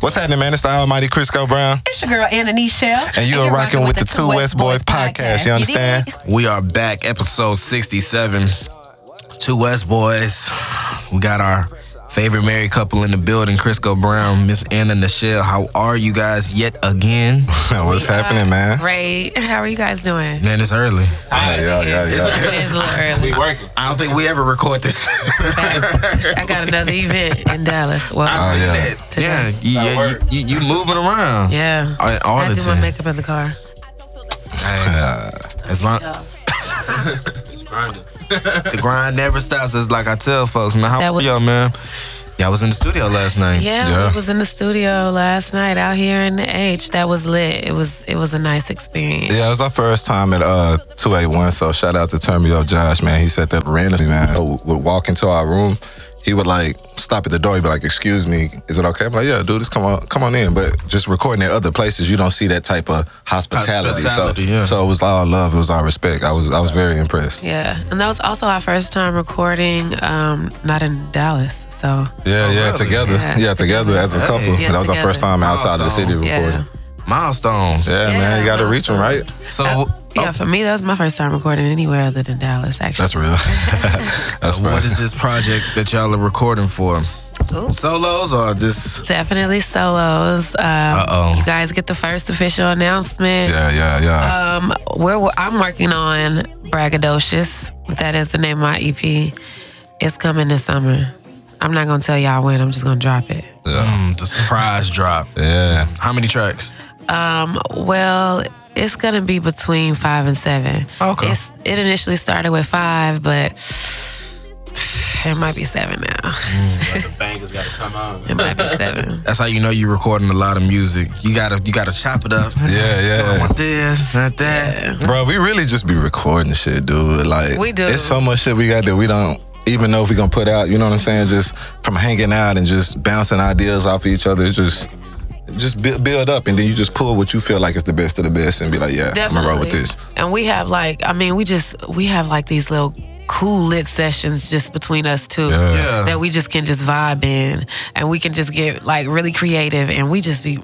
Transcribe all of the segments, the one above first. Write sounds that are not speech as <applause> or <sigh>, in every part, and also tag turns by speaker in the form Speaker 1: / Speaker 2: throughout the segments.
Speaker 1: What's happening, man? It's the Almighty Crisco Brown.
Speaker 2: It's your girl Anna Shell.
Speaker 1: And you are rocking, with the Two West Boys podcast. You understand?
Speaker 3: We are back, episode 67. Two West Boys. We got our favorite married couple in the building, Crisco Brown, Miss Anna Nichelle. How are you guys yet again?
Speaker 1: <laughs> What's happening, man?
Speaker 4: Great. How are you guys doing?
Speaker 3: Man, it's early.
Speaker 1: Yeah, yeah, yeah, yeah.
Speaker 4: It is a
Speaker 1: <laughs>
Speaker 4: little early.
Speaker 5: working.
Speaker 3: I don't think we ever record <laughs> this.
Speaker 4: I got another event in Dallas. Well,
Speaker 3: I
Speaker 1: yeah.
Speaker 3: <laughs> said that. Oh, yeah. you-
Speaker 5: That
Speaker 3: Yeah,
Speaker 5: work.
Speaker 3: you, you, you moving around.
Speaker 4: yeah.
Speaker 3: All, all
Speaker 4: I
Speaker 3: the
Speaker 4: do my
Speaker 3: time.
Speaker 4: makeup in the car.
Speaker 3: Hey, as long
Speaker 5: Grinding.
Speaker 3: the grind never stops, it's like I tell folks, man. How
Speaker 4: That
Speaker 3: are
Speaker 4: was-
Speaker 3: y'all, man? Y'all was in the studio last night.
Speaker 4: Yeah,
Speaker 1: Yeah.
Speaker 4: I was in the studio last night out here in the H. That was lit. It was it was a nice experience.
Speaker 1: Yeah, it was our first time at uh 281, so shout out to Turn Me Up Josh, man. He said that randomly, man. I would walk into our room, he would like stop at the door, he'd be like, excuse me, is it okay? I'm like, yeah, dude, just come on come on in. But just recording at other places, you don't see that type of hospitality.
Speaker 3: Hospitality,
Speaker 1: so,
Speaker 3: yeah.
Speaker 1: so it was all love, it was all respect. I was I was very impressed.
Speaker 4: Yeah. And that was also our first time recording, um, not in Dallas. So
Speaker 1: Yeah, yeah,
Speaker 3: really?
Speaker 1: together. Yeah,
Speaker 4: Oh, Yeah.
Speaker 1: together as a
Speaker 3: Hey.
Speaker 1: couple.
Speaker 4: Yeah,
Speaker 1: that was our
Speaker 4: together.
Speaker 1: first time outside of the
Speaker 3: Milestone.
Speaker 1: city recording.
Speaker 4: Yeah.
Speaker 1: Yeah,
Speaker 3: Milestones.
Speaker 1: man, you gotta reach them, right?
Speaker 3: So
Speaker 1: Oh.
Speaker 4: yeah, for me that was my first time recording anywhere other than Dallas actually.
Speaker 1: That's
Speaker 4: <laughs>
Speaker 1: real. <laughs> That's
Speaker 3: So what is this project that y'all are recording for?
Speaker 4: Ooh.
Speaker 3: Solos or just
Speaker 4: Definitely solos. Um,
Speaker 3: Uh-oh.
Speaker 4: You guys get the first official announcement.
Speaker 1: Yeah, yeah, yeah.
Speaker 4: Um, where we're- I'm working on Braggadocious. That is the name of my EP. It's coming this summer. I'm not gonna tell y'all when. I'm just gonna drop it.
Speaker 1: yeah.
Speaker 3: mm, the surprise drop?
Speaker 1: yeah.
Speaker 3: How many tracks?
Speaker 4: Um, well, it's gonna be between five and seven.
Speaker 3: Okay.
Speaker 4: It's, it initially started with five, but it might be seven now.
Speaker 5: The bangers gotta come on.
Speaker 4: It might be
Speaker 3: <laughs>
Speaker 4: seven.
Speaker 3: That's how you know you're recording a lot of music. You gotta you gotta chop it up.
Speaker 1: Yeah, yeah.
Speaker 3: I want this, not that.
Speaker 1: Bro, we really just be recording shit, dude. Like
Speaker 4: We do.
Speaker 1: It's so much shit we got that we don't even know if we gonna put out. You know what I'm saying? Just from hanging out and just bouncing ideas off of each other. It's just just bu- build up, and then you just pull what you feel like is the best of the best, and be like, yeah, I'm gonna roll with this.
Speaker 4: And we have like, I mean, we just we have like these little cool lit sessions just between us two
Speaker 3: Yeah.
Speaker 4: that we just can just vibe in, and we can just get like really creative, and we just be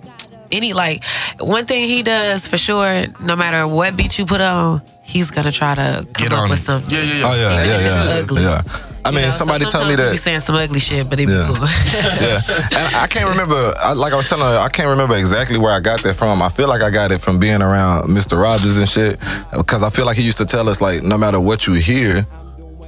Speaker 4: any like one thing he does for sure. No matter what beat you put on, he's gonna try to come
Speaker 3: Get
Speaker 4: up
Speaker 3: on
Speaker 4: with
Speaker 3: it.
Speaker 4: something.
Speaker 3: Yeah, yeah, yeah.
Speaker 1: Oh yeah,
Speaker 4: Even
Speaker 1: yeah,
Speaker 4: if it's
Speaker 1: yeah,
Speaker 4: ugly.
Speaker 1: yeah. I
Speaker 4: You
Speaker 1: mean,
Speaker 4: know, so
Speaker 1: somebody told me
Speaker 4: sometimes we
Speaker 1: that.
Speaker 4: be saying some ugly shit, but it be
Speaker 1: Yeah.
Speaker 4: cool. <laughs>
Speaker 1: yeah, and I can't remember. I, like I was telling her, I can't remember exactly where I got that from. I feel like I got it from being around Mr. Rogers and shit, because I feel like he used to tell us like, no matter what you hear.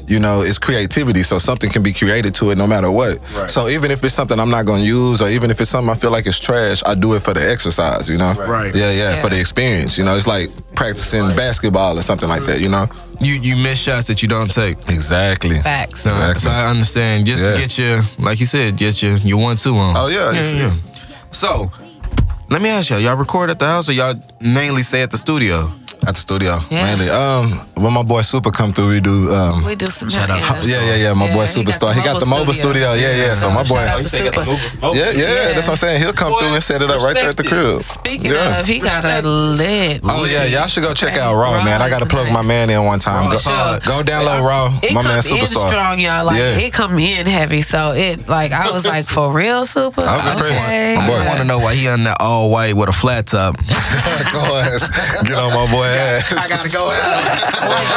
Speaker 1: You know, it's creativity, so something can be created to it no matter what.
Speaker 5: Right.
Speaker 1: So even if it's something I'm not gonna use, or even if it's something I feel like is trash, I do it for the exercise. You know,
Speaker 3: Right.
Speaker 1: Yeah, yeah, for the experience. You know, it's like practicing basketball or something like that. You know,
Speaker 3: You you miss shots that you don't take.
Speaker 1: exactly.
Speaker 4: Facts.
Speaker 3: So,
Speaker 1: Exactly.
Speaker 3: so I understand. Just
Speaker 1: Yeah.
Speaker 3: get your like you said, get your your one two on.
Speaker 1: Oh, yeah, it's-
Speaker 3: yeah. So let me ask y'all, y'all record at the house or y'all mainly stay at the studio?
Speaker 1: At the studio,
Speaker 4: Yeah.
Speaker 1: mainly. Um, when my boy Super come through, we do um,
Speaker 4: We do some
Speaker 3: Shout out to-
Speaker 1: Yeah, yeah, yeah. My boy Superstar. He got the mobile studio. Yeah, yeah. So my boy.
Speaker 4: Shout
Speaker 5: Oh,
Speaker 4: out
Speaker 5: you
Speaker 4: to
Speaker 5: say you got
Speaker 4: Super.
Speaker 5: the move- move-
Speaker 1: Yeah, yeah,
Speaker 4: Yeah.
Speaker 1: That's what I'm saying. He'll come
Speaker 5: Boy,
Speaker 1: through and set it up right there at the
Speaker 5: respect
Speaker 1: crib.
Speaker 4: Speaking
Speaker 1: Yeah.
Speaker 4: of, he got a lit.
Speaker 1: Oh yeah, y'all should go check out Raw,
Speaker 4: Raw
Speaker 1: man. I
Speaker 4: is
Speaker 1: gotta plug
Speaker 4: nice.
Speaker 1: my man in one time.
Speaker 3: Raw
Speaker 1: Go,
Speaker 3: is hard.
Speaker 1: go download Raw,
Speaker 4: It
Speaker 1: my
Speaker 4: come
Speaker 1: man
Speaker 4: in
Speaker 1: Superstar.
Speaker 4: strong, y'all. Like
Speaker 1: Yeah.
Speaker 4: it come in heavy, so it like I was like for real, super.
Speaker 1: I was impressed.
Speaker 4: Okay.
Speaker 1: My
Speaker 3: I
Speaker 1: boy.
Speaker 3: just want to know why he on that all white with a flat top.
Speaker 1: <laughs> go ass. Get on my boy
Speaker 3: <laughs>
Speaker 1: ass. I
Speaker 3: gotta go out.
Speaker 1: <laughs>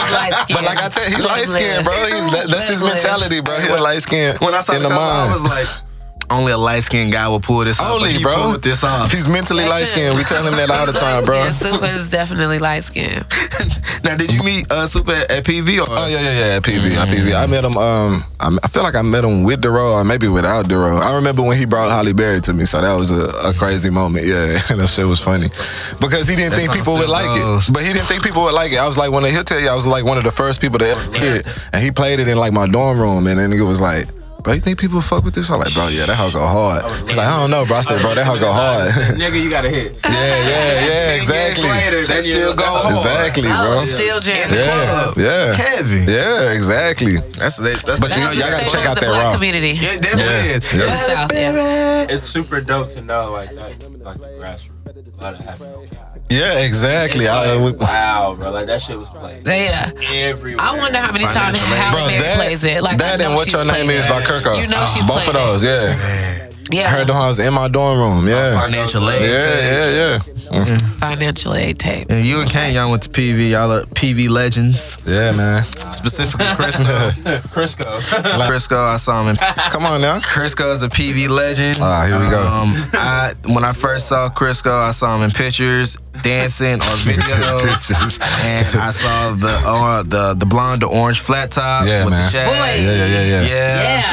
Speaker 1: But like I tell you, he light skinned, bro. He, that, that's his
Speaker 4: Black man.
Speaker 1: mentality, bro. He a light skinned
Speaker 3: <laughs> When I saw
Speaker 1: in
Speaker 3: the
Speaker 1: the
Speaker 3: cover, I
Speaker 1: mind.
Speaker 3: was like, only a light skinned guy would pull this off. but
Speaker 1: Only,
Speaker 3: he
Speaker 1: bro.
Speaker 3: pulled this off.
Speaker 1: He's mentally light skinned. We tell him that all the time, bro.
Speaker 4: Yeah, super is definitely light skinned.
Speaker 3: <laughs> now, did you meet uh, Super at, at PV? Or?
Speaker 1: Oh yeah, yeah, yeah. At PV, at PV. I met him. Um, I, I feel like I met him with Dero or maybe without Dero. I remember when he brought Holly Berry to me, so that was a, a crazy moment. Yeah, <laughs> that shit was funny because he didn't
Speaker 3: That
Speaker 1: think
Speaker 3: song
Speaker 1: people would
Speaker 3: still
Speaker 1: like
Speaker 3: goes.
Speaker 1: it. But he didn't think people would like it. I was like, one of he'll tell you, I was like one of the first people to ever hear it, and he played it in like my dorm room, and then it was like. Bro, you think people fuck with this? I'm like, bro, yeah, that hoe go hard. He's like, I don't know, bro. I said, bro, that hoe go hard. <laughs>
Speaker 5: Nigga, you gotta hit.
Speaker 1: yeah, yeah, yeah,
Speaker 3: Ten years
Speaker 1: exactly,
Speaker 3: later, they
Speaker 5: Ten years
Speaker 3: still go
Speaker 5: later.
Speaker 3: hard.
Speaker 1: exactly,
Speaker 4: I
Speaker 1: bro.
Speaker 4: was still jamming.
Speaker 1: Yeah,
Speaker 3: club.
Speaker 1: yeah,
Speaker 3: Heavy.
Speaker 1: yeah, exactly.
Speaker 3: That's, that, that's
Speaker 1: But you know,
Speaker 4: That's
Speaker 1: y'all
Speaker 4: the
Speaker 1: gotta
Speaker 4: state
Speaker 1: check out
Speaker 4: of the
Speaker 1: that
Speaker 4: black
Speaker 1: Raw.
Speaker 4: community.
Speaker 3: Yeah, it definitely
Speaker 1: Yeah,
Speaker 3: is.
Speaker 1: yeah.
Speaker 4: It's out there.
Speaker 5: It's super dope to know like that, like the grassroots. A lot of happy.
Speaker 1: Yeah, exactly. I, uh, we,
Speaker 5: Like,
Speaker 1: bro,
Speaker 5: wow, bro, like that shit was played
Speaker 4: Yeah.
Speaker 5: everywhere.
Speaker 4: I wonder how many times
Speaker 3: Financial aid.
Speaker 4: Halle Berry
Speaker 1: that,
Speaker 4: plays it. Like I
Speaker 1: that
Speaker 4: know
Speaker 1: and what
Speaker 4: she's
Speaker 1: your name
Speaker 4: played
Speaker 1: is
Speaker 4: it.
Speaker 1: by Kirko.
Speaker 4: You know she's
Speaker 1: both of
Speaker 4: played it.
Speaker 1: those. Yeah,
Speaker 4: Yeah.
Speaker 1: I heard the was in my dorm room. Yeah.
Speaker 3: Financial
Speaker 1: Yeah,
Speaker 3: aid.
Speaker 1: yeah, yeah.
Speaker 4: financial aid tapes.
Speaker 3: And you and Kane, y'all went to PV. Y'all are PV legends.
Speaker 1: Yeah, man. <laughs>
Speaker 3: <laughs> Specifically, Crisco.
Speaker 5: <laughs> Crisco. <laughs>
Speaker 3: Crisco, I saw him. In,
Speaker 1: Come on now.
Speaker 3: Crisco is a PV legend.
Speaker 1: Ah, here we go.
Speaker 3: Um, I, when I first saw Crisco, I saw him in pictures,
Speaker 1: <laughs>
Speaker 3: dancing or videos.
Speaker 1: Pictures.
Speaker 3: and I saw the uh, the the blonde, the orange flat top
Speaker 1: Yeah,
Speaker 3: with
Speaker 1: man.
Speaker 3: the shag.
Speaker 4: Boy.
Speaker 1: Yeah, yeah, yeah, yeah.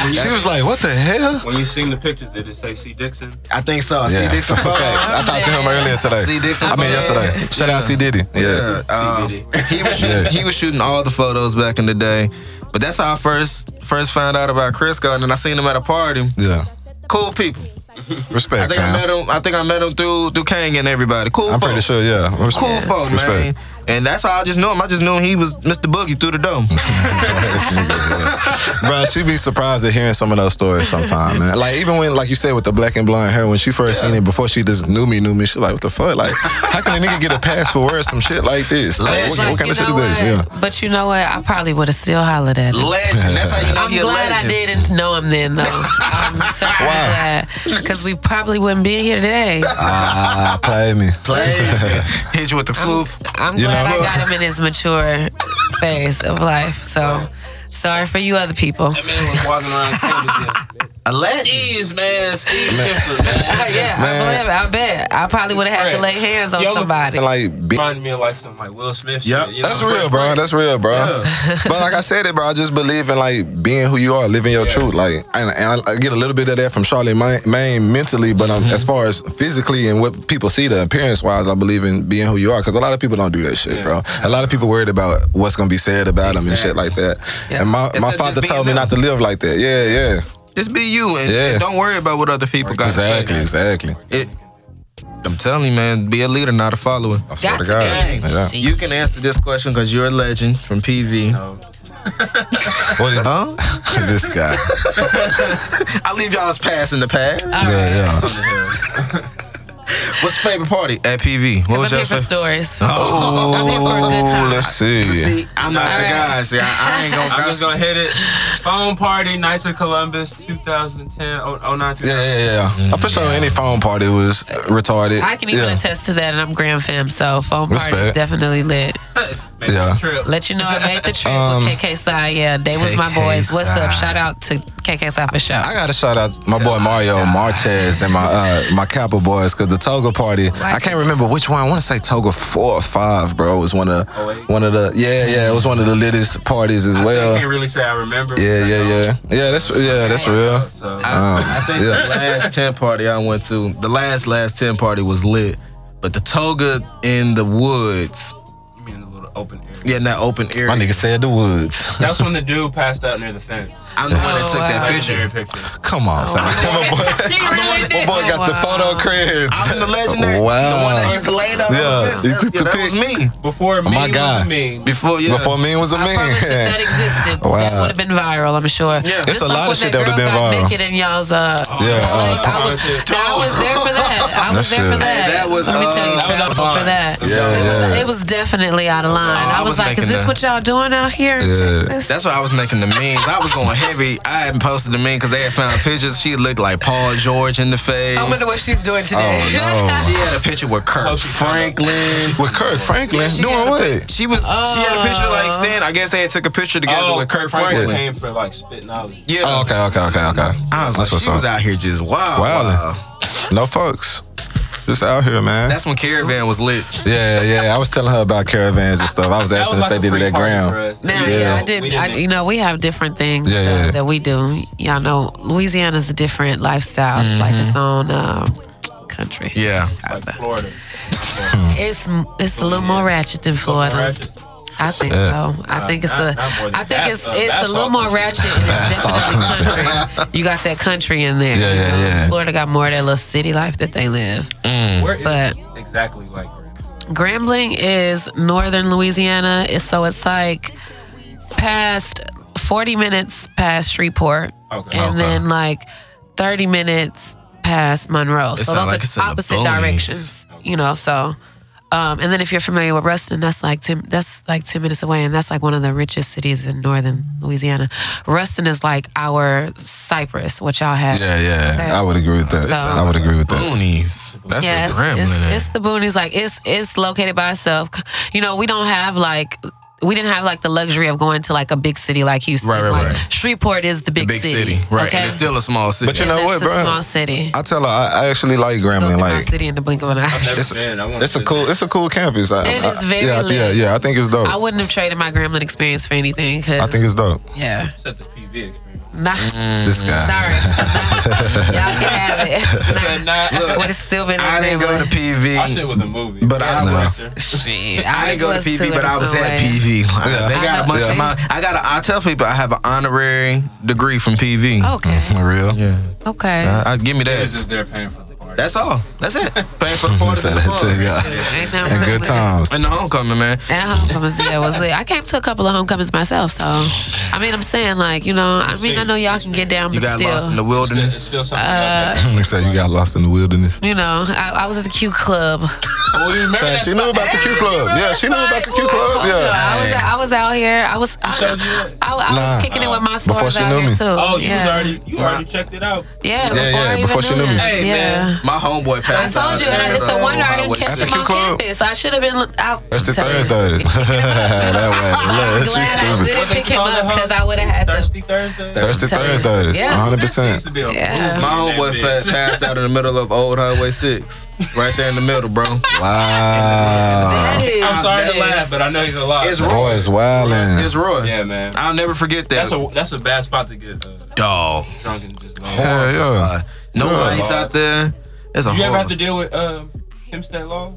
Speaker 4: Yeah.
Speaker 1: She was like, "What the hell?"
Speaker 5: when you seen the pictures, did it say C. Dixon?
Speaker 3: I think so. I
Speaker 1: Yeah,
Speaker 3: see
Speaker 1: <laughs>
Speaker 3: Dixon.
Speaker 1: facts. I talked to him earlier today.
Speaker 3: See Dixon
Speaker 1: I mean,
Speaker 3: photos.
Speaker 1: yesterday. Shout out C Diddy. Yeah.
Speaker 3: Yeah, um,
Speaker 5: Diddy.
Speaker 3: he was shooting,
Speaker 1: Yeah.
Speaker 3: he was shooting all the photos back in the day, but that's how I first first found out about Crisco, and then I seen him at a party.
Speaker 1: Yeah.
Speaker 3: Cool people. I
Speaker 1: Respect,
Speaker 3: think I met
Speaker 1: fam.
Speaker 3: him. I think I met him through through Kang and everybody. Cool.
Speaker 1: I'm pretty
Speaker 3: folk.
Speaker 1: sure. Yeah. Respect.
Speaker 3: Cool folk, man.
Speaker 1: Respect.
Speaker 3: And that's how I just knew him. I just knew him. He was Mr. Boogie through the dome.
Speaker 1: <laughs> Bro, she be surprised at hearing some of those stories sometime, man. Like even when, like you said, with the black and blonde hair, when she first seen it, before she just knew me, knew me, she like, what the fuck? Like, how can a nigga get a pass for wearing some shit like this? Like,
Speaker 3: Legend.
Speaker 1: what, what kind of shit is this? Yeah.
Speaker 4: what? But you know what? I probably would have still hollered at him.
Speaker 3: <laughs> Legend. That's how you know
Speaker 4: I'm
Speaker 3: he a
Speaker 4: glad I
Speaker 3: legend.
Speaker 4: didn't know him then, though.
Speaker 1: <laughs>
Speaker 4: I'm so glad because we probably wouldn't be here today.
Speaker 1: Ah, play me.
Speaker 3: Legend. <laughs> Hit you with the
Speaker 4: I'm,
Speaker 3: floof.
Speaker 4: I'm
Speaker 1: You
Speaker 4: glad
Speaker 1: know?
Speaker 4: I got him in his mature phase of life. So sorry for you other people.
Speaker 5: That man was walking around <laughs> campus.
Speaker 3: A legend.
Speaker 5: Jeez, man, Steve Kipler,
Speaker 4: <laughs>
Speaker 5: man.
Speaker 1: Man.
Speaker 4: yeah, I, believe, it. I bet I probably would have had to lay hands on
Speaker 5: Yo,
Speaker 1: <laughs>
Speaker 4: somebody.
Speaker 1: And like, be-
Speaker 5: Reminded me of like some like Will Smith.
Speaker 3: Yep.
Speaker 5: shit, you
Speaker 1: That's
Speaker 5: know?
Speaker 1: real, bro. That's real, bro. <laughs> but like I said, it, bro. I just believe in like being who you are, living your
Speaker 5: Yeah.
Speaker 1: truth. Like, and, and I, I get a little bit of that from Charlotte Maine mentally, but um, as far as physically and what people see, the appearance wise, I believe in being who you are because a lot of people don't do that shit,
Speaker 5: Yeah.
Speaker 1: bro. A lot of people worried about what's gonna be said about them and shit like that.
Speaker 4: Yeah.
Speaker 1: And my,
Speaker 3: Instead
Speaker 1: my
Speaker 3: of just
Speaker 1: father
Speaker 3: being
Speaker 1: told me
Speaker 3: them.
Speaker 1: not to live like that. Yeah, yeah.
Speaker 3: Just be you and,
Speaker 1: Yeah.
Speaker 3: and don't worry about what other people got
Speaker 1: exactly,
Speaker 3: to say.
Speaker 1: exactly.
Speaker 3: It, I'm telling you, man, be a leader, not a follower.
Speaker 1: I swear
Speaker 4: Got
Speaker 1: to
Speaker 4: to
Speaker 1: God.
Speaker 4: be.
Speaker 1: Yeah.
Speaker 4: Shit.
Speaker 3: You can answer this question because you're a legend from PV.
Speaker 5: Um,
Speaker 1: What is- <laughs>
Speaker 3: Huh?
Speaker 1: this guy?
Speaker 3: I leave y'all's past in the past.
Speaker 4: All right.
Speaker 1: Yeah, yeah.
Speaker 3: What's your favorite party at PV? What was
Speaker 4: I'm
Speaker 3: your
Speaker 4: here for
Speaker 3: favorite?
Speaker 4: stories. I'm here for a good
Speaker 1: Oh,
Speaker 4: time.
Speaker 1: let's see.
Speaker 3: See, I'm not the
Speaker 4: All right.
Speaker 3: guy. See, I, I <laughs> ain't gonna.
Speaker 5: I'm just gonna hit it. Phone party, Knights of Columbus, 2010, oh- 09,
Speaker 1: Yeah,
Speaker 5: 2010.
Speaker 1: yeah, yeah.
Speaker 3: Mm,
Speaker 1: I for sure any phone party was retarded.
Speaker 4: I can even
Speaker 1: yeah.
Speaker 4: attest to that, and I'm Grand Fam, so phone party is
Speaker 1: Respect.
Speaker 4: definitely lit.
Speaker 5: Make
Speaker 1: Yeah.
Speaker 5: the trip.
Speaker 4: Let you know I made the trip
Speaker 1: Um,
Speaker 4: with KK Side. Yeah, they was my
Speaker 3: KK
Speaker 4: boys. What's up?
Speaker 3: Psy.
Speaker 4: Shout out to KK Side for sure.
Speaker 1: I gotta shout out my boy Mario Martez and my uh, my Kappa boys because the Toga party. I can't remember which one. I want to say Toga four or five, bro. It was one of
Speaker 5: Oh, wait.
Speaker 1: one of the yeah yeah. It was one of the littest parties as
Speaker 5: I
Speaker 1: well.
Speaker 5: can't really say I remember.
Speaker 1: Yeah
Speaker 5: but I
Speaker 1: yeah
Speaker 5: know.
Speaker 1: yeah yeah. That's yeah that's real. Um,
Speaker 5: So,
Speaker 3: I, I think
Speaker 1: yeah.
Speaker 3: the last tent party I went to, the last last tent party was lit, but the toga in the woods,
Speaker 5: you mean a little open area.
Speaker 3: yeah, in that open area.
Speaker 1: My nigga said the woods.
Speaker 5: That's when the dude passed out near the fence.
Speaker 3: I'm the one that
Speaker 4: Oh,
Speaker 3: took that
Speaker 4: wow.
Speaker 5: Legendary
Speaker 3: picture.
Speaker 5: picture.
Speaker 1: Come on, fam. <laughs> my boy,
Speaker 4: He
Speaker 1: my
Speaker 4: really did.
Speaker 1: boy got the
Speaker 4: Oh, Wow.
Speaker 1: photo creds.
Speaker 3: I'm the legendary.
Speaker 1: Wow.
Speaker 3: The one that used to lay down.
Speaker 1: Yeah,
Speaker 3: Yeah,
Speaker 1: you took
Speaker 3: yeah,
Speaker 1: the
Speaker 3: that
Speaker 1: pic.
Speaker 3: was me
Speaker 5: Before me
Speaker 1: Oh my
Speaker 5: was
Speaker 1: God.
Speaker 5: a meme.
Speaker 3: before. Yeah.
Speaker 1: Before me was a
Speaker 4: I promise if that
Speaker 1: <laughs> man.
Speaker 4: existed,
Speaker 1: Wow.
Speaker 4: that would have been viral. I'm sure. Yeah,
Speaker 1: It's a lot of shit that would've been viral.
Speaker 4: Naked in y'all's. Uh,
Speaker 1: Yeah,
Speaker 4: like,
Speaker 1: uh,
Speaker 4: I, was, I was there for that. I was
Speaker 1: That's
Speaker 4: there for
Speaker 1: it.
Speaker 4: that.
Speaker 3: Hey, that was,
Speaker 4: Let me
Speaker 3: uh,
Speaker 4: tell you,
Speaker 5: that was
Speaker 4: Travis,
Speaker 5: out of
Speaker 4: for that.
Speaker 5: line.
Speaker 1: yeah, yeah.
Speaker 4: It was definitely out of line.
Speaker 3: Oh, I
Speaker 4: I
Speaker 3: was
Speaker 4: was like, "Is
Speaker 3: making
Speaker 4: this
Speaker 3: the-
Speaker 4: what y'all doing out here?" in
Speaker 1: Yeah.
Speaker 4: Texas?"
Speaker 3: That's why I was making the memes. I was going heavy. I hadn't posted the meme because they had found pictures. She looked like Paul George in the face.
Speaker 4: I wonder what she's doing
Speaker 1: <laughs>
Speaker 4: today.
Speaker 1: Oh
Speaker 3: She had a picture with Kirk
Speaker 5: Oh, she found
Speaker 3: Franklin.
Speaker 1: no. With Kirk Franklin
Speaker 3: Yeah, she
Speaker 1: doing
Speaker 3: had a
Speaker 1: what?
Speaker 3: She was. she had a picture like Stan. I guess they had took a picture together
Speaker 5: Oh,
Speaker 3: with Kirk
Speaker 5: Franklin
Speaker 3: Franklin.
Speaker 5: came for like spit knowledge.
Speaker 3: Yeah.
Speaker 1: Oh, okay, okay, okay, okay.
Speaker 3: I was like,
Speaker 1: That's what's
Speaker 3: she was
Speaker 1: up.
Speaker 3: out here just wow.
Speaker 1: Wildin'.
Speaker 3: wow.
Speaker 1: No fucks. Just out here, man.
Speaker 3: That's when Caravan was lit.
Speaker 1: Yeah, yeah. I was telling her about caravans and stuff. I was
Speaker 5: That
Speaker 1: asking
Speaker 5: was like
Speaker 1: if
Speaker 5: a
Speaker 1: they did
Speaker 5: free
Speaker 1: it at
Speaker 5: party for
Speaker 1: ground.
Speaker 5: us.
Speaker 4: Now, yeah, I didn't. I, you know, we have different things
Speaker 1: Yeah,
Speaker 4: uh,
Speaker 1: yeah.
Speaker 4: that we do. Y'all know, Louisiana's a different lifestyle. It's like
Speaker 1: Mm-hmm.
Speaker 4: its own um, country.
Speaker 3: Yeah.
Speaker 5: like Florida.
Speaker 4: It's it's a little more ratchet than Florida.
Speaker 5: Ratchet.
Speaker 4: I think
Speaker 1: Yeah.
Speaker 4: so. I think it's a.
Speaker 5: Not- not more than
Speaker 4: I think
Speaker 5: that,
Speaker 4: it's
Speaker 5: though.
Speaker 4: it's
Speaker 5: That's
Speaker 4: a little
Speaker 5: all
Speaker 4: more
Speaker 5: country. <laughs>
Speaker 4: ratchet. and It's
Speaker 1: That's all
Speaker 4: definitely country. You got that country in there.
Speaker 1: Yeah, yeah,
Speaker 4: you know?
Speaker 1: yeah.
Speaker 4: Florida got more of that little city life that they live.
Speaker 1: hmm.
Speaker 5: Where is
Speaker 4: But-
Speaker 5: it exactly like Grand?
Speaker 4: Grambling is northern Louisiana. It's so it's like past 40 minutes past Shreveport,
Speaker 1: Oh,
Speaker 5: Okay.
Speaker 4: and
Speaker 3: Okay.
Speaker 4: then like 30 minutes past Monroe. so
Speaker 3: sound
Speaker 4: those
Speaker 3: like it's in
Speaker 4: are
Speaker 3: the
Speaker 4: opposite
Speaker 3: boonies.
Speaker 4: directions, you know. So Um, and then if you're familiar with Ruston, that's like ten that's like ten minutes away, and that's like one of the richest cities in northern Louisiana. Ruston is like our Cyprus, what y'all have.
Speaker 1: Yeah, yeah.
Speaker 4: Okay.
Speaker 1: I would agree with that.
Speaker 4: So-
Speaker 1: I would agree with that.
Speaker 3: Boonies. That's
Speaker 4: Yeah,
Speaker 3: a
Speaker 4: it's,
Speaker 3: gremlin.
Speaker 4: it's,
Speaker 3: in it.
Speaker 4: it's the boonies. Like it's it's located by itself. You know, we don't have like we didn't have like the luxury of going to like a big city like Houston.
Speaker 3: Right, right,
Speaker 4: Like,
Speaker 3: right.
Speaker 4: Shreveport is the big,
Speaker 3: big city. Right.
Speaker 4: Okay?
Speaker 3: And it's still oh, a small city.
Speaker 1: But you know what,
Speaker 4: it's a
Speaker 1: bro?
Speaker 4: small city.
Speaker 1: I tell her I, I actually like
Speaker 4: Go
Speaker 1: Grambling.
Speaker 4: through my
Speaker 1: Like
Speaker 4: city in the blink of an eye.
Speaker 5: Never
Speaker 1: it's,
Speaker 5: been. I wanna
Speaker 1: it's a
Speaker 5: visit.
Speaker 1: cool it's a cool campus. I,
Speaker 4: It
Speaker 1: I-
Speaker 4: is very
Speaker 1: yeah, I- yeah,
Speaker 4: lit.
Speaker 1: yeah. I think it's dope.
Speaker 4: I
Speaker 1: I,
Speaker 4: wouldn't have traded my gremlin experience for anything. 'cause-
Speaker 1: think it's dope.
Speaker 4: yeah.
Speaker 5: Except the PV experience.
Speaker 4: Nah,
Speaker 1: This guy.
Speaker 4: sorry. Y'all can have
Speaker 3: <laughs>
Speaker 4: it. Nah.
Speaker 5: Nah,
Speaker 3: Look,
Speaker 4: Would it still been?
Speaker 3: I didn't go to
Speaker 5: Our shit
Speaker 3: PV,
Speaker 5: was a movie.
Speaker 3: but I
Speaker 1: Nah.
Speaker 3: was.
Speaker 4: Shit,
Speaker 3: I didn't go to
Speaker 4: was too
Speaker 3: PV,
Speaker 4: in
Speaker 3: but I was
Speaker 4: some way.
Speaker 3: at PV.
Speaker 1: Yeah.
Speaker 3: They got a bunch
Speaker 4: Yeah.
Speaker 3: of my. I got. A, I tell people I have an honorary degree from PV.
Speaker 1: <laughs>
Speaker 4: Okay.
Speaker 3: Mm-hmm.
Speaker 1: For real.
Speaker 3: Yeah.
Speaker 4: Okay.
Speaker 3: I, I- give me
Speaker 5: It was
Speaker 3: that.
Speaker 5: just there paying for the party.
Speaker 3: That's all. That's it. <laughs> Paying for the
Speaker 1: I
Speaker 3: parties
Speaker 1: said
Speaker 3: and the
Speaker 1: that
Speaker 3: clubs.
Speaker 1: shit, yeah.
Speaker 4: Ain't nothing
Speaker 1: And
Speaker 4: wrong
Speaker 1: good
Speaker 4: with it.
Speaker 1: times. <laughs>
Speaker 3: and the homecoming, man.
Speaker 4: And homecomings, yeah, was lit. I came to a couple of homecomings myself, so I mean, I'm saying like, you know, I mean, I know y'all can get down,
Speaker 3: You
Speaker 4: but
Speaker 3: got lost
Speaker 4: still,
Speaker 3: in the
Speaker 5: It's
Speaker 3: <laughs> wilderness.
Speaker 5: still something
Speaker 4: Uh,
Speaker 5: else.
Speaker 1: They said you got lost in the wilderness.
Speaker 4: you know, I, I was at the Q Club.
Speaker 5: Oh,
Speaker 1: Said she knew about the Q Club. Yeah, she knew about the Q Club. Yeah.
Speaker 4: I was, I was out here. I was,
Speaker 5: showed
Speaker 4: I,
Speaker 5: you it?
Speaker 4: I, I
Speaker 1: Nah.
Speaker 4: was kicking it with my
Speaker 1: Before
Speaker 4: stores
Speaker 1: she
Speaker 4: out
Speaker 1: knew
Speaker 4: here
Speaker 1: me.
Speaker 4: too.
Speaker 5: Oh, you
Speaker 4: yeah.
Speaker 5: was already you already checked it out.
Speaker 4: yeah, before,
Speaker 1: yeah,
Speaker 4: I even
Speaker 1: before she knew me.
Speaker 4: that.
Speaker 5: Hey,
Speaker 4: yeah.
Speaker 5: man.
Speaker 3: My homeboy
Speaker 4: I
Speaker 3: passed out.
Speaker 4: told you, and I, it's a wonder I didn't
Speaker 3: Highway
Speaker 4: catch
Speaker 1: At the
Speaker 4: him
Speaker 1: Q
Speaker 4: on
Speaker 1: Club?
Speaker 4: campus. I should have been out.
Speaker 1: That's the
Speaker 4: Tell you.
Speaker 1: Thursdays. <laughs> that way.
Speaker 4: I'm
Speaker 1: Look, she's
Speaker 4: glad I
Speaker 1: stupid.
Speaker 4: didn't pick him
Speaker 5: What they
Speaker 4: up
Speaker 5: call
Speaker 4: because
Speaker 5: that
Speaker 4: I would have had to.
Speaker 5: Thirsty Thursday.
Speaker 1: Thirsty
Speaker 4: Tell you.
Speaker 1: Thursdays.
Speaker 4: Yeah.
Speaker 5: That
Speaker 1: 100%.
Speaker 5: used to be a
Speaker 4: Yeah.
Speaker 5: movie,
Speaker 3: My homeboy
Speaker 5: that
Speaker 3: fa- passed out in the middle of Old Highway 6, right there in the middle, bro.
Speaker 1: Wow.
Speaker 4: That is
Speaker 5: I'm sorry
Speaker 4: just-
Speaker 5: to laugh, but I know he's a lot.
Speaker 3: It's
Speaker 1: Roy is wildin'.
Speaker 3: It's Roy.
Speaker 5: Yeah, man.
Speaker 3: I'll never forget that.
Speaker 5: That's a that's a bad spot to get uh,
Speaker 3: dog.
Speaker 5: drunk and just. Like,
Speaker 1: Hell yeah.
Speaker 3: Uh, no
Speaker 1: Yeah.
Speaker 3: lights out there. It's a
Speaker 5: you ever have
Speaker 3: horrible.
Speaker 5: to deal with um, Hempstead Law?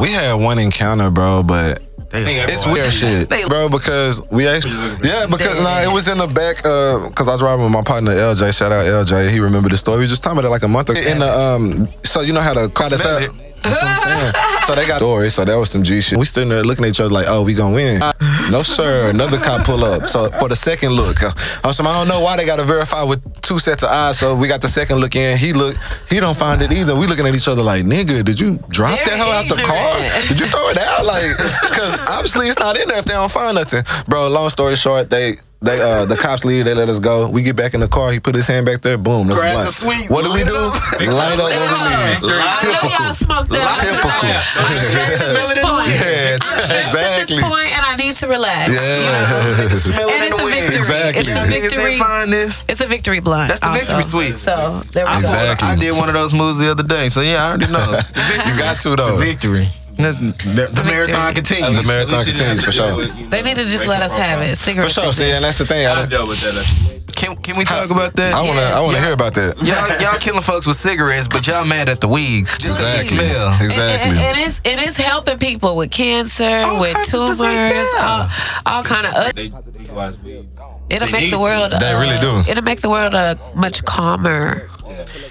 Speaker 1: We had one encounter, bro, but
Speaker 5: Thing
Speaker 1: It's
Speaker 5: everyone-
Speaker 1: weird shit,
Speaker 3: They-
Speaker 1: bro. Because we actually, yeah, because nah, it was in the back. Uh, because I was riding with my partner LJ. Shout out LJ. He remembered the story. We was just talking about it like a month ago. In the um, so you know how to car that's
Speaker 3: Smell
Speaker 1: up.
Speaker 3: it.
Speaker 1: That's what I'm saying. So they got story. So that was some G shit. We sitting there looking at each other like, oh, we gonna <laughs> win? No sir. Another cop pull up. So for the second look, uh, I'm some. I don't know why they gotta verify with two sets of eyes. So we got the second look in. He look. He don't find it either. We looking at each other like, nigga, did you drop
Speaker 4: They're
Speaker 1: that hell out the
Speaker 4: ignorant.
Speaker 1: car? Did you throw it out? Like, because obviously it's not in there if they don't find nothing. Bro, long story short, they. They uh the cops leave, they let us go. We get back in the car, he put his hand back there, boom, that's
Speaker 3: Grab
Speaker 1: blunt.
Speaker 3: the sweet,
Speaker 1: What do we
Speaker 3: light
Speaker 1: do?
Speaker 3: up.
Speaker 1: Light up
Speaker 4: Light
Speaker 1: what we leave.
Speaker 4: I know y'all smoked that.
Speaker 1: Typical.
Speaker 4: I'm stressed at this point.
Speaker 1: Yeah,
Speaker 4: I'm stressed at
Speaker 1: exactly.
Speaker 4: this point, and I need to relax.
Speaker 1: Yeah. <laughs>
Speaker 3: Smell
Speaker 4: And
Speaker 3: it in <laughs>
Speaker 4: it's
Speaker 3: the
Speaker 4: a
Speaker 3: wind.
Speaker 4: victory.
Speaker 1: Exactly.
Speaker 4: It's a
Speaker 1: Niggas
Speaker 3: Niggas
Speaker 4: victory.
Speaker 3: didn't find this.
Speaker 4: It's a victory blunt.
Speaker 3: That's the
Speaker 4: also.
Speaker 3: victory suite.
Speaker 4: So there we
Speaker 1: Exactly.
Speaker 4: go.
Speaker 3: I did one of those moves the other day, so yeah, I already know.
Speaker 1: <laughs> You got to though.
Speaker 3: Victory. The, the marathon
Speaker 5: At
Speaker 3: continues.
Speaker 5: least-
Speaker 1: The marathon
Speaker 5: at least you
Speaker 1: continues,
Speaker 5: didn't have to
Speaker 1: for
Speaker 5: deal
Speaker 1: sure.
Speaker 5: with, you know,
Speaker 4: They need to just let us have it.
Speaker 1: For
Speaker 4: Cigarettes.
Speaker 1: sure. See, and that's the thing. I,
Speaker 5: I've dealt with that. uh,
Speaker 3: Can, can we talk about that?
Speaker 1: I wanna I wanna hear about that.
Speaker 3: Y'all, y'all killing folks with cigarettes, but y'all mad at the weed. Just 'cause
Speaker 1: Exactly.
Speaker 3: it smell.
Speaker 1: Exactly.
Speaker 4: And, and it's and it's helping people with cancer, with
Speaker 3: kinds of
Speaker 4: tumors,
Speaker 3: disease, yeah.
Speaker 4: all, all kind of. Uh,
Speaker 5: They legalized weed.
Speaker 4: it'll
Speaker 5: They
Speaker 4: make
Speaker 5: need
Speaker 4: the
Speaker 5: to.
Speaker 4: world.
Speaker 1: They
Speaker 4: uh,
Speaker 1: really do.
Speaker 4: It'll make the world a much calmer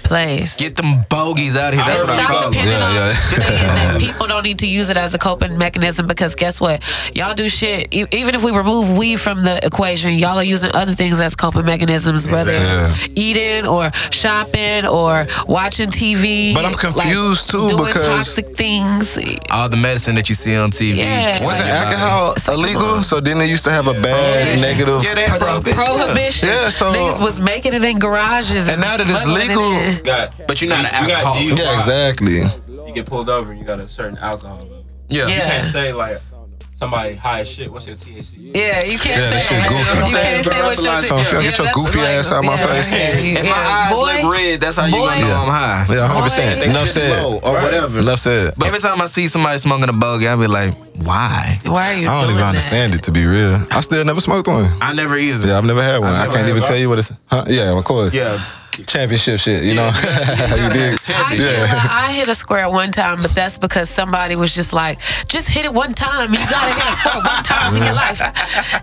Speaker 4: place.
Speaker 3: Get them bogeys out of here. That's
Speaker 5: It's
Speaker 3: what I
Speaker 5: not
Speaker 4: Stop
Speaker 3: call it.
Speaker 4: depending
Speaker 1: Yeah,
Speaker 4: on
Speaker 1: yeah. <laughs>
Speaker 4: saying that people don't need to use it as a coping mechanism because guess what? Y'all do shit. E- even if we remove weed from the equation, y'all are using other things as coping mechanisms, whether it's eating or shopping or watching TV.
Speaker 1: But I'm confused, too,
Speaker 4: doing
Speaker 1: because-
Speaker 4: toxic things.
Speaker 3: All the medicine that you see on TV.
Speaker 4: Yeah.
Speaker 1: Wasn't
Speaker 3: Like,
Speaker 1: alcohol illegal? So then they used to have a bad negative.
Speaker 3: Yeah, they had prohibition.
Speaker 4: Prohibition.
Speaker 1: Yeah, so-
Speaker 4: niggas was making it in garages,
Speaker 1: And now that it's
Speaker 4: smuggling it
Speaker 1: legal-
Speaker 4: in.
Speaker 5: You got,
Speaker 3: But you're not an
Speaker 5: you got
Speaker 3: alcoholic.
Speaker 5: DUI.
Speaker 1: Yeah, exactly.
Speaker 5: You get pulled over and you got a certain alcohol level.
Speaker 3: Yeah.
Speaker 5: You
Speaker 4: Yeah.
Speaker 5: can't say like somebody high as shit. What's your THC?
Speaker 4: Yeah, you can't
Speaker 1: Yeah, that
Speaker 4: say
Speaker 1: shit goofy.
Speaker 4: You can't say what your
Speaker 3: So
Speaker 1: if y'all get your
Speaker 4: that's
Speaker 1: goofy ass out my face.
Speaker 3: If my eyes look red, that's how you gonna
Speaker 4: boy.
Speaker 3: know I'm high.
Speaker 1: Yeah, hundred
Speaker 4: Boy.
Speaker 1: percent. Enough said.
Speaker 3: Low or whatever.
Speaker 1: Enough said.
Speaker 3: But every time I see somebody smoking a bogey, I be like, why?
Speaker 4: Why are you?
Speaker 1: I don't
Speaker 4: doing
Speaker 1: even
Speaker 4: that?
Speaker 1: understand it to be real. I still never smoked one.
Speaker 3: I never either.
Speaker 1: Yeah, I've never had one. I,
Speaker 3: never
Speaker 1: can't
Speaker 3: had
Speaker 1: even
Speaker 5: one.
Speaker 1: tell you what it's. Huh? Yeah, of course.
Speaker 3: Yeah.
Speaker 1: Championship shit. You know. <laughs> you did.
Speaker 4: I,
Speaker 3: Championship.
Speaker 4: yeah.
Speaker 1: Yeah.
Speaker 4: I hit a square at one time, but that's because somebody was just like, just hit it one time. You gotta hit a square one time in your life.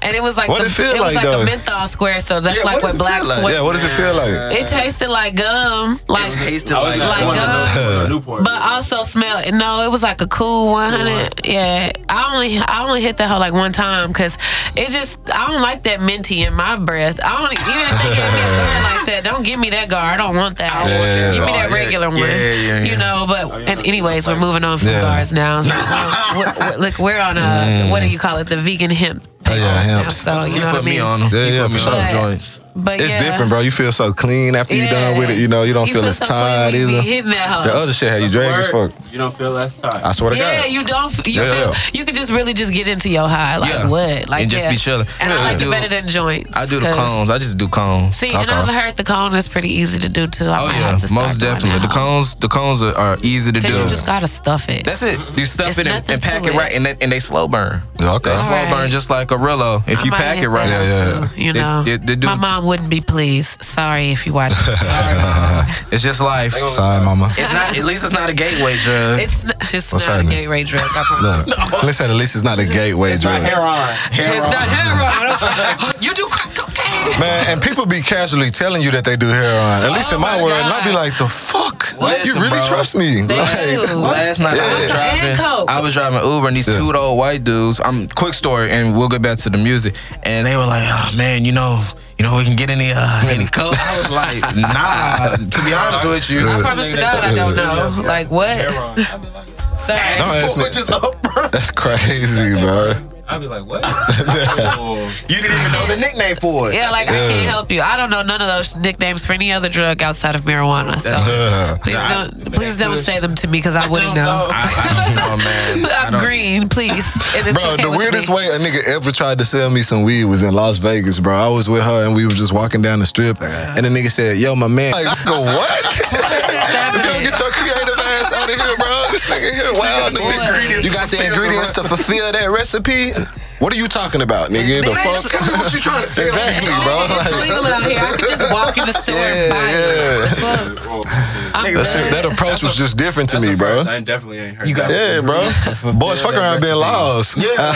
Speaker 4: And it was like
Speaker 1: What
Speaker 4: the-
Speaker 1: it feel
Speaker 4: was
Speaker 1: like,
Speaker 4: like
Speaker 1: though?
Speaker 4: a menthol square, so that's
Speaker 3: Yeah,
Speaker 4: like
Speaker 3: what does
Speaker 4: what,
Speaker 3: it
Speaker 4: black
Speaker 3: feel like?
Speaker 4: sweat.
Speaker 1: Yeah. What does it feel like?
Speaker 4: it tasted like gum. Like
Speaker 3: It tasted
Speaker 5: I was
Speaker 3: like,
Speaker 5: like
Speaker 4: like
Speaker 5: one of
Speaker 4: gum.
Speaker 5: those
Speaker 4: uh,
Speaker 5: Newport, Newport.
Speaker 4: But also smell. No, it was like a cool 100. Yeah, I only I only hit that hoe like one time because it just I don't like that minty in my breath. I don't even if they give me a
Speaker 1: <laughs>
Speaker 4: guard like that. Don't give me that guard. I don't want that.
Speaker 1: that
Speaker 4: Give me that
Speaker 3: guard.
Speaker 4: regular
Speaker 3: Yeah,
Speaker 4: one.
Speaker 3: yeah, yeah, yeah.
Speaker 4: You know. But
Speaker 5: Oh, yeah,
Speaker 4: and
Speaker 5: that's-
Speaker 4: anyways, we're
Speaker 5: that's
Speaker 4: moving on from
Speaker 1: Yeah. Mm.
Speaker 4: guards now.
Speaker 1: <laughs>
Speaker 4: So, um, what- what- look, we're on a what do you call it? The vegan hemp.
Speaker 1: Oh, yeah,
Speaker 4: thing now,
Speaker 1: hemp.
Speaker 4: So you
Speaker 3: You
Speaker 4: know what I
Speaker 3: put me
Speaker 4: mean.
Speaker 3: on them.
Speaker 1: Yeah,
Speaker 3: You
Speaker 1: yeah,
Speaker 3: put me
Speaker 1: for
Speaker 3: on them
Speaker 4: sure.
Speaker 3: joints.
Speaker 4: But
Speaker 1: It's
Speaker 4: yeah.
Speaker 1: different, bro. You feel so clean after you done
Speaker 4: Yeah.
Speaker 1: with it. You know, you don't feel, as
Speaker 4: so clean
Speaker 1: tired
Speaker 4: when you be
Speaker 1: either.
Speaker 4: hitting that hoe.
Speaker 1: The other shit had you dragged as fuck.
Speaker 5: Word, You don't feel less tired.
Speaker 1: I swear to
Speaker 4: Yeah,
Speaker 1: God.
Speaker 4: you don't. f- You
Speaker 1: Yeah,
Speaker 4: feel,
Speaker 1: yeah.
Speaker 4: you can just really just get into your high, like
Speaker 3: Yeah.
Speaker 4: what, like
Speaker 3: And just
Speaker 4: yeah.
Speaker 3: be chilling.
Speaker 4: And I
Speaker 3: Yeah.
Speaker 4: like
Speaker 3: I
Speaker 4: it
Speaker 3: do-
Speaker 4: better than joints.
Speaker 3: I do the
Speaker 4: 'cause-
Speaker 3: cones. I just do cones.
Speaker 4: See, and
Speaker 1: Okay.
Speaker 4: I've heard the cone is pretty easy to do too. I
Speaker 3: Oh
Speaker 4: might
Speaker 3: yeah,
Speaker 4: have to start
Speaker 3: most
Speaker 4: doing
Speaker 3: definitely. The
Speaker 4: that.
Speaker 3: cones, the cones are, are easy to do.
Speaker 4: Cause you just gotta stuff it.
Speaker 3: That's it. You stuff
Speaker 4: It's
Speaker 3: it and,
Speaker 4: nothing
Speaker 3: and pack
Speaker 4: to
Speaker 3: it right,
Speaker 4: it.
Speaker 3: and they, and they slow burn.
Speaker 1: Yeah, okay.
Speaker 3: They slow
Speaker 4: Alright.
Speaker 3: burn just like a Rillo if
Speaker 4: I
Speaker 3: you
Speaker 4: might
Speaker 3: pack
Speaker 4: hit
Speaker 3: it right.
Speaker 4: that
Speaker 1: Yeah,
Speaker 4: too, You
Speaker 3: They-
Speaker 4: know,
Speaker 3: they- they do-
Speaker 4: my mom wouldn't be pleased. Sorry if you watch.
Speaker 3: <laughs>
Speaker 4: this. Sorry, mom.
Speaker 3: It's just life.
Speaker 1: Sorry, mama.
Speaker 3: It's not. At least it's not
Speaker 4: <laughs>
Speaker 3: a gateway drug.
Speaker 4: it's n-
Speaker 1: What's
Speaker 4: it's not a
Speaker 1: happening?
Speaker 4: gateway drug.
Speaker 3: <laughs>
Speaker 4: I promise.
Speaker 1: Look, let's say at least it's not a gateway
Speaker 5: Try
Speaker 1: drug.
Speaker 5: heroin.
Speaker 4: <laughs> It's not
Speaker 3: <laughs>
Speaker 4: heroin. <laughs> you do crack cocaine.
Speaker 1: Man, and people be casually telling you that they do heroin. At least
Speaker 4: Oh
Speaker 1: in my,
Speaker 4: my
Speaker 1: world, and I
Speaker 4: God.
Speaker 1: be like, the fuck?
Speaker 3: Listen,
Speaker 1: you really
Speaker 3: bro.
Speaker 1: trust me? <laughs>
Speaker 4: do.
Speaker 1: Like,
Speaker 3: Last night I was
Speaker 1: Yeah.
Speaker 4: And
Speaker 3: driving.
Speaker 4: Coke.
Speaker 3: I was driving Uber, and these
Speaker 1: Yeah.
Speaker 3: two old white dudes. I'm quick story, and we'll get back to the music. And they were like, "Oh man, you know, you know, we can get any uh, any coke." I was like, <laughs> "Nah." to
Speaker 4: <laughs>
Speaker 3: be honest with you, <laughs>
Speaker 4: I promise to God, I don't know. Like what?
Speaker 5: Heroin. I'd be like,
Speaker 4: Sorry.
Speaker 1: don't ask me.
Speaker 3: up, bro.
Speaker 1: That's crazy,
Speaker 4: <laughs>
Speaker 1: bro.
Speaker 5: I'd be like, what?
Speaker 3: <laughs>
Speaker 5: Oh,
Speaker 3: You didn't even know the nickname for it.
Speaker 4: Yeah, like I can't help you. I don't know none of those nicknames for any other drug outside of marijuana. So
Speaker 1: Uh,
Speaker 4: <laughs> please
Speaker 3: Nah,
Speaker 4: don't please don't
Speaker 5: push.
Speaker 4: say them to me because I wouldn't
Speaker 5: don't
Speaker 4: know.
Speaker 3: I, I don't know, man.
Speaker 4: <laughs>
Speaker 3: I
Speaker 4: I'm
Speaker 3: don't-
Speaker 4: green, please. And it's
Speaker 1: Bro,
Speaker 4: okay
Speaker 1: the
Speaker 4: with
Speaker 1: weirdest
Speaker 4: me. <laughs>
Speaker 1: way a nigga ever tried to sell me some weed was in Las Vegas, bro. I was with her and we was just walking down the strip, and the nigga said, "Yo, my man." Like, nigga, what? if <laughs> you don't get your creative ass out of here, bro, this nigga here wild. Nigga.
Speaker 4: Ingredients
Speaker 1: You got the ingredients to fulfill that recipe. What are you talking about, nigga? The
Speaker 4: Nigga,
Speaker 1: fuck?
Speaker 4: tell me
Speaker 1: what you trying to say? Exactly, bro.
Speaker 4: It's
Speaker 1: Like,
Speaker 4: legal out here. I could just walk in the store and buy it.
Speaker 1: yeah, yeah.
Speaker 4: Look,
Speaker 5: oh, shit.
Speaker 4: I'm
Speaker 1: That, shit, that
Speaker 4: good.
Speaker 1: approach was just different to
Speaker 5: That's
Speaker 1: me,
Speaker 5: the
Speaker 1: bro.
Speaker 5: first- I definitely ain't heard
Speaker 3: You got-
Speaker 1: Yeah,
Speaker 5: that. <laughs>
Speaker 1: bro. Boys, fuck around being lost. <laughs>
Speaker 3: <laughs> Yeah,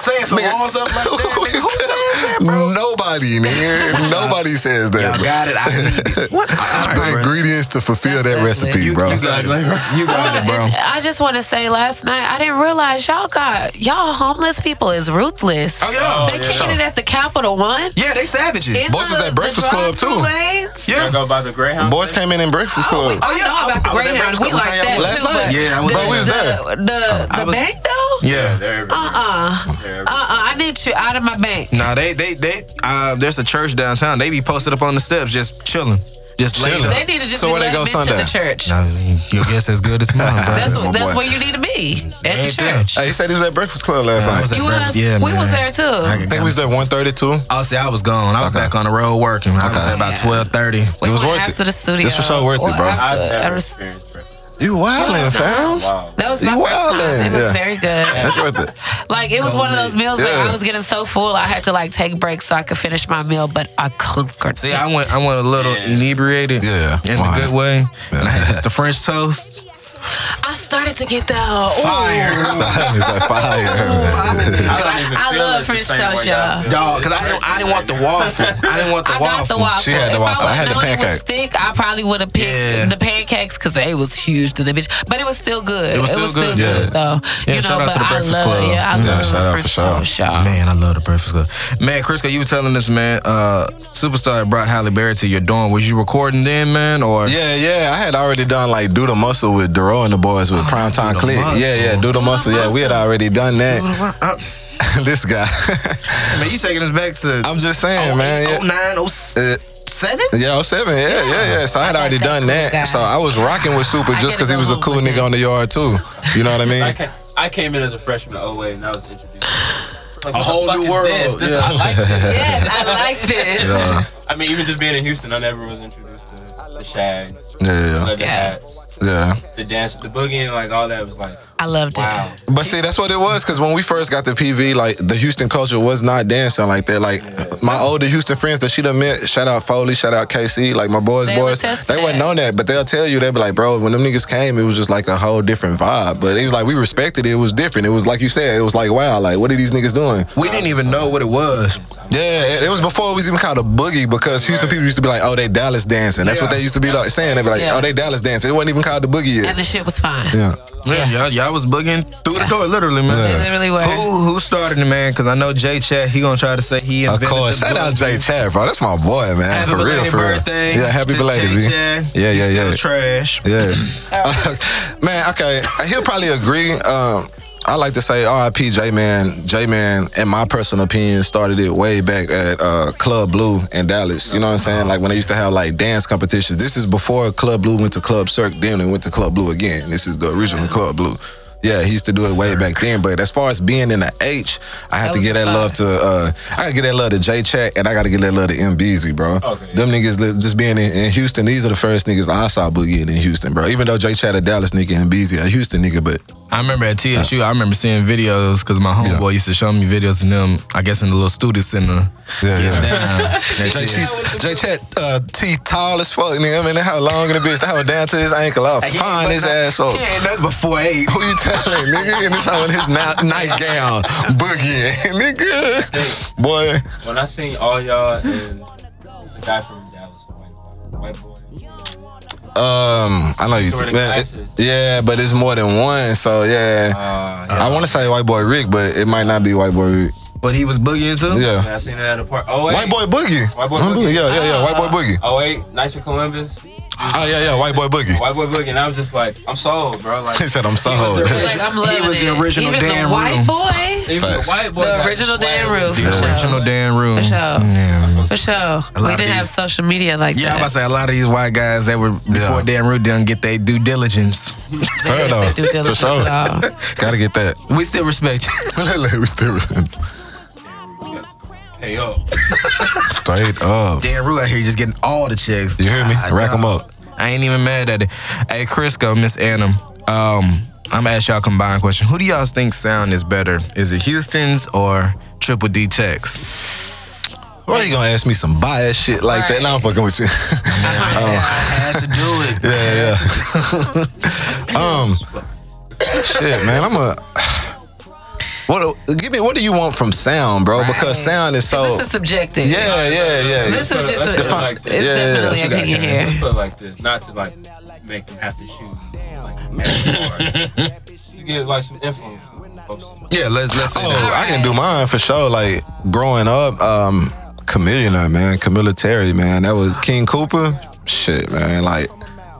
Speaker 3: saying some
Speaker 1: Nigga.
Speaker 3: walls up
Speaker 1: <laughs>
Speaker 3: like that. <laughs> Nigga, who said that, bro?
Speaker 1: Nobody,
Speaker 3: <laughs>
Speaker 1: nigga. Nobody says that.
Speaker 3: Y'all
Speaker 1: bro.
Speaker 3: got it. I need it. What?
Speaker 1: <laughs> the
Speaker 3: All right, bro.
Speaker 1: ingredients to fulfill that
Speaker 4: That's
Speaker 1: recipe,
Speaker 4: definitely-
Speaker 1: bro.
Speaker 3: <laughs> You got it. You got it,
Speaker 4: And
Speaker 3: bro.
Speaker 4: I just want to say, last night I didn't realize y'all got y'all homeless people is ruthless.
Speaker 3: Oh, yeah.
Speaker 4: They
Speaker 5: yeah.
Speaker 4: kicking it at the Capital One.
Speaker 3: Yeah, they
Speaker 4: in
Speaker 3: savages.
Speaker 1: Boys was
Speaker 4: the-
Speaker 1: at
Speaker 4: the
Speaker 1: Breakfast Club,
Speaker 4: drive-through
Speaker 1: too.
Speaker 4: lanes.
Speaker 5: I go by the Greyhound.
Speaker 1: Boys came in in Breakfast Club.
Speaker 4: Oh, yeah, I know about the
Speaker 3: I was at
Speaker 4: Greyhound.
Speaker 3: Breakfast
Speaker 4: We
Speaker 3: Club.
Speaker 4: like that
Speaker 1: Last
Speaker 4: too.
Speaker 1: night.
Speaker 4: but
Speaker 3: Yeah, I was
Speaker 4: the,
Speaker 1: there. We was
Speaker 4: the, the, the
Speaker 3: was-
Speaker 4: bank though.
Speaker 5: Yeah,
Speaker 3: Yeah.
Speaker 5: they're everywhere.
Speaker 4: Uh uh-uh. uh.
Speaker 5: They're everywhere.
Speaker 4: I need you out of my bank.
Speaker 3: Nah, they they they. Uh, there's a church downtown. They be posted up on the steps, just chilling, just laid
Speaker 1: Chilling.
Speaker 4: They
Speaker 3: up.
Speaker 4: need to just
Speaker 1: So
Speaker 4: be
Speaker 1: where they
Speaker 4: letting
Speaker 1: go
Speaker 4: into
Speaker 1: Sunday?
Speaker 4: the church.
Speaker 3: Nah, your guess as good as <laughs> mine. bro.
Speaker 4: That's
Speaker 1: my
Speaker 4: what, that's
Speaker 1: boy.
Speaker 4: where you need to be at the
Speaker 3: Ain't that-
Speaker 4: church.
Speaker 1: Hey, he said he was at Breakfast Club last
Speaker 3: I
Speaker 1: night.
Speaker 3: was
Speaker 1: I
Speaker 3: at
Speaker 4: You
Speaker 3: breakfast.
Speaker 4: was?
Speaker 3: Yeah,
Speaker 4: we
Speaker 3: man.
Speaker 4: was there too.
Speaker 3: I
Speaker 1: think we was at 132.
Speaker 3: Oh, see, I was gone. I was
Speaker 1: Okay.
Speaker 3: back on the road working. I was
Speaker 1: Okay.
Speaker 3: at about
Speaker 4: Yeah.
Speaker 3: twelve thirty.
Speaker 4: we
Speaker 1: it was
Speaker 4: went
Speaker 1: worth
Speaker 4: after
Speaker 1: it.
Speaker 4: the studio.
Speaker 1: This was so worth it,
Speaker 4: Well,
Speaker 1: bro.
Speaker 4: after-
Speaker 5: I've
Speaker 4: I
Speaker 5: never
Speaker 4: was-
Speaker 5: experienced breakfast.
Speaker 1: You wildin', fam.
Speaker 5: Wow.
Speaker 4: that was my
Speaker 1: You
Speaker 4: first time. It
Speaker 1: wildin'.
Speaker 4: was
Speaker 1: Yeah.
Speaker 4: very good.
Speaker 1: That's worth it.
Speaker 4: Like it was one of those meals that
Speaker 1: Yeah.
Speaker 4: I was getting so full I had to like take breaks so I could finish my meal, but I conquered.
Speaker 3: See,
Speaker 4: it.
Speaker 3: I went I went a little
Speaker 5: Yeah.
Speaker 3: inebriated.
Speaker 1: Yeah,
Speaker 3: in a
Speaker 1: why?
Speaker 3: good way. And I had just the French toast.
Speaker 4: I started to get the
Speaker 1: <laughs>
Speaker 4: ooh,
Speaker 1: It's like
Speaker 3: <laughs> Oh,
Speaker 1: fire.
Speaker 5: I don't even
Speaker 4: I
Speaker 5: feel
Speaker 4: love
Speaker 5: it the
Speaker 4: French
Speaker 5: same
Speaker 4: toast,
Speaker 5: way y'all
Speaker 4: y'all.
Speaker 5: feel it.
Speaker 3: Dog, cause I didn't I didn't want the waffle. <laughs> I didn't want the
Speaker 4: I
Speaker 3: waffle.
Speaker 4: got the waffle.
Speaker 1: She had the waffle.
Speaker 4: If
Speaker 1: I
Speaker 4: I,
Speaker 1: had the
Speaker 4: was known it was
Speaker 1: pancake.
Speaker 4: thick, I probably would have picked
Speaker 3: Yeah.
Speaker 4: the pancakes because they was huge to the bitch. But it was still good.
Speaker 3: It was still good.
Speaker 1: Yeah.
Speaker 4: though.
Speaker 3: Yeah,
Speaker 4: you know,
Speaker 3: shout out
Speaker 4: but
Speaker 3: to the Breakfast
Speaker 4: I love,
Speaker 3: Club.
Speaker 4: Yeah, I
Speaker 1: Yeah,
Speaker 4: love
Speaker 1: shout out for
Speaker 4: French
Speaker 1: sure.
Speaker 4: toast, y'all.
Speaker 3: Man, I love the Breakfast Club. Man, Crisco, you were telling us, man, uh, Superstar had brought Halle Berry to your dorm. Was you recording then, man? Or
Speaker 1: Yeah, yeah. I had already done like do the muscle with Duro and the boys with Prime Time
Speaker 3: Oh, Do the
Speaker 1: Click.
Speaker 3: Muscle.
Speaker 1: Yeah, yeah, do the muscle. Yeah, we had already done that.
Speaker 3: Uh,
Speaker 1: <laughs> this guy.
Speaker 3: man, you taking us back to
Speaker 1: I'm just
Speaker 3: Oh,
Speaker 1: saying, man. Uh, yeah.
Speaker 3: 09,
Speaker 1: Uh,
Speaker 3: 07?
Speaker 1: Yeah, oh seven. Yeah, yeah, yeah. So I had already
Speaker 4: that
Speaker 1: done
Speaker 4: cool
Speaker 1: that.
Speaker 4: guy.
Speaker 1: So I was rocking with Super
Speaker 4: I
Speaker 1: just
Speaker 4: gotta
Speaker 1: because he
Speaker 4: go
Speaker 1: was a
Speaker 4: home
Speaker 1: cool
Speaker 4: with
Speaker 1: nigga
Speaker 4: him.
Speaker 1: on the yard too. You know what I
Speaker 5: I
Speaker 1: mean?
Speaker 5: came, I came in as a freshman at 08 and I was introduced. Like,
Speaker 3: A whole new world.
Speaker 5: This? This,
Speaker 3: Yeah.
Speaker 5: I
Speaker 4: <laughs>
Speaker 5: like this.
Speaker 4: Yes,
Speaker 1: <laughs>
Speaker 4: I like this.
Speaker 5: I mean, even just being in Houston, I never was introduced to the shag,
Speaker 1: Yeah,
Speaker 5: leather
Speaker 4: Yeah.
Speaker 5: hats,
Speaker 1: yeah,
Speaker 5: the dance, the boogieing, like all that was like
Speaker 4: I loved it.
Speaker 5: Wow.
Speaker 1: But see, that's what it was. Cause when we first got the PV, like the Houston culture was not dancing like that. Like my older Houston friends that she done met, shout out Foley, shout out KC, like my boys,
Speaker 4: They would
Speaker 1: boys,
Speaker 4: attest to
Speaker 1: they
Speaker 4: that.
Speaker 1: wasn't on that. But they'll tell you, they'll be like, bro, when them niggas came, it was just like a whole different vibe. But it was like we respected it. It was different. It was like you said, it was like wow, like what are these niggas doing?
Speaker 3: We didn't even know what it was.
Speaker 1: Yeah, it- it was before it was even called a boogie because Houston people used to be like, oh, they Dallas dancing. That's what
Speaker 3: Yeah.
Speaker 1: they used to be like saying. They be like,
Speaker 4: Yeah.
Speaker 1: oh, they Dallas dancing. It wasn't even called the boogie
Speaker 4: And
Speaker 1: yet.
Speaker 4: the shit was fine.
Speaker 1: Yeah.
Speaker 3: Yeah, y'all, y'all was bugging through the door, literally,
Speaker 4: They
Speaker 3: man.
Speaker 4: literally were.
Speaker 3: Who who started it, man? Because I know Jay Chat. He gonna try to say he
Speaker 1: Of
Speaker 3: invented
Speaker 1: course.
Speaker 3: the
Speaker 1: Shout out
Speaker 3: boogie.
Speaker 1: Jay Chad, bro. That's my boy, man.
Speaker 3: Happy
Speaker 1: for real,
Speaker 3: belated
Speaker 1: for real.
Speaker 3: birthday.
Speaker 1: Yeah, happy
Speaker 3: to
Speaker 1: belated.
Speaker 3: Jay
Speaker 1: B.
Speaker 3: Chat.
Speaker 1: Yeah, yeah,
Speaker 3: He's
Speaker 1: yeah.
Speaker 3: Still trash.
Speaker 1: <laughs> Yeah. Uh, man, okay. He'll probably agree. Um, I like to say RIP J Man. J Man, in my personal opinion, started it way back at uh, Club Blue in Dallas. You know what I'm saying? Like when they used to have like dance competitions. This is before Club Blue went to Club Cirque, then it went to Club Blue again. This is the original Club Blue. Yeah, he used to do it way back then. But as far as being in the H, I have
Speaker 4: That
Speaker 1: to
Speaker 4: was
Speaker 1: get
Speaker 4: his
Speaker 1: that love
Speaker 4: vibe.
Speaker 1: to uh, I gotta get that love to J Chat and I gotta get that love to MBZ, bro.
Speaker 5: Okay.
Speaker 1: Them niggas li- just being in, in Houston, these are the first niggas I saw boogieing in Houston, bro. Even though J Chat a Dallas nigga and BZ a Houston nigga, but
Speaker 3: I remember at TSU, I remember seeing videos because my homeboy used to show me videos of them. I guess in the little student center.
Speaker 1: yeah, yeah.
Speaker 3: <laughs> Damn.
Speaker 1: J J Chat uh, T tall as fuck, nigga. I mean, that how long in the bitch? That how down to his ankle. I'll find his ass up.
Speaker 3: He ain't nothing before eight.
Speaker 1: Who you telling, nigga? And it's on his na- nightgown, boogieing, <laughs> nigga. Boy,
Speaker 5: When I seen all y'all and the guy from Dallas, the white boy, white boy.
Speaker 1: um, I know you,
Speaker 5: Sort of
Speaker 1: man. it-
Speaker 5: classes.
Speaker 1: yeah, but it's more than one, so yeah.
Speaker 5: Uh, yeah.
Speaker 1: I want to say white boy Rick, but it might not be white boy Rick.
Speaker 3: But he was boogieing too?
Speaker 1: Yeah.
Speaker 5: I seen that at the park. Oh wait,
Speaker 1: Uh, White boy boogie.
Speaker 5: White Boy
Speaker 1: Mhm,
Speaker 5: Boogie.
Speaker 1: Yeah, yeah, yeah. White boy boogie.
Speaker 5: Oh wait, Nights in Columbus,
Speaker 1: Oh yeah, yeah. White boy boogie.
Speaker 5: white boy boogie, and I was just like, I'm sold,
Speaker 1: <laughs>
Speaker 5: bro. Like
Speaker 1: He said I'm so
Speaker 3: was
Speaker 1: old.
Speaker 3: the-
Speaker 4: It's like, I'm loving
Speaker 3: He was the
Speaker 4: it.
Speaker 3: original
Speaker 4: Even
Speaker 3: Dan
Speaker 4: the white
Speaker 3: Rue.
Speaker 4: boy.
Speaker 5: even the
Speaker 1: Facts.
Speaker 5: white boy,
Speaker 4: The
Speaker 5: got
Speaker 4: original
Speaker 5: swag
Speaker 4: Dan
Speaker 5: with
Speaker 4: Rue,
Speaker 5: it.
Speaker 4: for sure.
Speaker 3: The original Dan Rue.
Speaker 4: For sure.
Speaker 3: Yeah.
Speaker 4: For sure.
Speaker 3: lot
Speaker 4: We
Speaker 3: of
Speaker 4: didn't have
Speaker 3: these-
Speaker 4: social media like
Speaker 3: Yeah, I'm about to
Speaker 4: that.
Speaker 3: say a lot of these white guys that were before
Speaker 1: Yeah.
Speaker 3: Dan Rue didn't get their due diligence.
Speaker 4: They
Speaker 1: <laughs> Fair
Speaker 4: didn't
Speaker 1: though.
Speaker 4: do diligence
Speaker 1: For sure.
Speaker 4: at all.
Speaker 1: Gotta get that.
Speaker 3: We still respect
Speaker 1: <laughs>
Speaker 3: you.
Speaker 1: We still-
Speaker 5: Hey yo,
Speaker 1: <laughs> Straight up.
Speaker 3: Dan Rue out here just getting all the checks.
Speaker 1: You hear me?
Speaker 3: God,
Speaker 1: Rack 'em
Speaker 3: dog.
Speaker 1: up.
Speaker 3: I ain't even mad at it. Hey, Crisco, Miss Annam, um, I'm gonna ask y'all a combined question. Who do y'all think sound is better? Is it Houston's or Triple D Tex?
Speaker 1: Why you gonna ask me some biased shit like that? Now I'm fucking with you. <laughs>
Speaker 3: I had to do it.
Speaker 1: yeah, yeah. <laughs> um, shit, man. I'm a. <sighs> What? Give me. What do you want from sound, bro?
Speaker 4: Right.
Speaker 1: <laughs> Because sound is so.
Speaker 4: This is subjective.
Speaker 1: Yeah, yeah, yeah.
Speaker 4: This is just,
Speaker 5: Let's
Speaker 4: a,
Speaker 5: put it like that.
Speaker 4: it's
Speaker 1: Yeah, yeah, yeah.
Speaker 4: definitely
Speaker 1: What you got,
Speaker 4: opinion
Speaker 1: Karen?
Speaker 4: here.
Speaker 5: put it like this, not to like make them have to shoot.
Speaker 1: <laughs>
Speaker 5: Like, extra hard. you get like some influence.
Speaker 3: <laughs> Yeah, let's let's say
Speaker 1: Oh,
Speaker 3: that.
Speaker 1: I can do mine for sure. Like growing up, um, Chameleon, man, Camilla Terry, man, that was King Cooper. Shit, man, like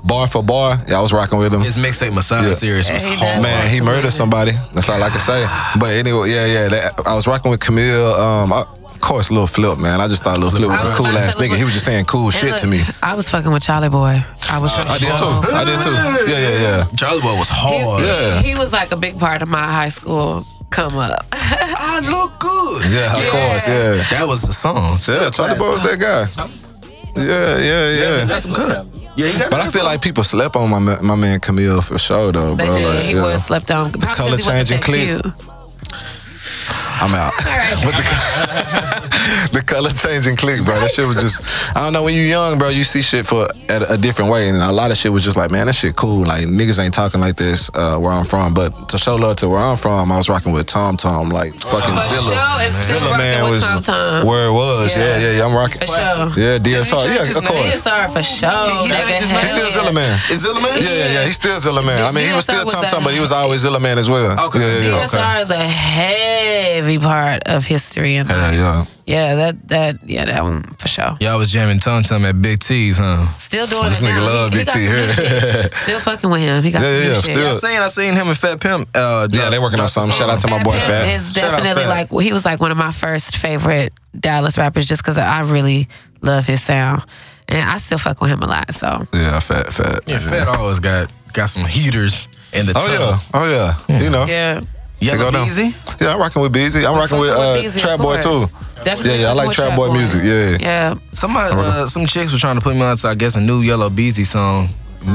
Speaker 1: bar for bar, yeah, I was rocking with him.
Speaker 3: His mixtape Messiah
Speaker 1: Oh. Yeah.
Speaker 3: series was
Speaker 4: Hey,
Speaker 3: hard.
Speaker 4: that's-
Speaker 1: Man, he murdered somebody. That's all I can say. But anyway, yeah, yeah. That, I was rocking with Camille. Um, I, of course, Lil Flip, man. I just thought Lil Flip
Speaker 4: I
Speaker 1: was
Speaker 4: was
Speaker 1: a cool
Speaker 4: about to
Speaker 1: ass
Speaker 4: say Lil
Speaker 1: nigga. He
Speaker 4: Flip-
Speaker 1: was just saying cool
Speaker 4: And
Speaker 1: shit
Speaker 4: look,
Speaker 1: to
Speaker 4: <laughs>
Speaker 1: me.
Speaker 4: I was fucking with Charlie Boy. I was.
Speaker 1: Uh, I did too. I did too. Yeah, yeah, yeah.
Speaker 3: Charlie Boy was hard.
Speaker 4: He,
Speaker 1: Yeah.
Speaker 4: he was like a big part of my high school come up.
Speaker 3: I look good.
Speaker 1: Yeah, of course, yeah.
Speaker 3: That was the song. Still
Speaker 1: Yeah, Charlie
Speaker 3: classic.
Speaker 1: Boy was that guy. Yeah, yeah, yeah.
Speaker 5: That's good.
Speaker 3: Yeah, he got
Speaker 1: But I feel like people slept on my ma- my man Camille for sure though,
Speaker 4: They
Speaker 1: bro.
Speaker 4: did.
Speaker 1: Like,
Speaker 4: he
Speaker 1: yeah.
Speaker 4: was slept on. Probably
Speaker 1: color
Speaker 4: 'cause he wasn't
Speaker 1: changing
Speaker 4: that
Speaker 1: clique.
Speaker 4: cute.
Speaker 1: I'm out. With <laughs> the, the color changing click, bro. That shit was just I don't know. When you young, bro, you see shit for at a different way, and a lot of shit was just like, man, that shit cool. Like niggas ain't talking like this uh, where I'm from. But to show love to where I'm from, I was rocking with Tom Tom, like fucking
Speaker 4: For
Speaker 1: Zilla.
Speaker 4: sure, and still
Speaker 1: Zilla
Speaker 4: rocking
Speaker 1: man
Speaker 4: with
Speaker 1: was
Speaker 4: Tom Tom.
Speaker 1: where it was. Yeah,
Speaker 4: Yeah.
Speaker 1: yeah, yeah. I'm rocking.
Speaker 4: For sure.
Speaker 1: Yeah, DSR.
Speaker 3: change
Speaker 1: Yeah,
Speaker 3: his
Speaker 1: of
Speaker 3: name?
Speaker 1: course.
Speaker 4: DSR for sure.
Speaker 3: He- he
Speaker 4: nigga.
Speaker 3: just- he
Speaker 4: Hell
Speaker 1: He's still
Speaker 4: yeah.
Speaker 1: Zilla man.
Speaker 3: Is Zilla Man?
Speaker 1: Yeah, yeah, yeah. He's still Zilla man. I mean, he was
Speaker 4: DSR
Speaker 1: still
Speaker 4: was
Speaker 1: Tom
Speaker 4: a-
Speaker 1: Tom, but he was always Zilla man as well.
Speaker 3: Okay.
Speaker 1: Yeah, yeah, yeah.
Speaker 4: DSR is a heavy part of history, and
Speaker 1: Yeah, yeah.
Speaker 4: yeah, that that yeah, that one for sure.
Speaker 3: Y'all was jamming Tongue Tongue at Big T's, huh?
Speaker 4: Still doing
Speaker 1: This
Speaker 4: it
Speaker 1: nigga
Speaker 4: now.
Speaker 1: love
Speaker 4: He- he
Speaker 1: Big
Speaker 4: got
Speaker 1: T
Speaker 4: some new
Speaker 1: here.
Speaker 4: shit. Still fucking with him. He got
Speaker 1: Yeah,
Speaker 4: some
Speaker 1: yeah,
Speaker 4: new
Speaker 1: yeah,
Speaker 4: shit.
Speaker 1: still.
Speaker 3: I seen I seen him and Fat Pimp. Uh,
Speaker 1: Yeah,
Speaker 3: drop-
Speaker 1: they working on
Speaker 3: drop
Speaker 1: something.
Speaker 3: a
Speaker 1: Shout out to my
Speaker 4: Fat
Speaker 1: boy
Speaker 4: Pimp
Speaker 1: Fat.
Speaker 4: is
Speaker 3: Shout out
Speaker 4: definitely
Speaker 3: Fat.
Speaker 4: like he was like one of my first favorite Dallas rappers just because I really love his sound, and I still fuck with him a lot. So
Speaker 1: Yeah, Fat, Fat.
Speaker 3: Yeah, Fat always got got some heaters in the
Speaker 1: Oh yeah, oh yeah. You know, yeah,
Speaker 4: yeah,
Speaker 3: yeah.
Speaker 1: go
Speaker 3: Yellow
Speaker 1: down.
Speaker 3: Beezy.
Speaker 1: I'm rocking with BZ. I'm rocking with uh,
Speaker 4: Beezy, of
Speaker 1: Trap Boy too.
Speaker 4: course.
Speaker 1: Yeah, yeah,
Speaker 4: definitely.
Speaker 1: I
Speaker 4: fucking
Speaker 1: like
Speaker 4: with
Speaker 1: Trap Boy music. Yeah,
Speaker 4: Yeah,
Speaker 3: Somebody, uh, some chicks were trying to put me on to, I guess, a new Yellow Beezy song.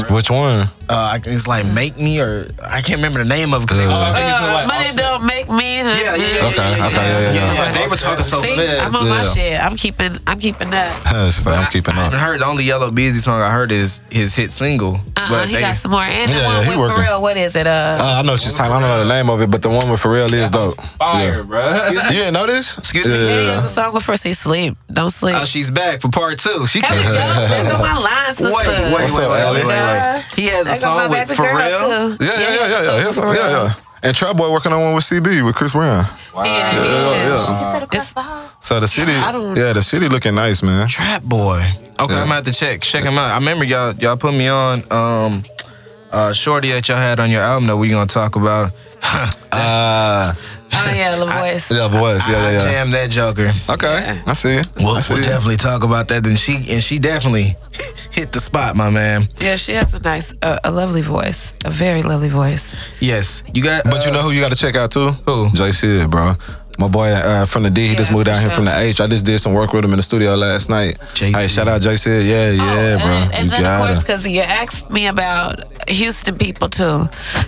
Speaker 1: Which one?
Speaker 3: Uh, I- it's like make me or I can't remember the name of it 'cause they were talking.
Speaker 5: think it's the
Speaker 4: Uh,
Speaker 5: white
Speaker 4: money
Speaker 5: offset.
Speaker 4: don't make me.
Speaker 3: Yeah, yeah, yeah,
Speaker 1: Okay,
Speaker 3: yeah, yeah,
Speaker 1: okay, yeah, yeah, yeah.
Speaker 3: They were talking so
Speaker 4: See,
Speaker 3: fast.
Speaker 4: I'm on my
Speaker 1: Yeah.
Speaker 4: shit. I'm keeping. I'm keeping that.
Speaker 1: <laughs> It's just like I'm keeping
Speaker 3: I
Speaker 1: up.
Speaker 3: haven't heard the only Yellow Beezy song I heard is his hit single.
Speaker 4: Uh-uh, he
Speaker 3: they-
Speaker 4: got some more. And
Speaker 1: Yeah, yeah,
Speaker 4: the
Speaker 1: he
Speaker 4: one with
Speaker 1: working.
Speaker 4: Pharrell. What is it? Uh,
Speaker 1: Uh, I know what she's talking. I don't know the name of it, but the one with Pharrell is dope.
Speaker 5: Fire, bruh.
Speaker 1: Yeah. You didn't know this?
Speaker 3: Excuse me?
Speaker 4: yeah.
Speaker 1: Yeah.
Speaker 4: there's a song with Pharrell. Say sleep. Don't sleep.
Speaker 1: <laughs>
Speaker 3: Oh, she's back for part two. She
Speaker 4: Here we
Speaker 3: came.
Speaker 4: go. There go my line,
Speaker 3: Wait,
Speaker 4: sister.
Speaker 3: wait, wait,
Speaker 1: up,
Speaker 3: wait,
Speaker 1: Ally?
Speaker 3: wait, wait,
Speaker 4: Yeah.
Speaker 3: wait. He has a
Speaker 4: There go my
Speaker 3: song with
Speaker 4: baby girl
Speaker 3: Pharrell.
Speaker 4: too.
Speaker 1: Yeah, yeah, yeah, yeah, yeah, yeah, yeah, yeah. And Trap Boy working on one with CB with Chris Brown.
Speaker 5: Wow.
Speaker 4: Yeah,
Speaker 1: yeah,
Speaker 4: yeah.
Speaker 1: yeah.
Speaker 4: It's-
Speaker 1: So the city,
Speaker 4: I don't-
Speaker 1: yeah, the city looking nice, man.
Speaker 3: Trap Boy. Okay, I'm gonna have to check check him out. I remember y'all y'all put me on um uh shorty that y'all had on your album that we gonna
Speaker 1: <laughs>
Speaker 3: talk about.
Speaker 1: Uh,
Speaker 4: Oh yeah, La Voice.
Speaker 1: yeah, boys, yeah,
Speaker 3: I
Speaker 1: yeah, yeah.
Speaker 3: jammed that Joker.
Speaker 1: Okay, I see it.
Speaker 3: We'll,
Speaker 1: I
Speaker 3: we'll
Speaker 1: see it.
Speaker 3: definitely talk about that. Then she and she definitely <laughs> hit the spot, my man.
Speaker 4: Yeah, she has a nice, uh, a lovely voice, a very lovely voice.
Speaker 3: Yes, you got.
Speaker 1: But you know who you got to check out too?
Speaker 3: Who?
Speaker 1: Jay Sid, bro. My boy uh, from the D, he just
Speaker 4: Yeah,
Speaker 1: moved
Speaker 4: for
Speaker 1: down here
Speaker 4: sure.
Speaker 1: from the H. I just did some work with him in the studio last night.
Speaker 3: Jay
Speaker 1: Hey,
Speaker 3: Sid.
Speaker 1: shout out Jay Sid. Yeah, yeah, bro.
Speaker 4: Oh, And, and
Speaker 1: you
Speaker 4: then of course,
Speaker 1: got it.
Speaker 4: because you asked me about Houston people too,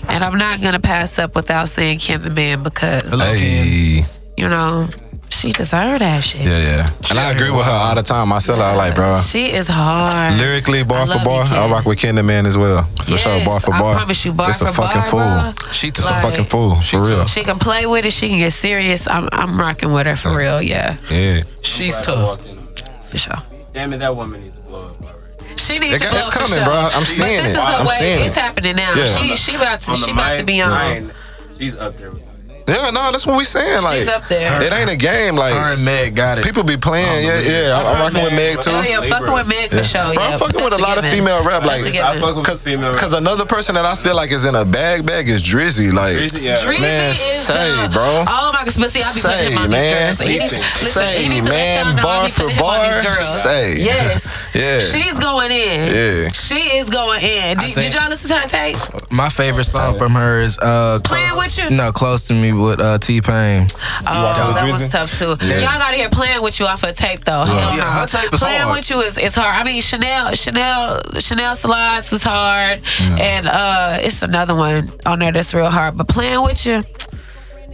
Speaker 4: and I'm not gonna pass up without saying Ken the Man because
Speaker 3: Hello, Ken.
Speaker 1: Hey.
Speaker 4: you know she deserved that shit.
Speaker 1: Yeah, yeah. And I agree with her all the time. I tell her, I like, bro.
Speaker 4: She is hard.
Speaker 1: Lyrically,
Speaker 4: I
Speaker 1: bar
Speaker 4: love
Speaker 1: for
Speaker 4: you,
Speaker 1: bar,
Speaker 4: Ken.
Speaker 1: I rock with Kendall Man as well. For
Speaker 4: Yes,
Speaker 1: sure, bar for
Speaker 4: I
Speaker 1: bar.
Speaker 4: promise you, bar
Speaker 1: It's
Speaker 4: for
Speaker 1: a fucking
Speaker 4: bar,
Speaker 1: fool.
Speaker 4: bro.
Speaker 3: She
Speaker 1: It's
Speaker 3: took
Speaker 1: a
Speaker 4: Like-
Speaker 1: fucking fool, for real.
Speaker 4: She can play with it. She can get serious. I'm, I'm rocking with her for real. Yeah,
Speaker 1: Yeah.
Speaker 5: <laughs>
Speaker 3: she's
Speaker 5: Glad I
Speaker 3: tough.
Speaker 5: walked in.
Speaker 4: for sure.
Speaker 5: Damn it, that woman needs to blow up already.
Speaker 4: She needs
Speaker 1: It
Speaker 4: to
Speaker 1: got-
Speaker 4: go
Speaker 1: it's
Speaker 4: for
Speaker 1: coming,
Speaker 4: sure.
Speaker 1: bro. I'm
Speaker 4: But
Speaker 1: seeing
Speaker 4: this
Speaker 1: it.
Speaker 4: is her
Speaker 1: I'm
Speaker 4: way.
Speaker 1: seeing
Speaker 4: It's
Speaker 1: it.
Speaker 4: happening now.
Speaker 1: Yeah.
Speaker 4: She she about to
Speaker 5: On the
Speaker 4: she about to
Speaker 5: mic,
Speaker 4: be on.
Speaker 5: Ryan, She's up there. with me.
Speaker 1: Yeah, no, that's what we saying. Like,
Speaker 4: She's up there.
Speaker 1: it ain't a game.
Speaker 3: Her
Speaker 1: Like,
Speaker 3: and Meg got it.
Speaker 1: people be playing. Yeah, yeah. I'm, I'm rocking with Meg too.
Speaker 4: Oh yeah, fucking with Meg for
Speaker 1: Bro,
Speaker 4: sure. yeah,
Speaker 1: I'm fucking
Speaker 4: put
Speaker 1: with
Speaker 4: us
Speaker 1: a lot of
Speaker 4: together.
Speaker 1: female rap.
Speaker 4: Put us
Speaker 1: Like,
Speaker 4: together.
Speaker 5: I fuck with
Speaker 1: cause,
Speaker 5: this female.
Speaker 1: cause another person that I feel like is in a bag bag is Drizzy. Like,
Speaker 5: Drizzy, yeah.
Speaker 4: Dreezy
Speaker 1: Man,
Speaker 4: is
Speaker 1: say,
Speaker 4: the,
Speaker 1: bro.
Speaker 4: Oh my gosh, but see, I be
Speaker 1: Say,
Speaker 4: putting him on
Speaker 1: man.
Speaker 4: these girls. He need,
Speaker 5: Say,
Speaker 4: listen, he need to let y'all
Speaker 1: man,
Speaker 4: know I
Speaker 1: bar
Speaker 4: be putting
Speaker 1: for
Speaker 4: him on these
Speaker 1: bar,
Speaker 4: girls.
Speaker 1: say.
Speaker 4: Yes.
Speaker 1: <laughs> Yeah.
Speaker 4: She's going in.
Speaker 1: <laughs> Yeah.
Speaker 4: She is going in. Did, did
Speaker 3: think-
Speaker 4: y'all listen to her tape?
Speaker 3: My favorite song from her is uh,
Speaker 4: Playing
Speaker 3: Close-
Speaker 4: With You?
Speaker 3: No, close to me with uh, T Pain.
Speaker 4: Oh,
Speaker 1: with
Speaker 4: that
Speaker 1: Drizzy?
Speaker 4: was tough too.
Speaker 1: Yeah.
Speaker 4: Y'all got to hear playing with you off her tape though. Hell
Speaker 3: Yeah,
Speaker 4: no.
Speaker 3: her tape is
Speaker 4: playing
Speaker 3: hard.
Speaker 4: with you is, is hard. I mean, Chanel, Chanel, Chanel slides is hard, and uh, it's another one on there that's real hard. But playing with you,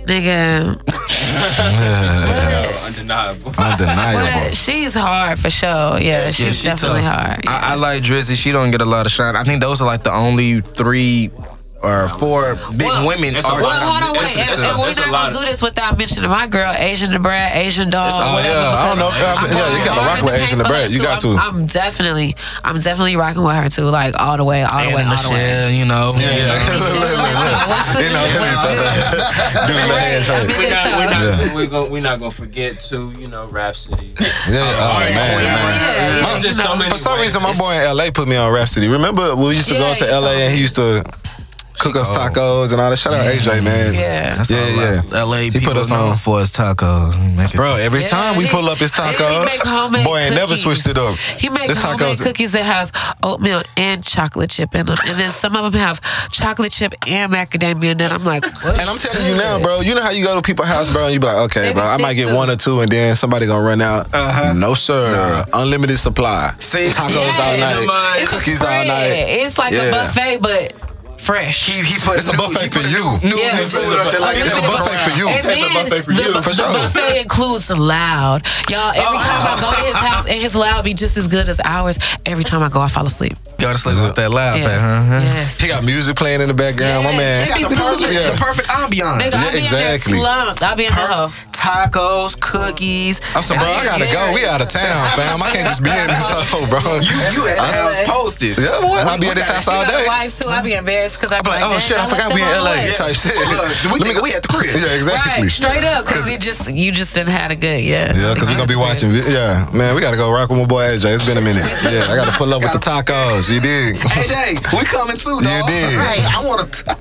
Speaker 4: nigga,
Speaker 5: Yeah, undeniable.
Speaker 1: undeniable.
Speaker 4: but she's hard for sure. Yeah, she's
Speaker 3: she
Speaker 4: definitely
Speaker 3: tough.
Speaker 4: hard.
Speaker 3: I, I like Drizzy. She don't get a lot of shine. I think those are like the only three or four big
Speaker 4: Well,
Speaker 3: women
Speaker 5: it's a
Speaker 3: artists.
Speaker 5: lot.
Speaker 4: Well, hold on, wait.
Speaker 5: It's-
Speaker 4: And,
Speaker 5: it's
Speaker 4: and
Speaker 5: a-
Speaker 4: we're
Speaker 5: it's a
Speaker 4: not
Speaker 5: lot
Speaker 4: gonna
Speaker 5: of-
Speaker 4: do this without mentioning my girl, Asian the Brad, Asian Doll.
Speaker 1: Oh,
Speaker 4: whatever,
Speaker 1: yeah. I don't know if-
Speaker 4: because
Speaker 1: yeah, you
Speaker 4: I'm
Speaker 1: gotta
Speaker 4: hard
Speaker 1: rock
Speaker 4: in
Speaker 1: with
Speaker 4: the
Speaker 1: Asian
Speaker 4: paint
Speaker 1: the
Speaker 4: for her,
Speaker 1: Brad. You got
Speaker 4: I'm-
Speaker 1: to.
Speaker 4: I'm definitely, I'm definitely rocking with her too. Like all the way, all the way,
Speaker 3: And
Speaker 4: all the way.
Speaker 3: Michelle, you know.
Speaker 1: Yeah,
Speaker 3: you know.
Speaker 1: yeah. Look, look, look, look.
Speaker 4: <laughs> What's the
Speaker 1: You know,
Speaker 4: difference?
Speaker 1: look. <laughs> Doing the hand
Speaker 4: Right.
Speaker 1: shake.
Speaker 5: We're not, we're not,
Speaker 1: Yeah.
Speaker 5: we're, gonna, we're not gonna forget to, you know, Rhapsody.
Speaker 1: Yeah, oh,
Speaker 4: yeah,
Speaker 1: man,
Speaker 4: yeah, yeah,
Speaker 1: man.
Speaker 4: yeah,
Speaker 1: My-
Speaker 4: you Just so know. many
Speaker 1: for some
Speaker 5: ways.
Speaker 1: reason, my boy in LA put me on Rhapsody. Remember, we used to
Speaker 4: Yeah,
Speaker 1: go to
Speaker 4: you
Speaker 1: LA
Speaker 4: told
Speaker 1: and he used to cook
Speaker 4: Oh.
Speaker 1: us tacos and all that. Shout out AJ, man.
Speaker 4: Yeah.
Speaker 3: That's
Speaker 1: Yeah,
Speaker 3: all
Speaker 1: yeah.
Speaker 3: LA people
Speaker 1: put us
Speaker 3: known
Speaker 1: on.
Speaker 3: for his tacos. Make it-
Speaker 1: Bro, every
Speaker 4: Yeah,
Speaker 1: time we
Speaker 4: he-
Speaker 1: pull up his
Speaker 4: he make
Speaker 1: tacos,
Speaker 4: homemade
Speaker 1: boy, ain't never
Speaker 4: cookies.
Speaker 1: switched it up.
Speaker 4: He makes
Speaker 1: This
Speaker 4: homemade
Speaker 1: tacos-
Speaker 4: cookies that have oatmeal and chocolate chip in them, and then some of them have chocolate chip and macadamia in it. I'm like, what?
Speaker 1: And I'm telling you now, bro. You know how you go to people's house, bro, and you be like, okay,
Speaker 4: They
Speaker 1: bro,
Speaker 4: be
Speaker 1: I might
Speaker 4: thick,
Speaker 1: get
Speaker 4: too.
Speaker 1: one or two, and then somebody gonna run out. No sir, unlimited supply.
Speaker 3: Uh-huh. See?
Speaker 1: tacos all
Speaker 4: Yes.
Speaker 1: night,
Speaker 4: It's a
Speaker 1: cookies all
Speaker 4: spread.
Speaker 1: night.
Speaker 4: It's like
Speaker 1: Yeah.
Speaker 4: a buffet, but fresh.
Speaker 3: He, he put
Speaker 1: It's a
Speaker 3: new-
Speaker 1: buffet
Speaker 3: he
Speaker 1: for
Speaker 3: put
Speaker 1: you.
Speaker 3: New, new
Speaker 4: Yeah.
Speaker 3: food up there like
Speaker 1: It's a
Speaker 3: that.
Speaker 1: buffet for you.
Speaker 4: And
Speaker 1: It's
Speaker 5: a
Speaker 4: then
Speaker 5: buffet for
Speaker 4: the,
Speaker 5: you.
Speaker 1: For
Speaker 4: the
Speaker 1: sure. Oh,
Speaker 4: buffet includes loud. Y'all, every time I go to his house and his loud be just as good as ours, every time I go, I fall asleep.
Speaker 3: Go to sleep with that loud
Speaker 4: Yes.
Speaker 3: pad, huh?
Speaker 4: Yes.
Speaker 1: He got music playing in the background, my
Speaker 4: Yes,
Speaker 1: man.
Speaker 4: it be
Speaker 3: The perfect,
Speaker 1: Yeah.
Speaker 3: the perfect ambiance.
Speaker 4: Nigga, I'll be
Speaker 1: exactly.
Speaker 4: in there slumped. I'll be in the hoe.
Speaker 3: Perfect tacos, cookies.
Speaker 1: I'm so bro, I gotta go. We out of town, fam. I can't just be in
Speaker 3: <laughs>
Speaker 1: this hole, bro.
Speaker 3: You, you at the house posted.
Speaker 1: yeah, what? I be at this house all
Speaker 4: You got a
Speaker 1: day. I'm
Speaker 4: wife too. I'll be embarrassed because I'll be
Speaker 1: like,
Speaker 4: like,
Speaker 1: oh
Speaker 4: "Dang,
Speaker 1: shit, I
Speaker 4: left
Speaker 1: forgot we in
Speaker 4: them all
Speaker 1: LA
Speaker 4: away."
Speaker 1: type shit.
Speaker 3: Look, Uh, we think we at the crib.
Speaker 1: Yeah, exactly.
Speaker 4: Right, straight up, because it just you just didn't had a good yeah.
Speaker 1: Yeah, because we're going to be watching. vi- Yeah, man, we got to go rock with my boy AJ. It's been a
Speaker 4: <laughs>
Speaker 1: minute. Yeah, I got to pull up with the tacos. You dig?
Speaker 3: AJ, we coming too, dog.
Speaker 1: Yeah, dig.
Speaker 4: Right.
Speaker 3: I want to.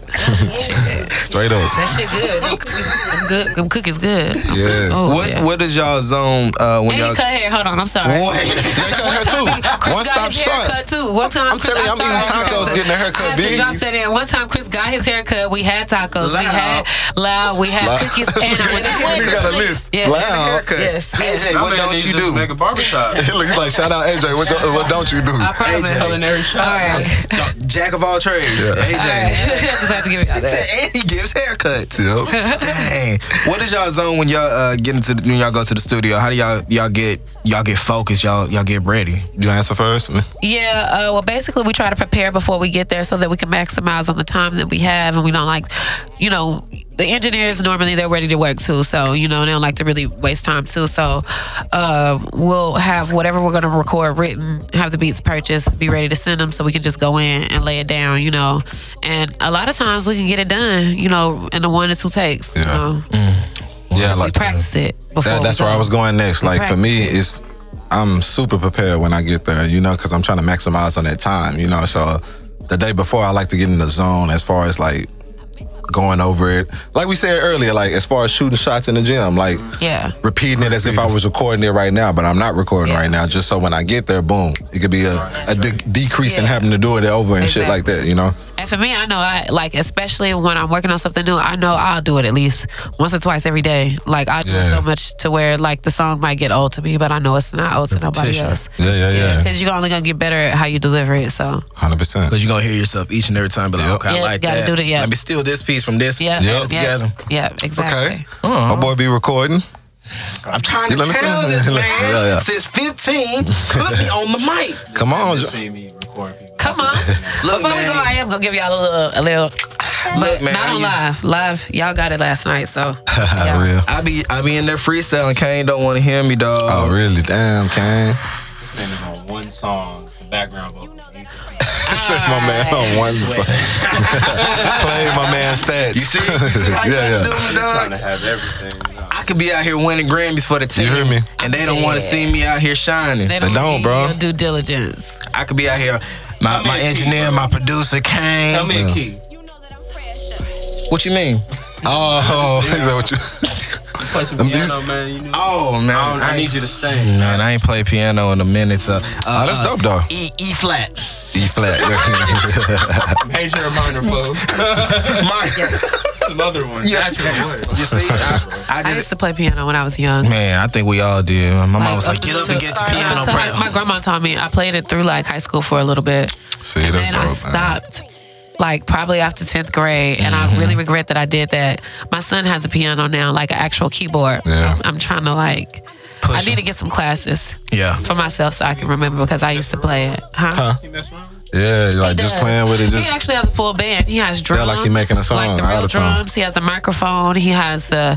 Speaker 1: Straight up.
Speaker 4: That shit good. Them cookies, them good. Them cookies good. I'm
Speaker 1: Yeah.
Speaker 4: sure. Oh,
Speaker 3: What's,
Speaker 4: yeah.
Speaker 3: What is y'all zone uh, when
Speaker 4: And
Speaker 3: y'all?
Speaker 4: he cut hair. Hold on, I'm sorry.
Speaker 3: What?
Speaker 1: They got her too.
Speaker 4: Chris
Speaker 1: <laughs> One
Speaker 4: got
Speaker 1: stop
Speaker 4: his haircut
Speaker 1: shot.
Speaker 4: too. One time,
Speaker 1: I'm
Speaker 4: Chris-
Speaker 1: telling you,
Speaker 4: I
Speaker 1: I'm eating
Speaker 4: started
Speaker 1: tacos,
Speaker 4: tacos.
Speaker 1: getting a haircut,
Speaker 4: I had to
Speaker 1: Biggs.
Speaker 4: drop that in. One time, Chris got his haircut. We had tacos. We
Speaker 3: Loud.
Speaker 4: had loud. We had
Speaker 1: Loud.
Speaker 4: cookies,
Speaker 1: <laughs>
Speaker 4: and I went to
Speaker 1: We got a list.
Speaker 4: Yes.
Speaker 1: Loud.
Speaker 4: Yes, yes.
Speaker 3: AJ,
Speaker 5: I
Speaker 3: what
Speaker 5: mean,
Speaker 3: don't
Speaker 5: they
Speaker 3: you
Speaker 5: just
Speaker 3: do?
Speaker 5: Make
Speaker 1: <laughs>
Speaker 5: a barbershop.
Speaker 1: He looks like shout out AJ. What, your- what don't you do?
Speaker 4: I promise.
Speaker 3: AJ.
Speaker 4: All right.
Speaker 5: Culinary shop.
Speaker 3: <laughs> Jack of all trades.
Speaker 4: <laughs>
Speaker 3: AJ.
Speaker 4: I just have to give it out
Speaker 3: He <laughs> said,
Speaker 4: there.
Speaker 3: and he gives haircuts.
Speaker 1: Yep.
Speaker 3: <laughs> Dang. What is y'all zone when y'all uh, get into the, when y'all go to the studio? How do y'all y'all get y'all get focused? Y'all y'all get ready.
Speaker 1: You answer first.
Speaker 4: Yeah, uh, well, basically, we try to prepare before we get there so that we can maximize on the time that we have, and we don't like, you know, the engineers normally they're ready to work too, so you know they don't like to really waste time too. So uh, we'll have whatever we're gonna record written, have the beats purchased, be ready to send them, so we can just go in and lay it down, you know. And a lot of times we can get it done, you know, in the one or two takes.
Speaker 1: Yeah.
Speaker 4: You know?
Speaker 1: Yeah,
Speaker 4: we
Speaker 1: like
Speaker 4: practice it before.
Speaker 1: that,
Speaker 4: we
Speaker 1: that's where
Speaker 4: go.
Speaker 1: I was going next. Like for me, it's I'm super prepared when I get there, you know, because I'm trying to maximize on that time, you know. So the day before, I like to get in the zone as far as like going over it. Like we said earlier, like as far as shooting shots in the gym, like
Speaker 4: Yeah.
Speaker 1: repeating it as if I was recording it right now, but I'm not recording
Speaker 4: Yeah.
Speaker 1: right now. Just so when I get there, boom, it could be a, a de- decrease in
Speaker 4: Yeah.
Speaker 1: having to do it over and shit
Speaker 4: Exactly.
Speaker 1: like that, you know.
Speaker 4: And for me, I know I like, especially when I'm working on something new, I know I'll do it at least once or twice every day. Like I do it
Speaker 1: Yeah.
Speaker 4: so much to where like the song might get old to me, but I know it's not old to nobody
Speaker 3: Repetition.
Speaker 4: else.
Speaker 1: Yeah, yeah, yeah.
Speaker 4: Because you're only gonna get better at how you deliver it. So
Speaker 1: Hundred percent.
Speaker 3: Because you're gonna hear yourself each and every time, but like,
Speaker 1: Yep.
Speaker 3: okay,
Speaker 4: Yeah,
Speaker 3: I like
Speaker 4: gotta
Speaker 3: that.
Speaker 4: do that, yeah.
Speaker 3: Let me steal this piece from this.
Speaker 4: yeah,
Speaker 3: Add
Speaker 4: yeah,
Speaker 3: it
Speaker 4: yeah,
Speaker 3: Together.
Speaker 4: exactly.
Speaker 1: Okay. My boy be recording.
Speaker 3: I'm trying to
Speaker 1: Let me
Speaker 3: tell
Speaker 1: see.
Speaker 3: this man <laughs>
Speaker 1: Yeah, yeah.
Speaker 3: since 15, put me on the mic.
Speaker 1: Come on.
Speaker 5: Just see me record people.
Speaker 4: Come
Speaker 3: <laughs>
Speaker 4: on.
Speaker 3: Look,
Speaker 4: Before we
Speaker 3: man.
Speaker 4: go, I am gonna give y'all a little, a little.
Speaker 3: Look, man,
Speaker 4: not
Speaker 3: I
Speaker 4: on live,
Speaker 3: used-
Speaker 4: live. Y'all got it last night,
Speaker 3: <laughs>
Speaker 4: so. yeah.
Speaker 1: Real.
Speaker 3: I be I be in there freestyling. Kane don't want to hear me, dog.
Speaker 1: Oh really? Damn, Kane.
Speaker 5: This name is on one song, some background vocals.
Speaker 1: Set my man on one side. <laughs> Play my man stats.
Speaker 3: You <laughs> see,
Speaker 1: <laughs>
Speaker 3: you see how you
Speaker 1: yeah, yeah.
Speaker 3: do it,
Speaker 5: Trying
Speaker 3: dog.
Speaker 5: to have everything. No.
Speaker 3: I could be out here winning Grammys for the team.
Speaker 1: hear me?
Speaker 3: And they don't want to
Speaker 4: Yeah.
Speaker 3: see me out here shining.
Speaker 1: They don't,
Speaker 4: need
Speaker 1: bro.
Speaker 4: your Due diligence.
Speaker 3: I could be out here. My, my engineer, my producer, Kane.
Speaker 5: Tell me a key.
Speaker 3: What you mean?
Speaker 1: Oh, <laughs> is that what you?
Speaker 5: You play some
Speaker 1: I'm
Speaker 5: piano,
Speaker 1: used-
Speaker 5: man. You need,
Speaker 3: Oh man,
Speaker 5: I, don't, I need you to sing.
Speaker 3: Man, I ain't play piano in a minute. So, uh,
Speaker 1: Oh, that's dope though.
Speaker 3: E E flat.
Speaker 1: E flat. <laughs>
Speaker 5: Major or minor, folks.
Speaker 1: <laughs>
Speaker 5: <laughs> some other ones.
Speaker 3: Yeah.
Speaker 5: Natural
Speaker 3: <laughs>
Speaker 5: words.
Speaker 3: you see, I, I
Speaker 4: I used to play piiano when I was young.
Speaker 3: man, I think we all did. My mom was like,
Speaker 4: up
Speaker 3: get up
Speaker 4: until-
Speaker 3: and get to
Speaker 4: sorry, up
Speaker 3: piano
Speaker 4: until high-
Speaker 3: practice.
Speaker 4: My grandma taught me. I played it through like high school for a little bit,
Speaker 1: See, that's
Speaker 4: and
Speaker 1: dope.
Speaker 4: I
Speaker 1: man.
Speaker 4: stopped. Like probably after tenth grade, and I
Speaker 1: Mm-hmm.
Speaker 4: really regret that I did that. My son has a piano now, like an actual keyboard.
Speaker 1: Yeah.
Speaker 4: I'm, I'm trying to like.
Speaker 3: Push
Speaker 4: I need
Speaker 3: him.
Speaker 4: to get some classes
Speaker 3: Yeah.
Speaker 4: for myself so I can remember because I used to play it. Huh?
Speaker 5: You mess around?
Speaker 1: Yeah, like just
Speaker 4: does.
Speaker 1: playing with it.
Speaker 4: he
Speaker 1: Just
Speaker 4: actually has a full band. He has drums.
Speaker 1: Yeah, like he making a song
Speaker 4: Like the
Speaker 1: out
Speaker 4: real
Speaker 1: of time.
Speaker 4: drums. He has a microphone. He has the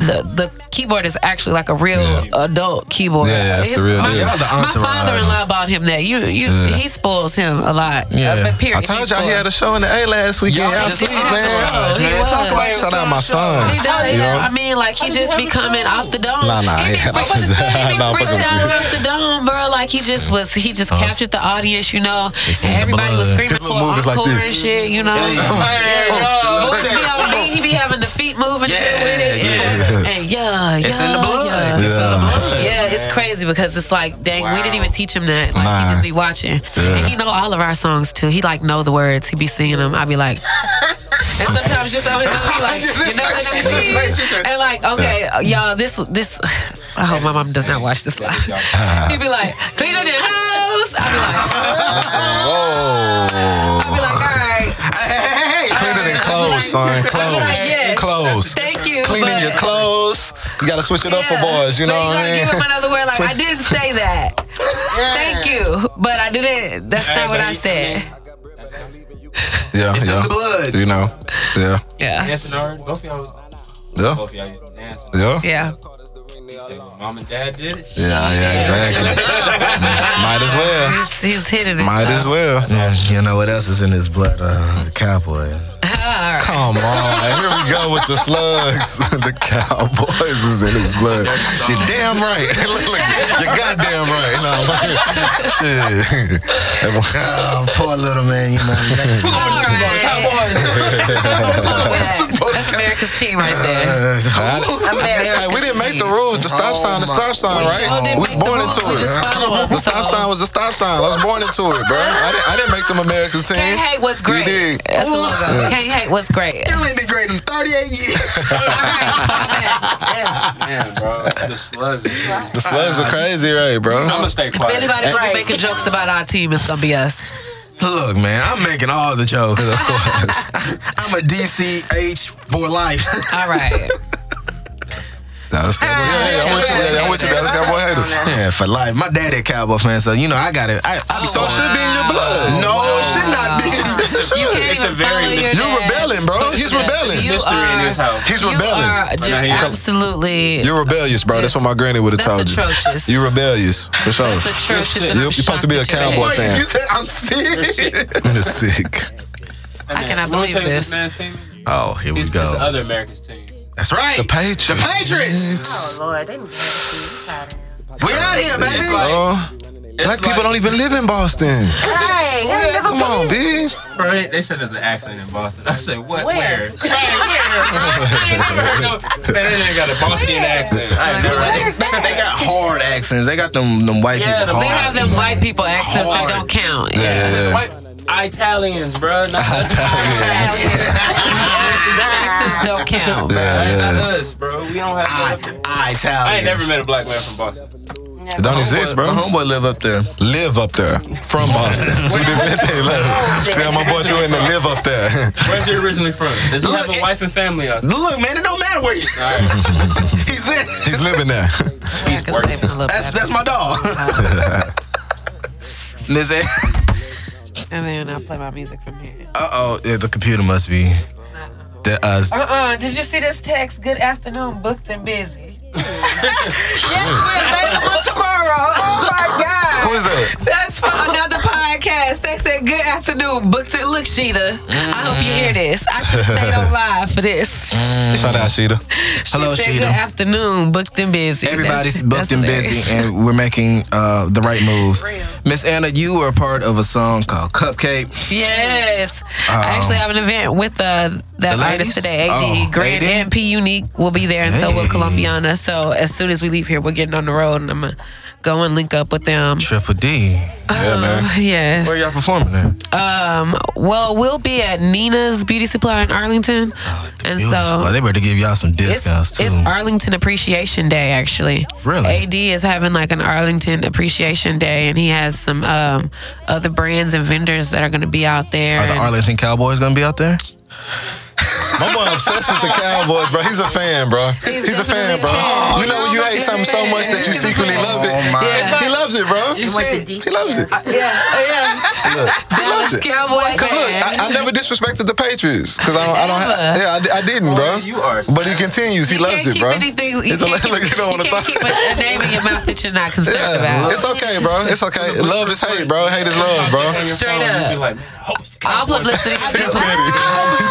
Speaker 4: the the keyboard is actually like a real
Speaker 1: Yeah.
Speaker 4: adult keyboard.
Speaker 1: Yeah, yeah, it's the real
Speaker 4: My,
Speaker 1: deal.
Speaker 3: Y'all the
Speaker 4: my
Speaker 3: entourage.
Speaker 4: father-in-law bought him that. You you
Speaker 1: Yeah.
Speaker 4: he spoils him a lot.
Speaker 3: Yeah.
Speaker 4: Uh, but period,
Speaker 1: I told
Speaker 4: he
Speaker 1: y'all he had a
Speaker 4: spoils-
Speaker 1: show in the A last weekend.
Speaker 3: Y'all
Speaker 1: Y'all
Speaker 3: just
Speaker 1: sleep,
Speaker 3: the entourage,
Speaker 1: man.
Speaker 4: Oh, he
Speaker 3: man. Talk
Speaker 4: was.
Speaker 3: about your
Speaker 1: Shout out my
Speaker 4: He
Speaker 1: son.
Speaker 4: does,
Speaker 1: You
Speaker 4: yeah.
Speaker 1: know?
Speaker 4: I mean, like he just be coming off the dome.
Speaker 1: Nah, <laughs> nah,
Speaker 4: he be,
Speaker 1: yeah.
Speaker 4: but what is that? He be
Speaker 1: Nah, I'm fucking with you.
Speaker 4: freestyling off the dome, bro. Like he just was, he just captured the audience, you know.
Speaker 3: It's in
Speaker 4: And
Speaker 3: the
Speaker 4: everybody was
Speaker 3: blood.
Speaker 4: screaming
Speaker 1: His little
Speaker 4: for
Speaker 1: move is like
Speaker 4: encore
Speaker 1: this.
Speaker 4: and shit, you know.
Speaker 5: Hey,
Speaker 4: Boy, <laughs> he be on beat, he be having the feet moving too
Speaker 3: Yeah,
Speaker 4: with it.
Speaker 3: yeah.
Speaker 4: And yeah,
Speaker 3: It's
Speaker 4: yeah,
Speaker 3: in the blood.
Speaker 4: Yeah.
Speaker 3: It's in the
Speaker 1: Yeah.
Speaker 3: blood.
Speaker 4: Yeah, it's crazy because it's like, dang, we didn't even teach him that. Like
Speaker 1: Nah.
Speaker 4: he just be watching,
Speaker 1: Yeah.
Speaker 4: and he know all of our songs too. He like know the words. He be singing them. I be like, and sometimes just always <laughs> be like, you know what I mean? <laughs> And like, okay, y'all, this this. I hope my mom does not watch this live. He be like, clean up the house. I be like,
Speaker 1: Whoa.
Speaker 4: I be like, all right,
Speaker 1: Cleaner than clothes,
Speaker 4: <laughs>
Speaker 1: son. Clothes.
Speaker 4: yes.
Speaker 1: Clothes.
Speaker 4: thank you.
Speaker 1: Cleaning
Speaker 4: but-
Speaker 1: your clothes. You gotta switch it up for
Speaker 4: Yeah.
Speaker 1: boys. You know
Speaker 4: But
Speaker 1: what
Speaker 4: gotta
Speaker 1: I
Speaker 4: Give him
Speaker 1: mean?
Speaker 4: another word.
Speaker 1: <laughs>
Speaker 4: Like I didn't say that. Thank you, but I didn't. That's not what I said.
Speaker 1: Yeah,
Speaker 3: It's in the
Speaker 1: yeah.
Speaker 3: blood.
Speaker 1: You know. Yeah.
Speaker 4: Yeah,
Speaker 5: Dancing hard. Both of y'all, was-
Speaker 1: Yeah.
Speaker 5: both of y'all used to dance.
Speaker 1: Yeah.
Speaker 4: yeah.
Speaker 5: Say, well, Mom and dad did it. Shit.
Speaker 1: Yeah, yeah, exactly. Might as well.
Speaker 4: He's, he's hitting it.
Speaker 1: Might as well.
Speaker 3: Yeah, you know what else is in his blood? Uh, cowboy.
Speaker 1: Come on. Here we go with the slugs. <laughs> the Cowboys is in his blood. You're damn right. <laughs> Look, look, You're goddamn right. No, man. Shit. <laughs>
Speaker 3: Oh, poor <laughs> little man, you know.
Speaker 4: All right. That's America's 16 right there.
Speaker 1: <laughs> Hey, we didn't make the rules. The stop sign, the stop sign,
Speaker 4: We
Speaker 1: right?
Speaker 4: sure didn't
Speaker 1: we
Speaker 4: make
Speaker 1: was born
Speaker 4: the
Speaker 1: into it.
Speaker 4: rules. We just follow 'em.
Speaker 1: The stop
Speaker 4: So-
Speaker 1: sign was the stop sign. I was born into it, bro. I didn't, I didn't make them America's team.
Speaker 4: Can't hate what's great.
Speaker 1: did.
Speaker 4: That's the logo. Can't hate what's great.
Speaker 1: <laughs>
Speaker 3: Still ain't been great in 38 years.
Speaker 4: All right, fuck that.
Speaker 5: Man, bro, the slugs. I'm
Speaker 1: The slugs are crazy, right, bro?
Speaker 5: gonna stay
Speaker 4: If
Speaker 5: quiet.
Speaker 4: anybody gonna
Speaker 3: Right.
Speaker 4: be making jokes about our team, it's gonna be us.
Speaker 3: <laughs> Look, man, I'm making all the jokes. Of course. <laughs> I'm a DCH for <laughs> life.
Speaker 4: All right.
Speaker 1: Nah, that's Cowboy. Yeah, yeah, I'm with you. Yeah, I'm with you. That's Cowboy haters.
Speaker 3: yeah, for life. My daddy a cowboy fan, so you know I got it. I, I be
Speaker 1: So it
Speaker 3: so
Speaker 1: should be in your blood.
Speaker 3: No, it should not be. <laughs>
Speaker 1: Yes, it
Speaker 4: You
Speaker 1: should.
Speaker 4: can't
Speaker 5: It's a
Speaker 4: even
Speaker 5: very
Speaker 4: follow your
Speaker 5: mis-
Speaker 1: You're
Speaker 4: dad's
Speaker 1: rebelling, bro. He's
Speaker 4: footsteps.
Speaker 1: rebelling.
Speaker 4: You
Speaker 5: Mystery in
Speaker 4: are-
Speaker 5: this house.
Speaker 1: He's
Speaker 4: you
Speaker 1: rebelling.
Speaker 4: are just
Speaker 5: Right here.
Speaker 4: absolutely.
Speaker 1: You're rebellious, bro. That's what my granny would have
Speaker 4: That's
Speaker 1: told you.
Speaker 4: atrocious.
Speaker 1: You're rebellious, for sure. <laughs>
Speaker 4: That's atrocious.
Speaker 1: You're-
Speaker 4: and I'm
Speaker 1: you're supposed to be a
Speaker 4: shocked that you're
Speaker 1: cowboy.
Speaker 4: here.
Speaker 1: fan.
Speaker 3: you said I'm serious.
Speaker 1: You're sick.
Speaker 4: I cannot believe this.
Speaker 5: man's team?
Speaker 3: Oh, here
Speaker 5: He's,
Speaker 3: we
Speaker 5: he's the
Speaker 3: go.
Speaker 5: other America's team.
Speaker 3: That's right.
Speaker 1: The Patriots.
Speaker 3: The Patriots.
Speaker 2: Oh Lord, they need to tired.
Speaker 3: We out here, baby.
Speaker 1: Bro, black people don't even live in Boston.
Speaker 2: Right. y'all never
Speaker 1: Come on, B.
Speaker 5: Right? They said there's an accent in Boston. I said, what? Where?
Speaker 2: Where?
Speaker 5: Right, where? I ain't never heard no. Man, they ain't got a Boston accent. I ain't never heard
Speaker 3: They they got hard accents. They got them them white
Speaker 5: Yeah,
Speaker 3: people.
Speaker 5: the-
Speaker 4: They
Speaker 3: hard.
Speaker 4: have them white people accents that
Speaker 3: Hard.
Speaker 4: don't count.
Speaker 1: Yeah,
Speaker 4: Yeah.
Speaker 1: yeah, yeah.
Speaker 5: White Italians, bro. Not
Speaker 3: <laughs>
Speaker 4: Their accents don't count.
Speaker 1: Yeah,
Speaker 5: Not
Speaker 1: yeah.
Speaker 5: us, bro. We don't have.
Speaker 3: I,
Speaker 5: no-
Speaker 3: I Italian.
Speaker 5: I ain't never met a black man
Speaker 3: <laughs>
Speaker 5: from Boston.
Speaker 1: It don't exist,
Speaker 3: My
Speaker 1: bro.
Speaker 3: homeboy live up there.
Speaker 1: Live up there from Boston. Two different things. Look, See how my boy threw in the live up there. <laughs>
Speaker 5: Where's he originally from? Does he
Speaker 3: Look,
Speaker 5: have a
Speaker 3: it-
Speaker 5: wife and family out there?
Speaker 3: Look, man, it don't matter where you. <laughs> He's in.
Speaker 1: He's living there.
Speaker 5: He's
Speaker 4: Because they've
Speaker 5: working.
Speaker 4: been a little
Speaker 3: That's
Speaker 4: better.
Speaker 3: that's my <laughs> dog. Is it?
Speaker 4: And then I'll play my music from here.
Speaker 3: Uh oh, yeah, the computer must be. The uh,
Speaker 2: Uh
Speaker 4: Uh-uh.
Speaker 2: uh. Did you see this text? Good afternoon, booked
Speaker 4: <laughs>
Speaker 2: and busy. yes, we're available tomorrow. Oh my God.
Speaker 1: Who is that?
Speaker 4: That's for another podcast. They said, Good afternoon, booked it. Look, Sheeta, I hope you hear this. I should stay on live for this.
Speaker 1: Shout out, Sheeta.
Speaker 4: She
Speaker 3: Mm-hmm. Hello,
Speaker 4: said,
Speaker 3: Sheeta.
Speaker 4: Good afternoon, booked and busy.
Speaker 3: everybody's
Speaker 4: That's-
Speaker 3: booked
Speaker 4: that's
Speaker 3: and
Speaker 4: hilarious.
Speaker 3: busy, and we're making uh, the right moves. Miss Anna, you were a part of a song called Cupcake.
Speaker 4: Yes. I actually have an event with uh, that
Speaker 3: Um, The ladies?
Speaker 4: artist today, AD.
Speaker 3: Oh,
Speaker 4: Grand
Speaker 3: AD?
Speaker 4: and P Unique will be there, and so will
Speaker 3: Hey.
Speaker 4: Columbiana. So as soon as we leave here, we're getting on the road, and I'm going to go and link up with them. Um,
Speaker 3: Triple D.
Speaker 1: Yeah, man.
Speaker 4: Yes.
Speaker 3: Where y'all performing at?
Speaker 4: Um, well, we'll be at Nina's Beauty Supply in Arlington.
Speaker 3: Oh,
Speaker 4: and
Speaker 3: Well,
Speaker 4: so
Speaker 3: they better give y'all some discounts
Speaker 4: it's,
Speaker 3: too.
Speaker 4: it's Arlington Appreciation Day, actually.
Speaker 3: Really?
Speaker 4: AD is having like an Arlington Appreciation Day, and he has some um, other brands and vendors that are going to be out there.
Speaker 3: Are the
Speaker 4: and-
Speaker 3: Arlington Cowboys gonna be out there?
Speaker 1: My boy obsessed with the Cowboys, bro. He's a fan, bro. He's, a fan,
Speaker 4: definitely
Speaker 1: bro.
Speaker 4: a fan.
Speaker 1: You know when you hate something so much that you secretly love it.
Speaker 3: Oh my.
Speaker 4: Yeah.
Speaker 1: He loves it, bro.
Speaker 5: You said-
Speaker 1: He loves it. Cause
Speaker 4: yeah, yeah.
Speaker 1: loves
Speaker 4: Dallas
Speaker 1: it.
Speaker 4: Cowboy
Speaker 1: look,
Speaker 4: fan.
Speaker 1: I, I never disrespected the Patriots. Cause I don't, I don't, ha-
Speaker 4: Ever.
Speaker 1: yeah, I, di- I didn't, bro.
Speaker 5: Oh, You are.
Speaker 1: But he continues. He
Speaker 4: You
Speaker 1: loves it,
Speaker 4: can't keep
Speaker 1: bro.
Speaker 4: anything- you
Speaker 1: <laughs> It's a-
Speaker 4: can't keep-
Speaker 1: look, you don't wanna
Speaker 4: you can't
Speaker 1: talk.
Speaker 4: keep a, a name in your mouth that you're not concerned
Speaker 1: Yeah,
Speaker 4: about.
Speaker 1: it's okay, bro. It's okay. Love is hate, bro. Hate is love, bro.
Speaker 5: On your
Speaker 4: Straight
Speaker 5: phone,
Speaker 4: up.
Speaker 5: You be like, man, I hope it's the
Speaker 4: All
Speaker 1: <laughs>
Speaker 5: Cowboys.
Speaker 4: publicity is
Speaker 1: He's
Speaker 4: just
Speaker 1: petty. He's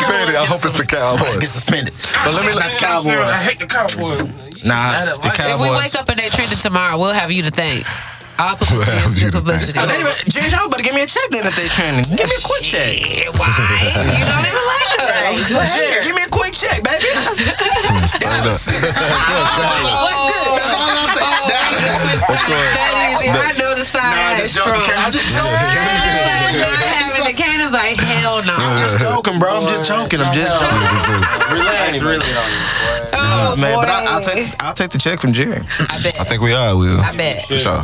Speaker 1: petty. I hope it's the
Speaker 3: Get
Speaker 1: Cowboys. <laughs>
Speaker 3: suspended. But let me
Speaker 5: Man,
Speaker 3: let the Cowboys.
Speaker 5: I hate the Cowboys.
Speaker 3: Nah, the
Speaker 4: If we
Speaker 3: Cowboys.
Speaker 4: wake up and they trending tomorrow, we'll have you to thank. All publicity
Speaker 1: We'll have you
Speaker 4: is good
Speaker 1: to
Speaker 4: publicity.
Speaker 1: thank.
Speaker 3: They better- James, y'all better give me a check then if they training. Give me a quick check.
Speaker 4: Yeah, <laughs> Why? You don't even like us.
Speaker 3: Yeah, give me a quick check, baby.
Speaker 1: <laughs>
Speaker 5: <laughs>
Speaker 1: Straight up.
Speaker 4: What's good? That easy. I know the side
Speaker 3: Nah,
Speaker 4: eye
Speaker 3: I'm
Speaker 4: is
Speaker 3: just
Speaker 4: strong.
Speaker 3: joking. I'm just
Speaker 4: Not
Speaker 3: joking.
Speaker 4: having the cane is like hell no.
Speaker 3: I'm just
Speaker 5: <laughs>
Speaker 3: joking, bro. I'm just joking. I'm just joking. Relax, relax.
Speaker 5: really.
Speaker 4: Oh,
Speaker 3: Man, but I,
Speaker 4: boy.
Speaker 3: I'll take I'll take the check from Jerry.
Speaker 4: I
Speaker 1: <laughs>
Speaker 4: bet.
Speaker 1: I think we are, Will.
Speaker 4: I bet.
Speaker 1: For sure.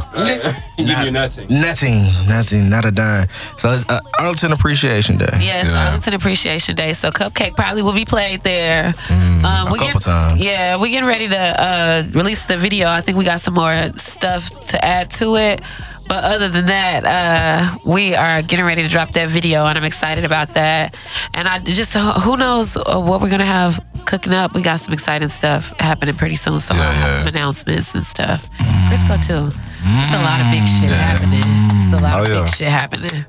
Speaker 5: Give you nothing.
Speaker 3: Nothing, nothing, not a dime. So it's uh, Arlington Appreciation Day.
Speaker 4: Yes,
Speaker 1: Yeah.
Speaker 4: Arlington Appreciation Day. So Cupcake probably will be played there.
Speaker 1: Mm,
Speaker 4: um,
Speaker 3: a couple times.
Speaker 4: Yeah, we're getting ready to uh, release the video. I think we got some more stuff to add to it. But other than that, uh, we are getting ready to drop that video, and I'm excited about that. And I just who knows uh, what we're gonna have cooking up. We got some exciting stuff happening pretty soon, so I'll have
Speaker 1: yeah.
Speaker 4: some announcements and stuff. Frisco too. It's a lot of big shit happening. It's a lot
Speaker 1: Mm. Oh,
Speaker 4: of big
Speaker 1: yeah.
Speaker 4: shit happening.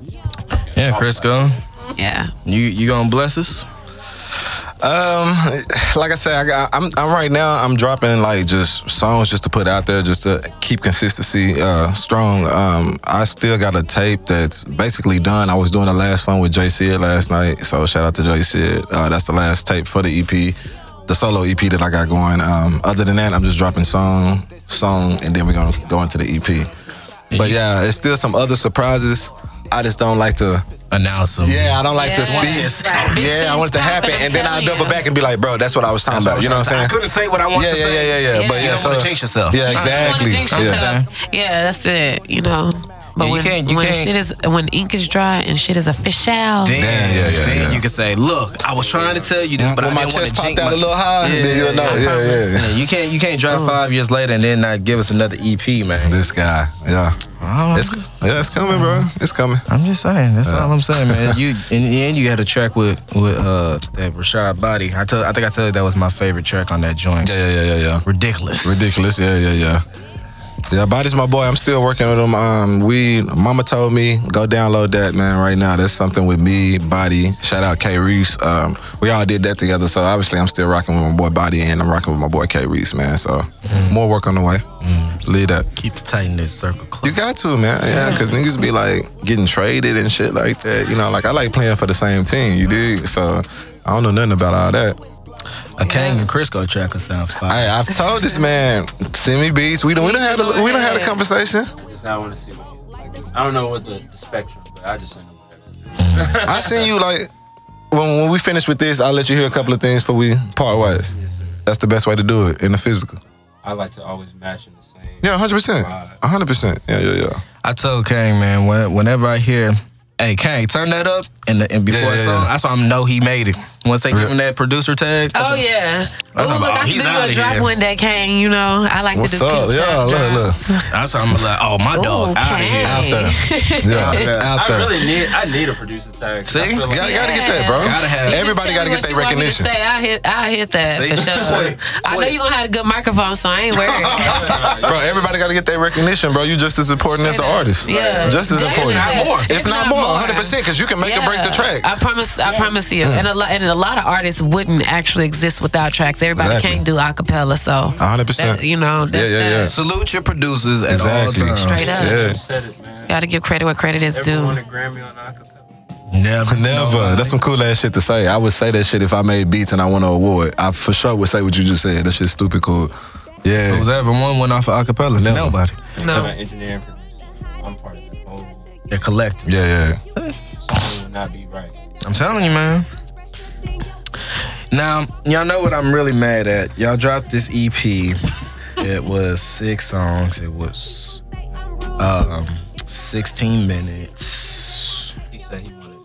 Speaker 3: Yeah, Crisco,
Speaker 4: Yeah.
Speaker 3: you you gonna bless us?
Speaker 1: Um, like I said, I got, I'm, I'm right now. I'm dropping like just songs just to put out there, just to keep consistency uh, strong. Um, I still got a tape that's basically done. I was doing the last song with Jay Sid last night, so shout out to Jay Sid. Uh, that's the last tape for the EP. the solo EP that I got going. Um, other than that, I'm just dropping song, song, and then we're gonna go into the EP. But yeah, it's still some other surprises. I just don't like to.
Speaker 3: Announce them.
Speaker 1: Yeah, I don't like to
Speaker 4: Yeah.
Speaker 1: speak.
Speaker 3: <laughs> Yes.
Speaker 4: Right.
Speaker 1: Yeah, I want it to
Speaker 4: Stop
Speaker 1: happen,
Speaker 4: it,
Speaker 1: and then I
Speaker 4: I'm
Speaker 1: double
Speaker 4: telling
Speaker 1: back and be like, bro, that's what I was talking about. You know what
Speaker 3: I
Speaker 1: I'm saying?
Speaker 3: couldn't say what I wanted
Speaker 1: Yeah,
Speaker 3: to
Speaker 1: yeah,
Speaker 3: say.
Speaker 1: yeah, yeah, yeah. But
Speaker 4: You
Speaker 1: yeah,
Speaker 4: don't
Speaker 1: so
Speaker 3: wanna jinx yourself.
Speaker 1: Yeah,
Speaker 3: You don't
Speaker 4: You wanna
Speaker 1: exactly.
Speaker 4: jinx
Speaker 1: Yeah.
Speaker 4: yourself. Yeah, that's it. You know. But
Speaker 3: Yeah, you
Speaker 4: when,
Speaker 3: can't- you
Speaker 4: when
Speaker 3: can't-
Speaker 4: shit is when ink is dry and shit is official,
Speaker 3: Then,
Speaker 1: Damn, yeah, yeah,
Speaker 3: then
Speaker 1: yeah.
Speaker 3: you can say, "Look, I was trying to tell you this, but
Speaker 1: when my
Speaker 3: I didn't want
Speaker 1: chest
Speaker 3: to
Speaker 1: popped
Speaker 3: jinx
Speaker 1: out a
Speaker 3: my-
Speaker 1: little high,
Speaker 3: Yeah,
Speaker 1: then you'll know. Yeah, yeah.
Speaker 3: Yeah, you can't you can't drive five years later and then not give us another EP, man.
Speaker 1: This guy, yeah,
Speaker 3: I'm,
Speaker 1: it's yeah, it's coming, bro. It's coming.
Speaker 3: I'm just saying. That's all I'm saying, man.
Speaker 1: <laughs>
Speaker 3: You in the end, you had a track with with uh that Rashad Body. I tell I think I told you that was my favorite track on that joint.
Speaker 1: Yeah, yeah, yeah, yeah, yeah.
Speaker 3: Ridiculous.
Speaker 1: Ridiculous. Yeah, yeah, yeah. Yeah, Body's my boy. I'm still working with him. Um, we, Mama told me, go download that, man, right now. That's something with me, Body. Shout out K Reese. Um, we all did that together. So obviously, I'm still rocking with my boy Body and I'm rocking with my boy K Reese, man. So more work on the way. Lead that.
Speaker 3: Keep the tightness circle close.
Speaker 1: You got to, man. Mm. Yeah, because niggas be like getting traded and shit like that. You know, like I like playing for the same team. You dig? So I don't know nothing about all that.
Speaker 3: A Kang and Crisco track or sound fire.
Speaker 1: Hey, I've told this man, send me beats. We don't we don't had a we don't had a conversation.
Speaker 5: Because I want to see what I don't know what the, the spectrum, but I just send them whatever.
Speaker 1: I seen you like when when we finish with this, I'll let you hear a couple of things before we part ways.
Speaker 5: Yes, sir.
Speaker 1: That's the best way to do it in the physical.
Speaker 5: I like to always match in the same.
Speaker 1: Yeah, hundred percent, hundred percent. Yeah, yeah, yeah.
Speaker 3: I told Kang, man, when, whenever I hear, hey, Kang, turn that up, and, the, and before
Speaker 1: Yeah,
Speaker 3: it's
Speaker 1: yeah,
Speaker 3: on,
Speaker 1: yeah.
Speaker 3: that's how I know he made it. Once they give him that producer tag, that's
Speaker 4: Oh
Speaker 3: when-
Speaker 4: yeah. Oh
Speaker 3: talking
Speaker 4: look, I
Speaker 3: about,
Speaker 4: can
Speaker 3: he's
Speaker 4: do
Speaker 3: outta
Speaker 4: a drop
Speaker 3: here.
Speaker 4: one day, Kane. You know, I like
Speaker 1: What's
Speaker 4: to do
Speaker 1: up?
Speaker 4: peach
Speaker 1: Yeah,
Speaker 4: drop
Speaker 1: look, look.
Speaker 4: drops.
Speaker 3: that's how I'm like, oh, my
Speaker 4: Ooh,
Speaker 3: dog, out of here.
Speaker 1: Out
Speaker 4: Kang. <laughs>
Speaker 1: there, yeah, out
Speaker 5: I
Speaker 1: there.
Speaker 5: really need I need a producer tag.
Speaker 3: See?
Speaker 5: I feel
Speaker 1: Gotta, gotta get that, bro.
Speaker 3: Gotta have it.
Speaker 4: You
Speaker 1: Everybody
Speaker 4: just
Speaker 1: gotta get
Speaker 4: tell me what
Speaker 1: their
Speaker 4: you want me to
Speaker 1: recognition.
Speaker 4: Say, I hit, I hit that
Speaker 3: See?
Speaker 4: for sure.
Speaker 3: Quick,
Speaker 4: I know
Speaker 3: quick.
Speaker 4: you're gonna have a good microphone, so I ain't
Speaker 1: <laughs>
Speaker 4: worried.
Speaker 1: <laughs> Bro, everybody got to get their recognition, bro. You just as important as the artist.
Speaker 4: Yeah.
Speaker 1: Just as
Speaker 4: Damn
Speaker 1: important.
Speaker 4: it.
Speaker 3: If not more.
Speaker 1: If not more, 100%, because you can make or break the track. Mm.
Speaker 4: I promise. I promise you. And a lot. And a lot of artists wouldn't actually exist without tracks. Everybody
Speaker 1: Exactly.
Speaker 4: can't do acapella. So.
Speaker 1: 100%.
Speaker 4: that- you know. That's
Speaker 1: Yeah, yeah,
Speaker 4: that.
Speaker 1: yeah.
Speaker 3: Salute your producers at
Speaker 1: Exactly.
Speaker 3: all times.
Speaker 4: Straight up.
Speaker 1: Yeah.
Speaker 5: said it, man.
Speaker 4: Gotta give credit where credit is
Speaker 5: Everyone
Speaker 4: due.
Speaker 5: won a Grammy on acapella.
Speaker 3: Never,
Speaker 1: Never. That's some cool ass shit to say. I would say that shit if I made beats and I won an award. I for sure would say what you just said. That shit's stupid cool. Yeah.
Speaker 3: Who's ever one went off of acapella?
Speaker 1: Never.
Speaker 3: Nobody.
Speaker 5: I'm
Speaker 4: No.
Speaker 5: an engineer and producer. I'm part of the whole
Speaker 3: They're collecting.
Speaker 1: Yeah, yeah.
Speaker 5: song will not be right.
Speaker 3: I'm telling you, man. Now, y'all know what I'm really mad at. Y'all dropped this EP. It was six songs. It was um, 16 minutes.
Speaker 5: He said he wanted.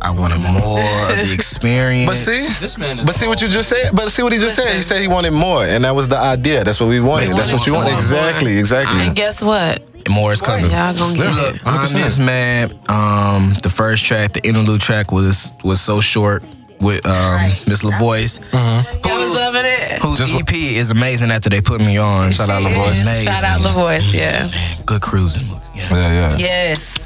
Speaker 3: I wanted more
Speaker 1: <laughs>
Speaker 3: of the experience.
Speaker 1: But see,
Speaker 5: This man is
Speaker 1: but see what you just said. But see what he just said. He
Speaker 4: Listen.
Speaker 1: said he wanted more, and that was the idea. That's what we wanted.
Speaker 3: We
Speaker 1: That's
Speaker 3: wanted
Speaker 1: what you want.
Speaker 3: more.
Speaker 1: Exactly.
Speaker 4: And
Speaker 1: Exactly.
Speaker 4: guess what?
Speaker 3: more is coming.
Speaker 4: Y'all gonna get
Speaker 1: Yeah.
Speaker 4: it.
Speaker 3: Look, I'm
Speaker 1: 100%.
Speaker 3: just mad. Um, the first track, the interlude track, was was so short with um, Miss Lavoice,
Speaker 4: Y'all was
Speaker 3: whose,
Speaker 4: loving it.
Speaker 3: whose
Speaker 1: Uh-huh. Just-
Speaker 3: EP is amazing. After they put me on, shout
Speaker 1: out Lavoice.
Speaker 3: Amazing.
Speaker 4: Shout out LaVoice, yeah.
Speaker 3: Man, good cruising movie. Yeah.
Speaker 1: Yeah, yeah.
Speaker 4: Yes.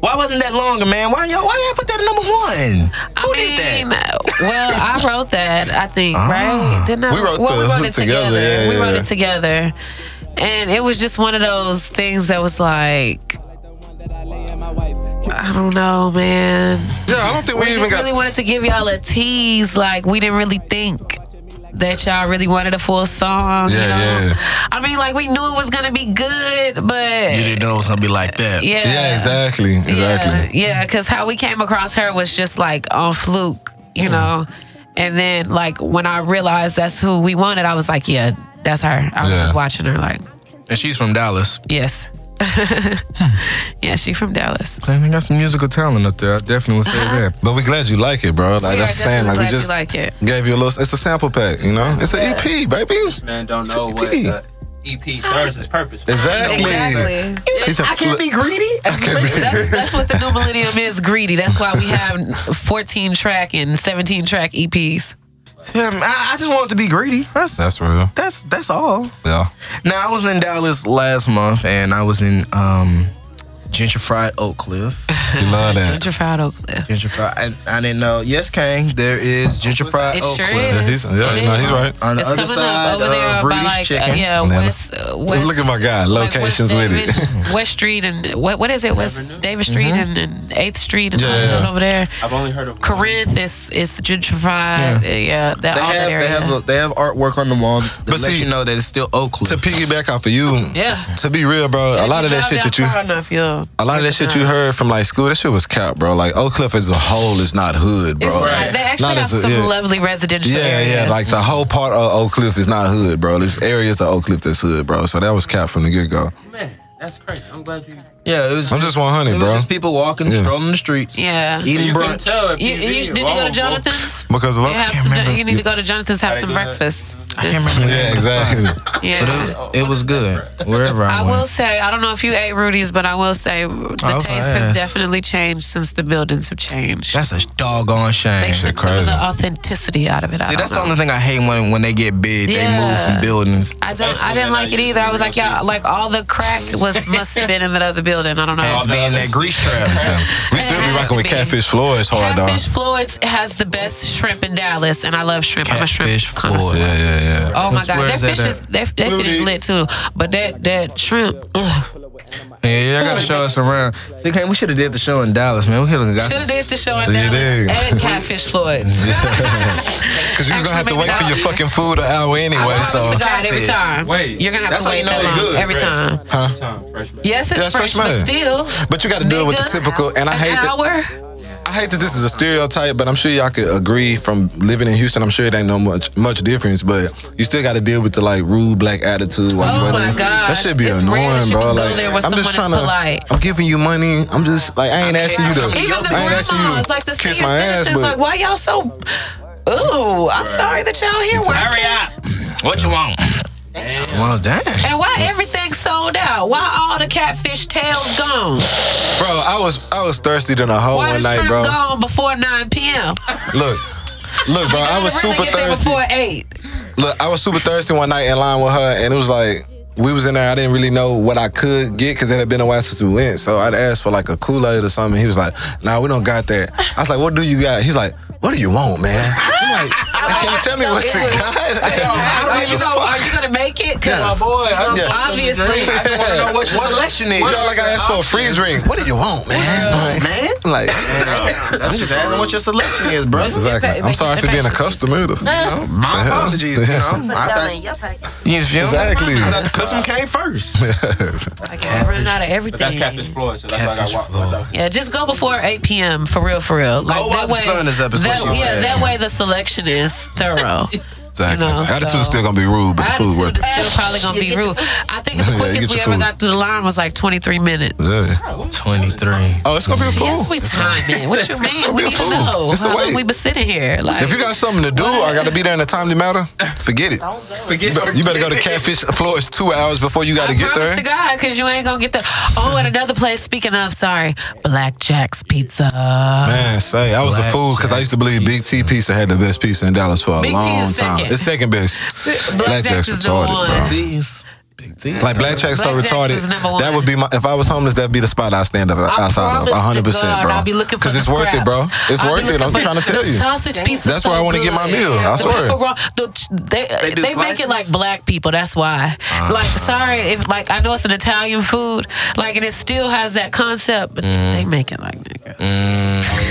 Speaker 3: Why wasn't that longer, man? Why y'all? Why y'all put that at number one? Who did that?
Speaker 4: Well, I wrote that, I think, right? Didn't I?
Speaker 1: Ah. We wrote
Speaker 4: well,
Speaker 1: the
Speaker 4: we wrote
Speaker 1: hook
Speaker 4: it
Speaker 1: together,
Speaker 4: together.
Speaker 1: yeah,
Speaker 4: we
Speaker 1: yeah,
Speaker 4: wrote
Speaker 1: yeah.
Speaker 4: it together. And it was just one of those things that was like, I don't know, man.
Speaker 1: Yeah. I don't think we,
Speaker 4: We
Speaker 1: even
Speaker 4: just
Speaker 1: got.
Speaker 4: really wanted to give y'all a tease. Like we didn't really think that y'all really wanted a full song.
Speaker 1: Yeah,
Speaker 4: you know?
Speaker 1: yeah.
Speaker 4: I mean, like we knew it was gonna be good, but
Speaker 3: You didn't know it was gonna be like that.
Speaker 4: yeah,
Speaker 1: yeah. Exactly. Exactly.
Speaker 4: Yeah, yeah. Because how we came across her was just like on fluke, you
Speaker 1: Mm.
Speaker 4: know. And then like when I realized that's who we wanted, I was like, yeah, that's her. I was
Speaker 1: Yeah.
Speaker 4: just watching her like,
Speaker 3: And she's from Dallas.
Speaker 4: yes.
Speaker 1: Hmm.
Speaker 4: <laughs> yeah, she from Dallas.
Speaker 3: Man, they got some musical talent up there. I definitely <laughs> would say that.
Speaker 1: But we glad you like it, bro. Like
Speaker 4: We are
Speaker 1: that's saying,
Speaker 4: definitely
Speaker 1: like we
Speaker 4: glad you
Speaker 1: just
Speaker 4: like it.
Speaker 1: gave you a little. It's a sample pack, you know. It's an EP, baby.
Speaker 5: This man don't know
Speaker 1: It's
Speaker 5: what
Speaker 1: EP.
Speaker 5: the EP serves his purpose. for.
Speaker 1: Exactly. He's a-
Speaker 4: I can't be
Speaker 3: greedy.
Speaker 1: <laughs>
Speaker 4: that's, that's what the new millennium is greedy. That's why we have 14 track and 17 track E EPs.
Speaker 3: Damn, I, I just want it to be greedy. That's
Speaker 1: That's real.
Speaker 3: that's that's all.
Speaker 1: Yeah.
Speaker 3: Now I was in Dallas last month, and I was in um, gentrified Oak <laughs> Cliff.
Speaker 1: You love that.
Speaker 4: Gentrified Oak Cliff.
Speaker 3: Gentrified. I, I didn't know. Yes, Kane. There is gentrified
Speaker 4: It
Speaker 3: Oak
Speaker 4: sure
Speaker 3: Cliff.
Speaker 1: Yeah, he's, yeah,
Speaker 4: It
Speaker 1: no,
Speaker 4: is.
Speaker 1: he's right.
Speaker 3: On the
Speaker 4: It's
Speaker 3: other
Speaker 4: coming
Speaker 3: side
Speaker 4: up over there
Speaker 3: of
Speaker 4: by
Speaker 3: Rudy's
Speaker 4: like
Speaker 3: Chicken.
Speaker 4: uh, yeah,
Speaker 1: Nana.
Speaker 4: West, uh, West.
Speaker 1: Look at my guy.
Speaker 4: like West
Speaker 1: Locations with
Speaker 4: Davis,
Speaker 1: it. Mm-hmm.
Speaker 4: West Street and what what is it? West
Speaker 5: Avenue?
Speaker 4: Davis Street and, and Eighth Street and
Speaker 1: Yeah,
Speaker 4: all
Speaker 1: yeah,
Speaker 4: that
Speaker 1: yeah.
Speaker 4: over there.
Speaker 5: I've only heard of
Speaker 4: Corinth is is gentrified. Uh, Yeah, that
Speaker 3: They
Speaker 4: all that
Speaker 3: have,
Speaker 4: area.
Speaker 3: they, have a, they have artwork on the wall that
Speaker 1: But
Speaker 3: lets
Speaker 1: see,
Speaker 3: you know that it's still Oak
Speaker 1: <laughs>
Speaker 3: Cliff.
Speaker 1: to piggyback off of you,
Speaker 4: Yeah.
Speaker 1: To be real, bro, a lot of that shit that you, a lot of that shit you heard from like school, that shit was cap, bro. Like Oak Cliff as a whole is not hood, bro.
Speaker 4: It's not, they actually
Speaker 1: Not
Speaker 4: have
Speaker 1: as a-
Speaker 4: some
Speaker 1: yeah.
Speaker 4: lovely residential
Speaker 1: Yeah,
Speaker 4: areas.
Speaker 1: yeah. Like the whole part of Oak Cliff is not hood, bro. There's areas of Oak Cliff that's hood, bro. So that was cap from the get go.
Speaker 5: Man, that's crazy. I'm glad you.
Speaker 3: yeah, it was.
Speaker 1: I'm just 100,
Speaker 3: it was
Speaker 1: bro.
Speaker 3: just people walking,
Speaker 1: Yeah.
Speaker 3: strolling the streets,
Speaker 4: Yeah.
Speaker 3: eating
Speaker 5: You couldn't
Speaker 3: brunch.
Speaker 5: tell if
Speaker 4: You,
Speaker 5: he
Speaker 4: you, did you
Speaker 5: wrong,
Speaker 4: go to
Speaker 5: bro.
Speaker 4: Jonathan's?
Speaker 1: Because a lot.
Speaker 4: You have some. You need to go to Jonathan's. Have
Speaker 5: I uh,
Speaker 4: some
Speaker 5: do that.
Speaker 4: breakfast.
Speaker 3: I can't remember.
Speaker 1: <laughs> Yeah, exactly.
Speaker 4: <laughs> Yeah.
Speaker 3: It was good wherever I,
Speaker 4: I
Speaker 3: went. Oh,
Speaker 4: will say, I don't know if you ate Rudy's, but I will say the
Speaker 3: I was
Speaker 4: taste has
Speaker 3: ass.
Speaker 4: definitely changed since the buildings have changed.
Speaker 3: That's a doggone
Speaker 4: they
Speaker 3: shame.
Speaker 4: took some of the authenticity out of it.
Speaker 3: See, that's the only thing I hate when when they get big. They move
Speaker 4: Yeah.
Speaker 3: from buildings.
Speaker 4: I don't. I didn't like it either. I was like, yeah, like all the crack was must have been in that other building. I don't
Speaker 1: Oh,
Speaker 4: know.
Speaker 3: Had to be in that grease
Speaker 1: <laughs>
Speaker 3: trap.
Speaker 1: We still be
Speaker 4: has
Speaker 1: rocking
Speaker 4: to
Speaker 1: with
Speaker 4: be.
Speaker 1: Catfish Floyd's hard dog.
Speaker 4: Catfish Floyd's has the best shrimp in Dallas, and I love shrimp. I'm a
Speaker 3: Catfish
Speaker 4: shrimp connoisseur.
Speaker 1: Yeah,
Speaker 3: Floyd.
Speaker 1: yeah, yeah.
Speaker 4: Oh my
Speaker 3: That's-
Speaker 4: god,
Speaker 3: where
Speaker 4: their
Speaker 3: is that
Speaker 4: fish
Speaker 3: at?
Speaker 4: is their, their fish is lit too. But that that shrimp, ugh.
Speaker 3: Yeah, y'all gotta show us around. See, Kane, we should have did the show in Dallas, man. We could have got
Speaker 4: should
Speaker 3: some.
Speaker 4: have did the show in
Speaker 1: You
Speaker 4: Dallas
Speaker 1: did.
Speaker 4: and Catfish
Speaker 1: <laughs>
Speaker 4: Floyd's. <laughs>
Speaker 1: Because you're gonna have to
Speaker 4: Actually,
Speaker 1: wait for your
Speaker 4: maybe not.
Speaker 1: fucking food an hour anyway.
Speaker 4: I
Speaker 1: So
Speaker 4: promise to God, every
Speaker 3: Catfish.
Speaker 4: time
Speaker 5: Wait.
Speaker 4: you're gonna have
Speaker 3: That's
Speaker 4: to
Speaker 3: how you
Speaker 4: wait
Speaker 3: know
Speaker 4: that
Speaker 3: it's
Speaker 4: long
Speaker 3: good.
Speaker 4: every
Speaker 5: Right.
Speaker 4: time.
Speaker 5: Time, freshman.
Speaker 4: Yes, it's
Speaker 1: That's
Speaker 4: fresh,
Speaker 1: fresh
Speaker 4: but
Speaker 1: mode.
Speaker 4: still.
Speaker 1: But you gotta deal with the
Speaker 4: nigga,
Speaker 1: typical- and I
Speaker 4: an
Speaker 1: hate that-
Speaker 4: hour.
Speaker 1: I hate that this is a stereotype, but I'm sure y'all could agree from living in Houston. I'm sure it ain't no much much difference, but you still got to deal with the like rude black attitude. While
Speaker 4: Oh
Speaker 1: you
Speaker 4: my
Speaker 1: in there. that
Speaker 4: gosh.
Speaker 1: should be
Speaker 4: It's
Speaker 1: annoying,
Speaker 4: rare that you
Speaker 1: bro.
Speaker 4: can go
Speaker 1: like
Speaker 4: there where
Speaker 1: I'm just
Speaker 4: someone
Speaker 1: trying
Speaker 4: is polite.
Speaker 1: to. I'm giving you money. I'm just like I ain't asking you to.
Speaker 4: Even the
Speaker 1: I ain't asking you
Speaker 4: grandmas,
Speaker 1: to
Speaker 4: like the
Speaker 1: kiss
Speaker 4: senior
Speaker 1: my ass,
Speaker 4: citizens,
Speaker 1: but
Speaker 4: like why y'all so? Ooh, I'm sorry that y'all here. Where I can't-
Speaker 3: up. What you want? Well,
Speaker 1: <laughs>
Speaker 3: damn.
Speaker 4: And why everything's sold out? Why all the catfish tails gone?
Speaker 1: bro, I was I was thirsty than a hoe
Speaker 4: Why
Speaker 1: one
Speaker 4: the
Speaker 1: night,
Speaker 4: shrimp
Speaker 1: bro.
Speaker 4: gone before 9 p.m.?
Speaker 1: Look. Look, bro, I was
Speaker 4: really
Speaker 1: super
Speaker 4: get there
Speaker 1: thirsty.
Speaker 4: before 8.
Speaker 1: Look, I was super thirsty one night in line with her, and it was like we was in there. I didn't really know what I could get because it had been a while since we went. So I'd asked for like a Kool Aid or something. He was like, "Nah, we don't got that." I was like, "What do you got?" He's like, "What do you want, man?" I'm like, "Can <laughs> you tell me what you got?" <laughs> I
Speaker 4: Are
Speaker 1: don't
Speaker 4: you
Speaker 1: give a
Speaker 4: gonna, are
Speaker 1: fuck.
Speaker 4: you gonna make it? Because
Speaker 1: Yeah.
Speaker 5: My boy, I
Speaker 1: Yeah. <laughs>
Speaker 4: obviously.
Speaker 1: I just wanna know
Speaker 3: what your selection is.
Speaker 1: Y'all like I asked for a free drink. What do you want, man? Like, man, like
Speaker 3: I'm just asking what your selection is, bro.
Speaker 1: exactly. I'm sorry for being a customer.
Speaker 3: My apologies.
Speaker 1: <laughs>
Speaker 3: You know, I thought
Speaker 6: in your pocket.
Speaker 3: you feel me?
Speaker 1: Exactly.
Speaker 3: I thought the custom came first.
Speaker 4: Like, I'm running out of everything.
Speaker 5: But that's Catfish Floyd, so that's
Speaker 3: Catfish
Speaker 5: like I walked.
Speaker 4: Yeah, just go before 8 p.m. for real, for real. Like
Speaker 3: Go while the sun is up is what
Speaker 4: that,
Speaker 3: she
Speaker 4: yeah,
Speaker 3: said.
Speaker 4: that way the selection
Speaker 1: <laughs>
Speaker 4: is thorough.
Speaker 1: <laughs> Exactly.
Speaker 4: You know,
Speaker 1: Attitude's
Speaker 4: so-
Speaker 1: still gonna be rude, but the food
Speaker 4: Attitude
Speaker 1: worth it.
Speaker 4: is still probably gonna <laughs> be rude. I think the
Speaker 1: Yeah, you get
Speaker 4: quickest we
Speaker 1: your
Speaker 4: ever
Speaker 1: food.
Speaker 4: got through the line was like 23 minutes.
Speaker 1: Yeah.
Speaker 3: 23.
Speaker 1: Oh, it's gonna be a fool.
Speaker 4: Yes, we time it.
Speaker 1: <laughs>
Speaker 4: What you mean? We
Speaker 1: a
Speaker 4: need to
Speaker 1: fool.
Speaker 4: know.
Speaker 1: It's a
Speaker 4: How long
Speaker 1: wait.
Speaker 4: we been sitting here? Like,
Speaker 1: If you got something to do or got to be there in a timely manner, forget it.
Speaker 5: Forget
Speaker 1: You better go to Catfish Floors two hours before you got to
Speaker 4: I
Speaker 1: get
Speaker 4: promise
Speaker 1: there.
Speaker 4: to God, because you ain't gonna get the. Oh, and another place. Speaking of, sorry, Blackjack's Pizza.
Speaker 1: Man, say I was a fool because I used to believe Big T Pizza had the best pizza in Dallas for a
Speaker 4: Big T is
Speaker 1: long time.
Speaker 4: second.
Speaker 1: It's second best.
Speaker 4: Blackjack's is the one.
Speaker 3: T's. Big T's.
Speaker 1: Like Blackjack's so
Speaker 4: Black Jack's
Speaker 1: retarded.
Speaker 4: is number one.
Speaker 1: That would be my. If I was homeless, that'd be the spot I stand up outside of.
Speaker 4: promise to
Speaker 1: 100, percent
Speaker 4: God,
Speaker 1: bro.
Speaker 4: I'll be looking for
Speaker 1: it's
Speaker 4: the
Speaker 1: worth it, bro.
Speaker 4: scraps.
Speaker 1: It's
Speaker 4: I'll be
Speaker 1: worth it.
Speaker 4: looking
Speaker 1: I'm
Speaker 4: for
Speaker 1: trying to tell
Speaker 4: the
Speaker 1: you.
Speaker 4: Sausage pizza.
Speaker 1: That's where I
Speaker 4: want
Speaker 1: wanna
Speaker 4: to
Speaker 1: get my meal, I swear.
Speaker 4: they
Speaker 3: They do
Speaker 4: they make
Speaker 3: slices?
Speaker 4: it like black people. That's why.
Speaker 1: Ah.
Speaker 4: like, sorry, if like I know it's an Italian food, like, and it still has that concept, but
Speaker 1: Mm.
Speaker 4: they make it like niggas.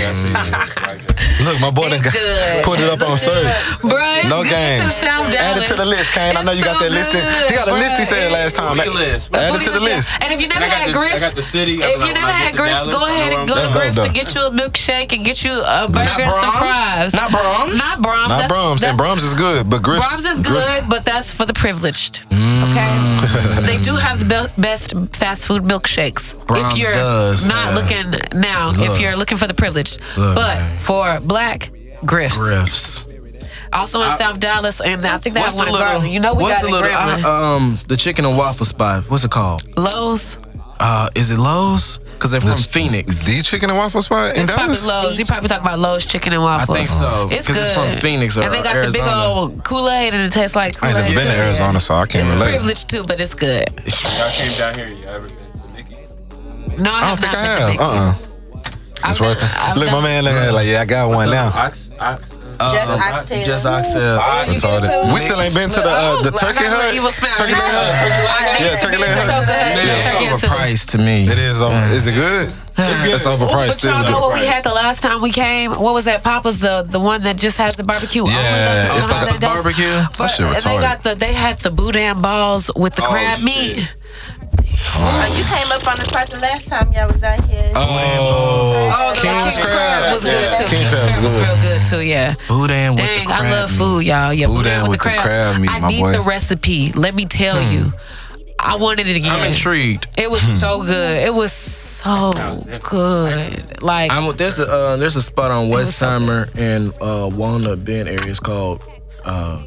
Speaker 4: <laughs>
Speaker 1: Look, my boy, done got-
Speaker 4: good.
Speaker 1: put it up on search.
Speaker 4: Bruh,
Speaker 1: No
Speaker 4: it's
Speaker 1: games.
Speaker 4: Good to South
Speaker 1: Add it
Speaker 4: Dallas.
Speaker 1: to the list, Kane. I
Speaker 4: It's
Speaker 1: know you got
Speaker 4: so
Speaker 1: that listed.
Speaker 4: good,
Speaker 1: He got a list he
Speaker 4: bruh.
Speaker 1: said last time.
Speaker 5: Booty list.
Speaker 1: Add it
Speaker 4: Booty
Speaker 1: to the
Speaker 4: was
Speaker 1: list.
Speaker 4: there. And if you never
Speaker 5: I got
Speaker 4: had
Speaker 5: this- I
Speaker 4: Grips,
Speaker 5: got the city. I
Speaker 4: if
Speaker 5: was
Speaker 4: you
Speaker 5: like,
Speaker 4: never
Speaker 5: when I
Speaker 4: had
Speaker 5: get to
Speaker 4: Grips,
Speaker 5: Dallas,
Speaker 4: go
Speaker 5: I
Speaker 4: ahead
Speaker 5: know
Speaker 4: and go
Speaker 5: where I'm
Speaker 4: to
Speaker 1: going.
Speaker 4: Grips
Speaker 1: That's
Speaker 4: and
Speaker 1: dope,
Speaker 4: get you a milkshake and get you a burger and some fries.
Speaker 3: Not Brahms.
Speaker 4: Not Brahms.
Speaker 1: Not
Speaker 4: That's-
Speaker 1: Brahms, and
Speaker 4: that's-
Speaker 1: Brahms is good, but Griff's.
Speaker 4: Brahms is good, but that's for the privileged. Okay, they do have the be- best fast food milkshakes.
Speaker 3: Brahms
Speaker 4: if you're
Speaker 3: does,
Speaker 4: not
Speaker 3: yeah.
Speaker 4: looking now, if you're looking for the privileged,
Speaker 3: Look,
Speaker 4: but
Speaker 3: man.
Speaker 4: for black. Griff's.
Speaker 3: Griff's.
Speaker 4: Also in South Dallas, and I think they have
Speaker 3: What's the
Speaker 4: one in
Speaker 3: little?
Speaker 4: Garland. You know we got
Speaker 3: what's
Speaker 4: it
Speaker 3: the
Speaker 4: in
Speaker 3: little?
Speaker 4: Grambling.
Speaker 3: I, um, the chicken and waffle spot. What's it called?
Speaker 4: Lowe's.
Speaker 3: Uh, is it Lowe's? Because they're from Phoenix.
Speaker 1: The chicken and waffle spot in
Speaker 4: It's probably
Speaker 1: Dallas.
Speaker 4: Lowe's. You probably talking about Lowe's chicken and waffles.
Speaker 3: think so,
Speaker 4: It's
Speaker 3: 'cause
Speaker 4: good.
Speaker 3: it's from Phoenix or
Speaker 4: and they got the
Speaker 3: Arizona.
Speaker 4: big old Kool Aid, and it tastes like
Speaker 1: I
Speaker 4: Kool-Aid.
Speaker 1: ain't never been to Arizona, so I can't
Speaker 4: It's a
Speaker 1: relate.
Speaker 4: privilege too, but it's good.
Speaker 5: Y'all came down here. You ever been to Nikki?
Speaker 4: No, I,
Speaker 1: I don't
Speaker 4: have
Speaker 1: think
Speaker 4: not
Speaker 1: I
Speaker 4: been to
Speaker 1: have. Uh
Speaker 4: Big
Speaker 1: uh
Speaker 4: I've
Speaker 1: It's worth
Speaker 4: done- I've
Speaker 1: it. Look, my
Speaker 4: done-
Speaker 1: man, look at it like, yeah, I got one now.
Speaker 5: Ox, ox. uh,
Speaker 2: Just
Speaker 3: Um,
Speaker 2: oxtail.
Speaker 3: Just oxtail.
Speaker 5: Ox.
Speaker 6: You get it
Speaker 1: Retarded.
Speaker 6: too?
Speaker 1: We still ain't been to the uh, the
Speaker 4: Look,
Speaker 1: turkey
Speaker 4: not
Speaker 1: hut.
Speaker 4: an evil smile.
Speaker 1: Turkey leg hut. Yeah, turkey leg hut.
Speaker 3: It's
Speaker 4: Yeah.
Speaker 3: overpriced to me.
Speaker 1: It is. Over, Is it good? It's overpriced.
Speaker 4: But
Speaker 1: still.
Speaker 4: y'all know
Speaker 1: though.
Speaker 4: what we had the last time we came? What was that? Papa's the the one that just has the barbecue. only.
Speaker 1: Yeah,
Speaker 4: That's
Speaker 1: it's
Speaker 4: the one
Speaker 1: like a
Speaker 4: that does-
Speaker 3: barbecue.
Speaker 4: But
Speaker 1: shit
Speaker 4: and they
Speaker 1: retarded.
Speaker 4: got the they had the boudin balls with the
Speaker 5: Oh,
Speaker 4: crab
Speaker 5: shit.
Speaker 4: meat.
Speaker 2: Oh, you came up on this part the last time y'all was out here.
Speaker 1: Oh,
Speaker 4: the
Speaker 1: King's
Speaker 4: crab
Speaker 1: crab.
Speaker 4: was good too.
Speaker 1: King's crab was
Speaker 4: was
Speaker 1: good.
Speaker 4: real good too. Yeah.
Speaker 3: Boudin with the
Speaker 4: Dang,
Speaker 3: crab
Speaker 4: I love
Speaker 3: meat.
Speaker 4: food, y'all. Yeah,
Speaker 1: Boudin
Speaker 4: boudin with, the crab.
Speaker 1: meat,
Speaker 4: I
Speaker 1: my
Speaker 4: need
Speaker 1: boy. Hmm.
Speaker 4: the recipe. Let me tell you, I wanted it again.
Speaker 3: I'm intrigued. Hmm. Oh,
Speaker 4: It was so good. It was so good. Like
Speaker 3: I'm, there's a uh, there's a spot on Westheimer and uh, Walnut Bend area. It's called uh,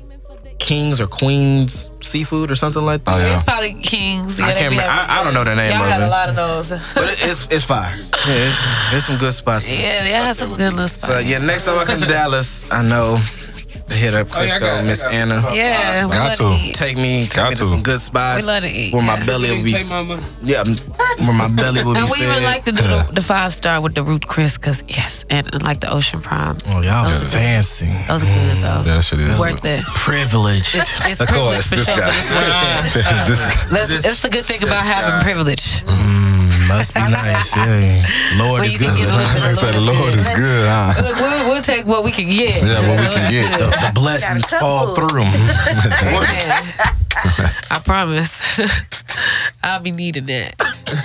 Speaker 3: Kings or Queens Seafood or something like that.
Speaker 1: Oh, yeah.
Speaker 4: it's probably Kings. Yeah,
Speaker 3: I
Speaker 4: they
Speaker 3: can't.
Speaker 4: be
Speaker 3: Remember.
Speaker 4: having-
Speaker 3: I, I don't know the name
Speaker 4: Y'all
Speaker 3: of
Speaker 4: had
Speaker 3: it,
Speaker 4: a lot of those.
Speaker 3: <laughs>
Speaker 4: <laughs>
Speaker 3: but it, it's it's fire. Yeah, it's, there's some good spots.
Speaker 4: yeah, they had some good little
Speaker 3: So
Speaker 4: spots.
Speaker 3: yeah, next time I come to Dallas, I know to hit up
Speaker 5: yeah, I got-
Speaker 3: Crisco,
Speaker 5: I
Speaker 3: Miss
Speaker 5: got-
Speaker 3: Anna.
Speaker 4: Yeah, we
Speaker 1: Got
Speaker 4: love
Speaker 1: to.
Speaker 4: eat.
Speaker 3: Take me, take
Speaker 1: Got
Speaker 3: me to
Speaker 1: to.
Speaker 3: some good spots.
Speaker 4: We love to eat,
Speaker 3: Where
Speaker 4: yeah.
Speaker 3: my belly will
Speaker 5: You
Speaker 3: be,
Speaker 5: take my money.
Speaker 3: yeah, m- where my belly will be
Speaker 4: And we
Speaker 3: fed.
Speaker 4: even like to do the, the five star with the root crisp, cause yes, and, and like the ocean prime.
Speaker 3: oh, y'all was fancy,
Speaker 4: Those are good though.
Speaker 1: Yeah, that shit is.
Speaker 4: worth it.
Speaker 3: privileged.
Speaker 4: It's, it's
Speaker 1: Mm, <laughs> Of
Speaker 4: privilege
Speaker 1: course,
Speaker 4: for
Speaker 1: this
Speaker 4: sure, but it's worth
Speaker 3: <laughs>
Speaker 1: guy. <laughs>
Speaker 4: it.
Speaker 1: This guy.
Speaker 4: That's, that's the good thing about having privilege.
Speaker 3: Must be nice, yeah. Lord
Speaker 4: Well,
Speaker 3: is
Speaker 4: you can
Speaker 3: good.
Speaker 4: get a little bit
Speaker 1: I
Speaker 4: of
Speaker 1: said,
Speaker 4: the
Speaker 1: Lord is good, huh?
Speaker 4: Look, we'll, we'll take what we can get.
Speaker 1: Yeah, what we can get.
Speaker 4: <laughs>
Speaker 3: the, the blessings
Speaker 2: Got a
Speaker 3: fall
Speaker 2: couple.
Speaker 3: through. <laughs>
Speaker 4: I promise. <laughs> I'll be needing that.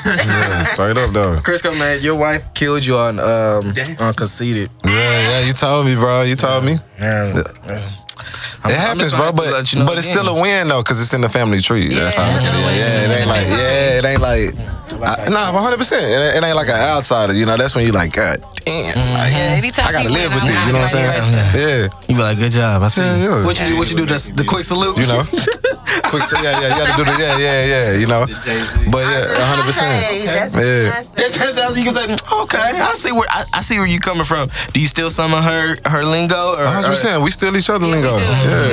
Speaker 1: Yeah, straight up, though.
Speaker 3: Crisco, man, your wife killed you on um
Speaker 5: Damn.
Speaker 3: on conceited.
Speaker 1: Yeah, yeah, you told me, bro. You told me.
Speaker 3: Man,
Speaker 1: It happens, bro, but, but it's still a win, though, because it's in the family tree. That's how I look at it. Yeah, it ain't like, yeah, it ain't like, I, nah, 100%. It, ain't- it ain't like an outsider, you know? That's when you like, God damn. Like,
Speaker 4: Yeah, anytime
Speaker 1: I gotta
Speaker 4: he
Speaker 1: live
Speaker 4: win,
Speaker 1: with
Speaker 4: I'm
Speaker 1: it, you know what I'm
Speaker 3: Yeah.
Speaker 1: saying? Yeah.
Speaker 3: You be like, good job. I see.
Speaker 1: Yeah,
Speaker 3: you.
Speaker 1: yeah.
Speaker 3: What you do? What you do? The, the quick salute.
Speaker 1: you
Speaker 4: <laughs>
Speaker 1: know. Quick, so yeah, yeah, you gotta do the yeah, yeah, yeah, you know.
Speaker 5: Jay-Z.
Speaker 1: But yeah, hundred
Speaker 2: Hey,
Speaker 1: percent. Yeah.
Speaker 2: that's what I said.
Speaker 3: Yeah, <laughs> that- that- you can say, "Mm, okay, I see where I, I see where you coming from. Do you still some of her her lingo? Or,
Speaker 1: hundred percent. We still each other
Speaker 4: Yeah, we
Speaker 1: lingo.
Speaker 4: do.
Speaker 1: Yeah,
Speaker 4: We do.
Speaker 1: yeah,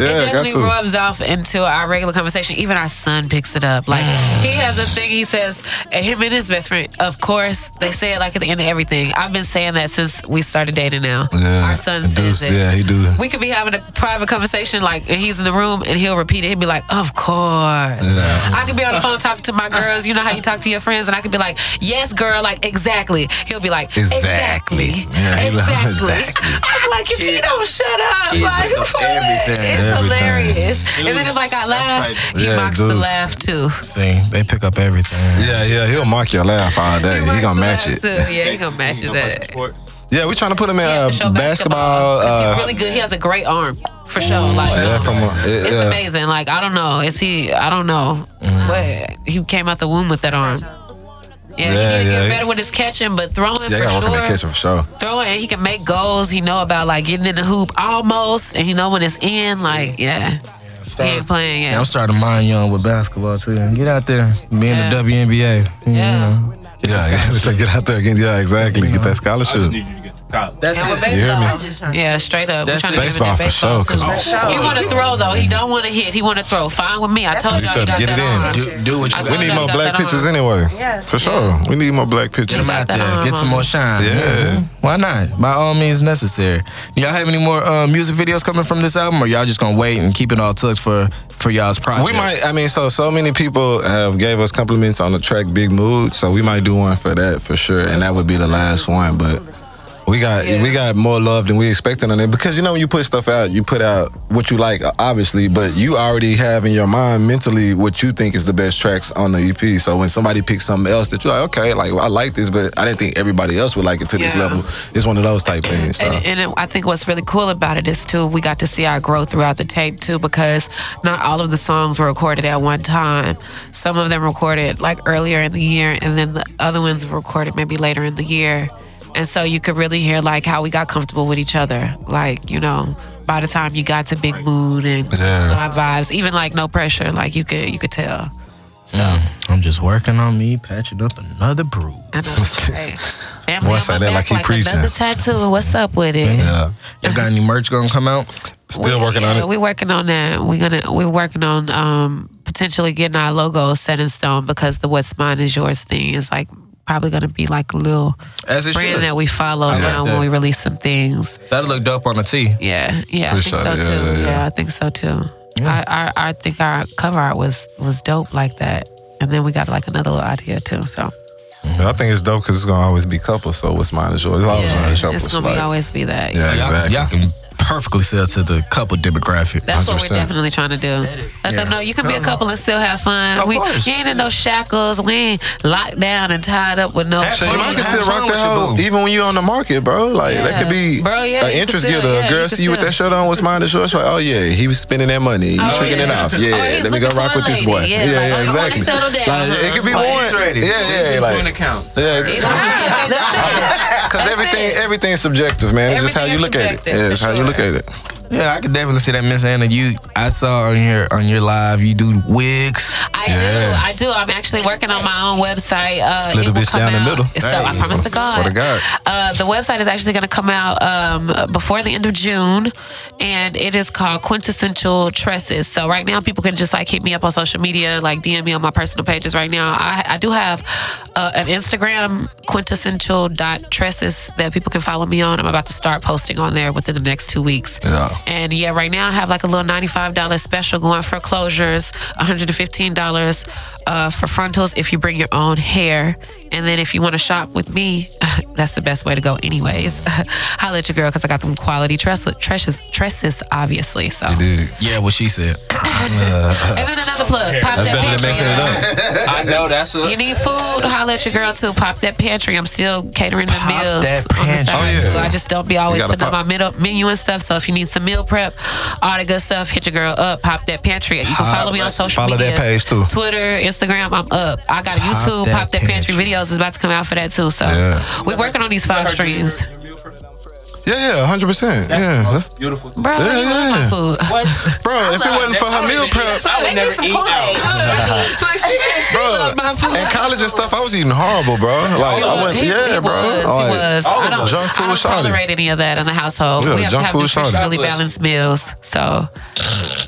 Speaker 1: yeah. Got
Speaker 4: definitely
Speaker 1: to.
Speaker 4: rubs off into our regular conversation. Even our son picks it up. Like he has a thing he says, and him and his best friend, of course, they say it like at the end of everything. I've been saying that since we started dating now.
Speaker 1: Yeah,
Speaker 4: our son
Speaker 1: it do-
Speaker 4: says it.
Speaker 1: Yeah, he do.
Speaker 4: We could be having a private conversation, like, and he's in the room, and he'll repeat it. He'll be like, "Of course."
Speaker 1: Yeah.
Speaker 4: I could be on the phone talking to my girls. You know how you talk to your friends, and I could be like, "Yes, girl," like exactly. He'll be like,
Speaker 1: Exactly.
Speaker 4: "Exactly,
Speaker 1: Yeah, he loves
Speaker 4: exactly."
Speaker 1: exactly.
Speaker 4: I'm like, if he don't shut up,
Speaker 3: Kids
Speaker 4: like
Speaker 3: look up
Speaker 4: what?
Speaker 3: everything,
Speaker 4: it's
Speaker 1: everything.
Speaker 4: hilarious. And then if like I laugh,
Speaker 5: That's
Speaker 4: he
Speaker 1: Yeah,
Speaker 4: mocks the
Speaker 1: dudes.
Speaker 4: laugh too.
Speaker 3: See, they pick up everything.
Speaker 1: Yeah, yeah, he'll mock your laugh all day. He
Speaker 4: mocks
Speaker 1: gonna
Speaker 4: the
Speaker 1: match
Speaker 4: laugh,
Speaker 1: it.
Speaker 4: Too. Yeah, <laughs> he gonna match it.
Speaker 5: You know,
Speaker 4: Up.
Speaker 5: sports.
Speaker 1: Yeah, we trying to put him in
Speaker 4: Yeah,
Speaker 1: uh,
Speaker 4: for sure,
Speaker 1: basketball.
Speaker 4: 'Cause he's
Speaker 1: uh,
Speaker 4: really good. He has a great arm, for sure. Like,
Speaker 1: Yeah,
Speaker 4: um,
Speaker 1: from uh,
Speaker 4: It's
Speaker 1: yeah. Mm.
Speaker 4: amazing. Like I don't know. Is he? I don't know. But he came out the womb with that arm. Yeah,
Speaker 1: Yeah,
Speaker 4: he can
Speaker 1: yeah.
Speaker 4: get better with his catching, but throwing
Speaker 1: Yeah, I gotta work
Speaker 4: for
Speaker 1: on that
Speaker 4: sure.
Speaker 1: kitchen for sure.
Speaker 4: Throwing, he can make goals. He know about like getting in the hoop almost, and he know when it's in. Like yeah, he ain't playing.
Speaker 3: Yeah, I'm
Speaker 4: Yeah,
Speaker 3: starting to mind young with basketball too. Get out there, be in
Speaker 4: Yeah.
Speaker 3: the WNBA. You
Speaker 4: Yeah.
Speaker 3: know.
Speaker 1: Yeah, yeah, <laughs> so get out there again. Yeah, exactly. Get that
Speaker 5: I just
Speaker 1: scholarship.
Speaker 5: need you to get to college.
Speaker 3: That's
Speaker 4: And
Speaker 3: it.
Speaker 4: with
Speaker 1: You hear me?
Speaker 4: baseball.
Speaker 2: Just trying to-
Speaker 4: Yeah, straight up. We're
Speaker 3: That's
Speaker 4: trying
Speaker 3: it.
Speaker 4: to give him
Speaker 1: Baseball
Speaker 4: that
Speaker 1: for sure, 'cause-
Speaker 4: baseball, too. He want to throw though. He don't want to hit. He want to throw. Fine with me. I told
Speaker 1: You
Speaker 4: y'all
Speaker 1: tell
Speaker 4: he
Speaker 1: him,
Speaker 4: got
Speaker 1: get it in.
Speaker 4: that
Speaker 3: Do, do what you
Speaker 1: We
Speaker 4: I
Speaker 3: want.
Speaker 4: told
Speaker 1: need
Speaker 4: y'all
Speaker 1: more
Speaker 4: got
Speaker 1: black
Speaker 4: that
Speaker 1: pictures
Speaker 4: arm.
Speaker 1: anyway.
Speaker 2: Yeah.
Speaker 1: For sure. We need more black
Speaker 3: Get
Speaker 1: pictures.
Speaker 3: them out
Speaker 4: That uh-huh.
Speaker 3: there.
Speaker 4: arm
Speaker 3: Get some
Speaker 4: on
Speaker 3: more
Speaker 4: it.
Speaker 3: shine. Mm-hmm.
Speaker 1: Yeah.
Speaker 3: Why not? By all means necessary. Do y'all have any more uh, music videos coming from this album, or y'all just gonna wait and keep it all tucked for for y'all's project?
Speaker 1: We might. I mean, so so many people have gave us compliments on the track "Big Mood," so we might do one for that for sure, and that would be the last one. But we got we got more love than we expected on it because you know when you put stuff out, you put out what you like, obviously, but you already have in your mind mentally what you think is the best tracks on the EP. So when somebody picks something else that you're like, okay, like well, I like this, but I didn't think everybody else would like it to this
Speaker 4: Yeah.
Speaker 1: level. It's one of those type things. So.
Speaker 4: And, and it, I think what's really cool about it is too we got to see our growth throughout the tape too because not all of the songs were recorded at one time. Some of them recorded like earlier in the year, and then the other ones were recorded maybe later in the year. And so you could really hear like how we got comfortable with each other. Like you know, by the time you got to Big Mood and
Speaker 1: Yeah.
Speaker 4: Sly Vibes, even like No Pressure, like you could you could tell.
Speaker 3: I'm just working on me patching up another brew.
Speaker 4: I know.
Speaker 1: <laughs>
Speaker 4: Hey, family
Speaker 1: Boy, say
Speaker 4: on my
Speaker 1: that
Speaker 4: back
Speaker 1: like he preaching.
Speaker 4: Another tattoo. What's up with it?
Speaker 1: yeah.
Speaker 3: Uh, Y'all got any merch gonna come out?
Speaker 1: Still working on it.
Speaker 4: We're working on that. We're gonna we're working on um potentially getting our logo set in stone because the "What's Mine Is Yours" thing is like probably gonna be like a little
Speaker 3: As it
Speaker 4: brand
Speaker 3: should.
Speaker 4: that we follow
Speaker 3: like
Speaker 4: now
Speaker 3: that.
Speaker 4: when we release some things.
Speaker 3: That'll look dope on a tee.
Speaker 4: Yeah, yeah,
Speaker 1: Appreciate
Speaker 4: I think
Speaker 1: it.
Speaker 4: so
Speaker 1: Yeah,
Speaker 4: too.
Speaker 1: yeah,
Speaker 4: Yeah,
Speaker 1: yeah.
Speaker 4: I think so too. I, I I think our cover art was was dope like that, and then we got like another little idea too. So
Speaker 1: But I think it's dope because it's gonna always be couples. So what's mine is yours. Oh, It's always
Speaker 4: yeah,
Speaker 1: mine is
Speaker 4: it's
Speaker 1: yours.
Speaker 4: gonna
Speaker 1: like-
Speaker 4: be always be that.
Speaker 1: Yeah, exactly.
Speaker 3: Y'all can perfectly sell to the couple demographic.
Speaker 4: That's what
Speaker 1: 100%.
Speaker 4: we're definitely trying to do. Let them know you can be a couple and still have fun.
Speaker 3: Uh-huh. Of
Speaker 4: we
Speaker 3: course.
Speaker 4: you ain't in no shackles. We ain't locked down and tied up with no.
Speaker 3: That's
Speaker 1: Shit,
Speaker 3: fun.
Speaker 1: I can
Speaker 3: Have
Speaker 1: still
Speaker 3: fun
Speaker 1: rock
Speaker 3: with
Speaker 1: that
Speaker 3: your
Speaker 1: hoe
Speaker 3: boo.
Speaker 1: even when you on the market, bro. Like that
Speaker 4: Yeah.
Speaker 1: could be
Speaker 4: Bro, yeah,
Speaker 1: an
Speaker 4: you can
Speaker 1: interest
Speaker 4: still-
Speaker 1: get a
Speaker 4: yeah, you
Speaker 1: girl
Speaker 4: can
Speaker 1: see you with
Speaker 4: still-
Speaker 1: that shirt on, what's mine is yours. Like, oh yeah, he was spending that money. You
Speaker 4: Oh,
Speaker 1: tricking it
Speaker 4: yeah.
Speaker 1: off. Yeah,
Speaker 4: Oh, he's
Speaker 1: let me go
Speaker 4: looking
Speaker 1: rock
Speaker 4: for
Speaker 1: with
Speaker 4: a
Speaker 1: this
Speaker 4: lady.
Speaker 1: boy.
Speaker 4: Yeah, like, oh, I wanna
Speaker 1: exactly.
Speaker 4: settle down,
Speaker 1: Like, it could be
Speaker 4: huh?
Speaker 1: one.
Speaker 3: Like,
Speaker 1: Yeah, yeah,
Speaker 5: Joint
Speaker 1: like
Speaker 5: accounts.
Speaker 1: yeah. <laughs>
Speaker 4: Yeah, that's it.
Speaker 1: Because
Speaker 4: That's
Speaker 1: everything,
Speaker 4: it.
Speaker 1: everything's subjective, man. It's just how you
Speaker 4: Everything
Speaker 1: look at it.
Speaker 4: is subjective,
Speaker 1: Yeah, it's
Speaker 4: for
Speaker 1: how you
Speaker 4: sure.
Speaker 1: look at it.
Speaker 3: Yeah, I could definitely see that, Miss Anna. You, I saw on your on your live, you do wigs.
Speaker 4: I
Speaker 1: Yeah.
Speaker 4: do. I do. I'm actually working on my own website. Uh,
Speaker 1: Split
Speaker 4: it
Speaker 1: a
Speaker 4: will
Speaker 1: bitch
Speaker 4: come
Speaker 1: down the
Speaker 4: out.
Speaker 1: middle.
Speaker 4: So I
Speaker 1: Hey.
Speaker 4: promise to God.
Speaker 1: Swear to God.
Speaker 4: Uh, the website is actually going to come out um, before the end of June, and it is called Quintessential Tresses. So right now, people can just like hit me up on social media, like DM me on my personal pages. Right now, I, I do have uh, an Instagram quintessential dot tresses that people can follow me on. I'm about to start posting on there within the next two weeks.
Speaker 1: Yeah.
Speaker 4: And yeah, right now I have like a little $95 special going for closures, $115 uh, for frontals if you bring your own hair. And then if you want to shop with me, <laughs> that's the best way to go, anyways. <laughs> Holla at your girl because I got them quality tresses, tresses, tresses obviously. So, and
Speaker 1: Dude,
Speaker 3: Yeah, what she said.
Speaker 4: then another plug, pop
Speaker 1: that's better
Speaker 4: that
Speaker 1: than mixing
Speaker 4: picture.
Speaker 1: it up.
Speaker 5: I know that's a.
Speaker 4: You need food? Holla at your girl too. Pop that pantry. I'm still catering the
Speaker 3: Pop
Speaker 4: meals
Speaker 3: that
Speaker 4: on the
Speaker 3: pantry.
Speaker 4: side
Speaker 1: Oh, yeah.
Speaker 4: too. I just don't be always
Speaker 1: You gotta
Speaker 4: putting up
Speaker 1: pop-
Speaker 4: my middle menu and stuff. So if you need some meal prep, all that good stuff, hit your girl up. Pop that pantry. You can follow me on social
Speaker 1: Follow
Speaker 4: media.
Speaker 1: that page too.
Speaker 4: Twitter, Instagram, I'm up. I got a YouTube.
Speaker 3: that
Speaker 4: Pop that pantry
Speaker 3: pantry.
Speaker 4: videos is about to come out for that too. So
Speaker 1: Yeah.
Speaker 4: we working on these
Speaker 5: I
Speaker 4: five
Speaker 5: heard you
Speaker 4: streams.
Speaker 5: were- you were-
Speaker 1: Yeah, yeah, 100%. Yeah. That's,
Speaker 5: Beautiful.
Speaker 4: Bro,
Speaker 1: Yeah,
Speaker 4: you love
Speaker 1: yeah.
Speaker 4: my food.
Speaker 5: What?
Speaker 1: bro, if it wasn't for her meal prep,
Speaker 5: I would never eat out.
Speaker 4: like she said, she
Speaker 1: bro,
Speaker 4: loved my food.
Speaker 1: in college and stuff, I was eating horrible, bro. Like, I
Speaker 4: He-
Speaker 1: went,
Speaker 4: he
Speaker 1: yeah, bro.
Speaker 4: Was,
Speaker 1: Like,
Speaker 4: he was.
Speaker 5: all
Speaker 4: I
Speaker 5: of
Speaker 4: don't,
Speaker 5: us.
Speaker 1: Junk food
Speaker 4: I don't
Speaker 1: shawty.
Speaker 4: tolerate any of that in the household.
Speaker 1: Yeah,
Speaker 4: we have
Speaker 1: junk
Speaker 4: to have
Speaker 1: food
Speaker 4: nutritionally
Speaker 5: shawty.
Speaker 4: balanced meals. So,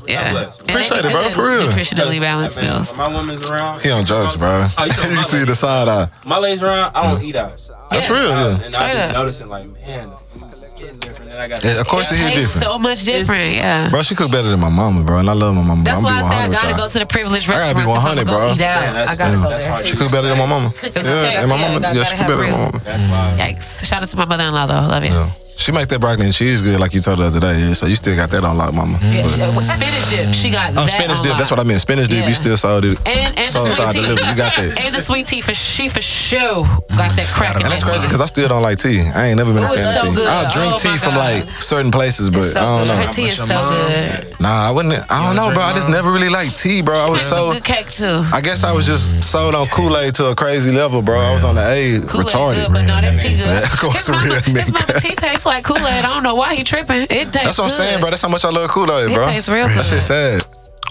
Speaker 4: yeah. And they
Speaker 1: Appreciate it, bro,
Speaker 4: good
Speaker 1: for real.
Speaker 4: Nutritionally balanced
Speaker 5: Man,
Speaker 4: meals.
Speaker 5: when My woman's around.
Speaker 1: He on jokes, bro.
Speaker 5: Oh, you,
Speaker 1: you see the
Speaker 5: this?
Speaker 1: side eye.
Speaker 5: My lady's around. I don't eat out.
Speaker 1: That's
Speaker 4: Yeah.
Speaker 1: real, yeah.
Speaker 5: And I
Speaker 4: Straight
Speaker 5: just
Speaker 4: up.
Speaker 5: noticing like, man, the food is different. And I got.
Speaker 1: Yeah, Of course, it hit
Speaker 4: Tastes
Speaker 1: different.
Speaker 4: so much different, yeah.
Speaker 1: Bro, she cook better than my mama, bro, and I love my mama.
Speaker 4: That's
Speaker 1: I'm
Speaker 4: why I
Speaker 1: be
Speaker 4: say I
Speaker 1: 100
Speaker 4: gotta
Speaker 1: with
Speaker 4: go
Speaker 1: y'all.
Speaker 4: to the privileged
Speaker 1: gotta be
Speaker 4: restaurants if I'm
Speaker 1: 100,
Speaker 4: gonna
Speaker 1: bro.
Speaker 4: go eat
Speaker 5: Man,
Speaker 4: out.
Speaker 5: that's-
Speaker 4: I gotta go
Speaker 5: that's
Speaker 4: there.
Speaker 5: hard.
Speaker 1: She cook better than my mama. Yeah,
Speaker 4: It's a taste,
Speaker 1: and my
Speaker 4: yeah,
Speaker 1: mama,
Speaker 4: gotta-
Speaker 1: yeah, she
Speaker 4: gotta
Speaker 1: cook
Speaker 4: have
Speaker 1: better than my
Speaker 4: real.
Speaker 1: mama.
Speaker 5: That's why.
Speaker 4: Yikes. Shout out to my mother-in-law though. Love you. Yeah.
Speaker 1: Yeah. She make that broccoli and cheese good, like you told her the other day. Yeah, so you still got that on lock, mama. But-
Speaker 4: she- with spinach dip. She got
Speaker 1: oh,
Speaker 4: that
Speaker 1: spinach
Speaker 4: on
Speaker 1: dip.
Speaker 4: lock.
Speaker 1: That's what I meant. Spinach dip. You
Speaker 4: Yeah.
Speaker 1: still sold it.
Speaker 4: And, and
Speaker 1: Soul
Speaker 4: the sweet
Speaker 1: side
Speaker 4: tea.
Speaker 1: delivery. You got that.
Speaker 4: And the sweet tea for she for sure got that crack in
Speaker 1: And that's
Speaker 4: that
Speaker 1: crazy
Speaker 4: tea.
Speaker 1: because I still don't like tea. I ain't never been a
Speaker 4: Ooh, it's
Speaker 1: fan of
Speaker 4: so
Speaker 1: tea.
Speaker 4: good.
Speaker 1: I'll drink
Speaker 4: Oh,
Speaker 1: tea
Speaker 4: my
Speaker 1: from
Speaker 4: God.
Speaker 1: like certain places, but
Speaker 4: It's so
Speaker 1: I don't
Speaker 4: good.
Speaker 1: know.
Speaker 4: Her tea is
Speaker 3: Your
Speaker 4: so
Speaker 3: mom's-
Speaker 4: good.
Speaker 1: Nah, I wouldn't. I don't
Speaker 3: Yeah,
Speaker 1: know, bro. I
Speaker 3: drink
Speaker 1: just
Speaker 3: mine.
Speaker 1: never really liked tea, bro. I was
Speaker 4: That's some
Speaker 1: so.
Speaker 4: good cake too.
Speaker 1: I guess I was just sold on Kool Aid to a crazy level, bro. I was on the A,
Speaker 4: Kool-Aid
Speaker 1: retarded.
Speaker 4: good, but no, that tea good.
Speaker 1: Yeah, <laughs> of course,
Speaker 4: his, mama,
Speaker 1: real
Speaker 4: his
Speaker 1: nigga.
Speaker 4: mama tea tastes like Kool-Aid. I don't know why he tripping. It tastes
Speaker 1: That's what I'm
Speaker 4: good.
Speaker 1: saying, bro. That's how much I love Kool Aid,
Speaker 4: It
Speaker 1: bro.
Speaker 4: tastes real
Speaker 1: That
Speaker 4: good.
Speaker 1: shit sad.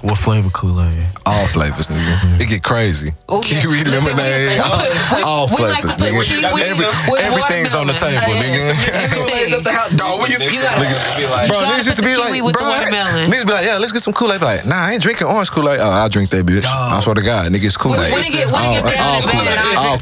Speaker 3: What flavor Kool Aid?
Speaker 1: All flavors, nigga.
Speaker 3: Mm-hmm.
Speaker 1: It get crazy.
Speaker 4: Oh, yeah.
Speaker 1: Kiwi,
Speaker 4: Listen,
Speaker 1: lemonade,
Speaker 4: we- we- we-
Speaker 1: <laughs> all, all
Speaker 4: we like
Speaker 1: flavors,
Speaker 4: to put
Speaker 1: nigga.
Speaker 4: kiwi
Speaker 1: Every-
Speaker 4: with
Speaker 1: everything's on the
Speaker 4: watermelon.
Speaker 1: table,
Speaker 4: Yes,
Speaker 1: <laughs> nigga.
Speaker 4: everything.
Speaker 3: Dog,
Speaker 5: Niggas
Speaker 4: you gotta-
Speaker 5: would be like,
Speaker 1: Bro,
Speaker 4: gotta
Speaker 1: niggas used to
Speaker 4: put the
Speaker 1: be
Speaker 4: kiwi
Speaker 1: like,
Speaker 4: with
Speaker 1: bro,
Speaker 4: the watermelon.
Speaker 1: niggas be like, yeah, let's get some Kool Aid. Like, nah, I ain't drinking orange Kool Aid. Oh, I'll drink that bitch. I swear to God, niggas Kool
Speaker 4: When,
Speaker 1: Aid.
Speaker 4: when it get, when it get
Speaker 1: All
Speaker 4: down and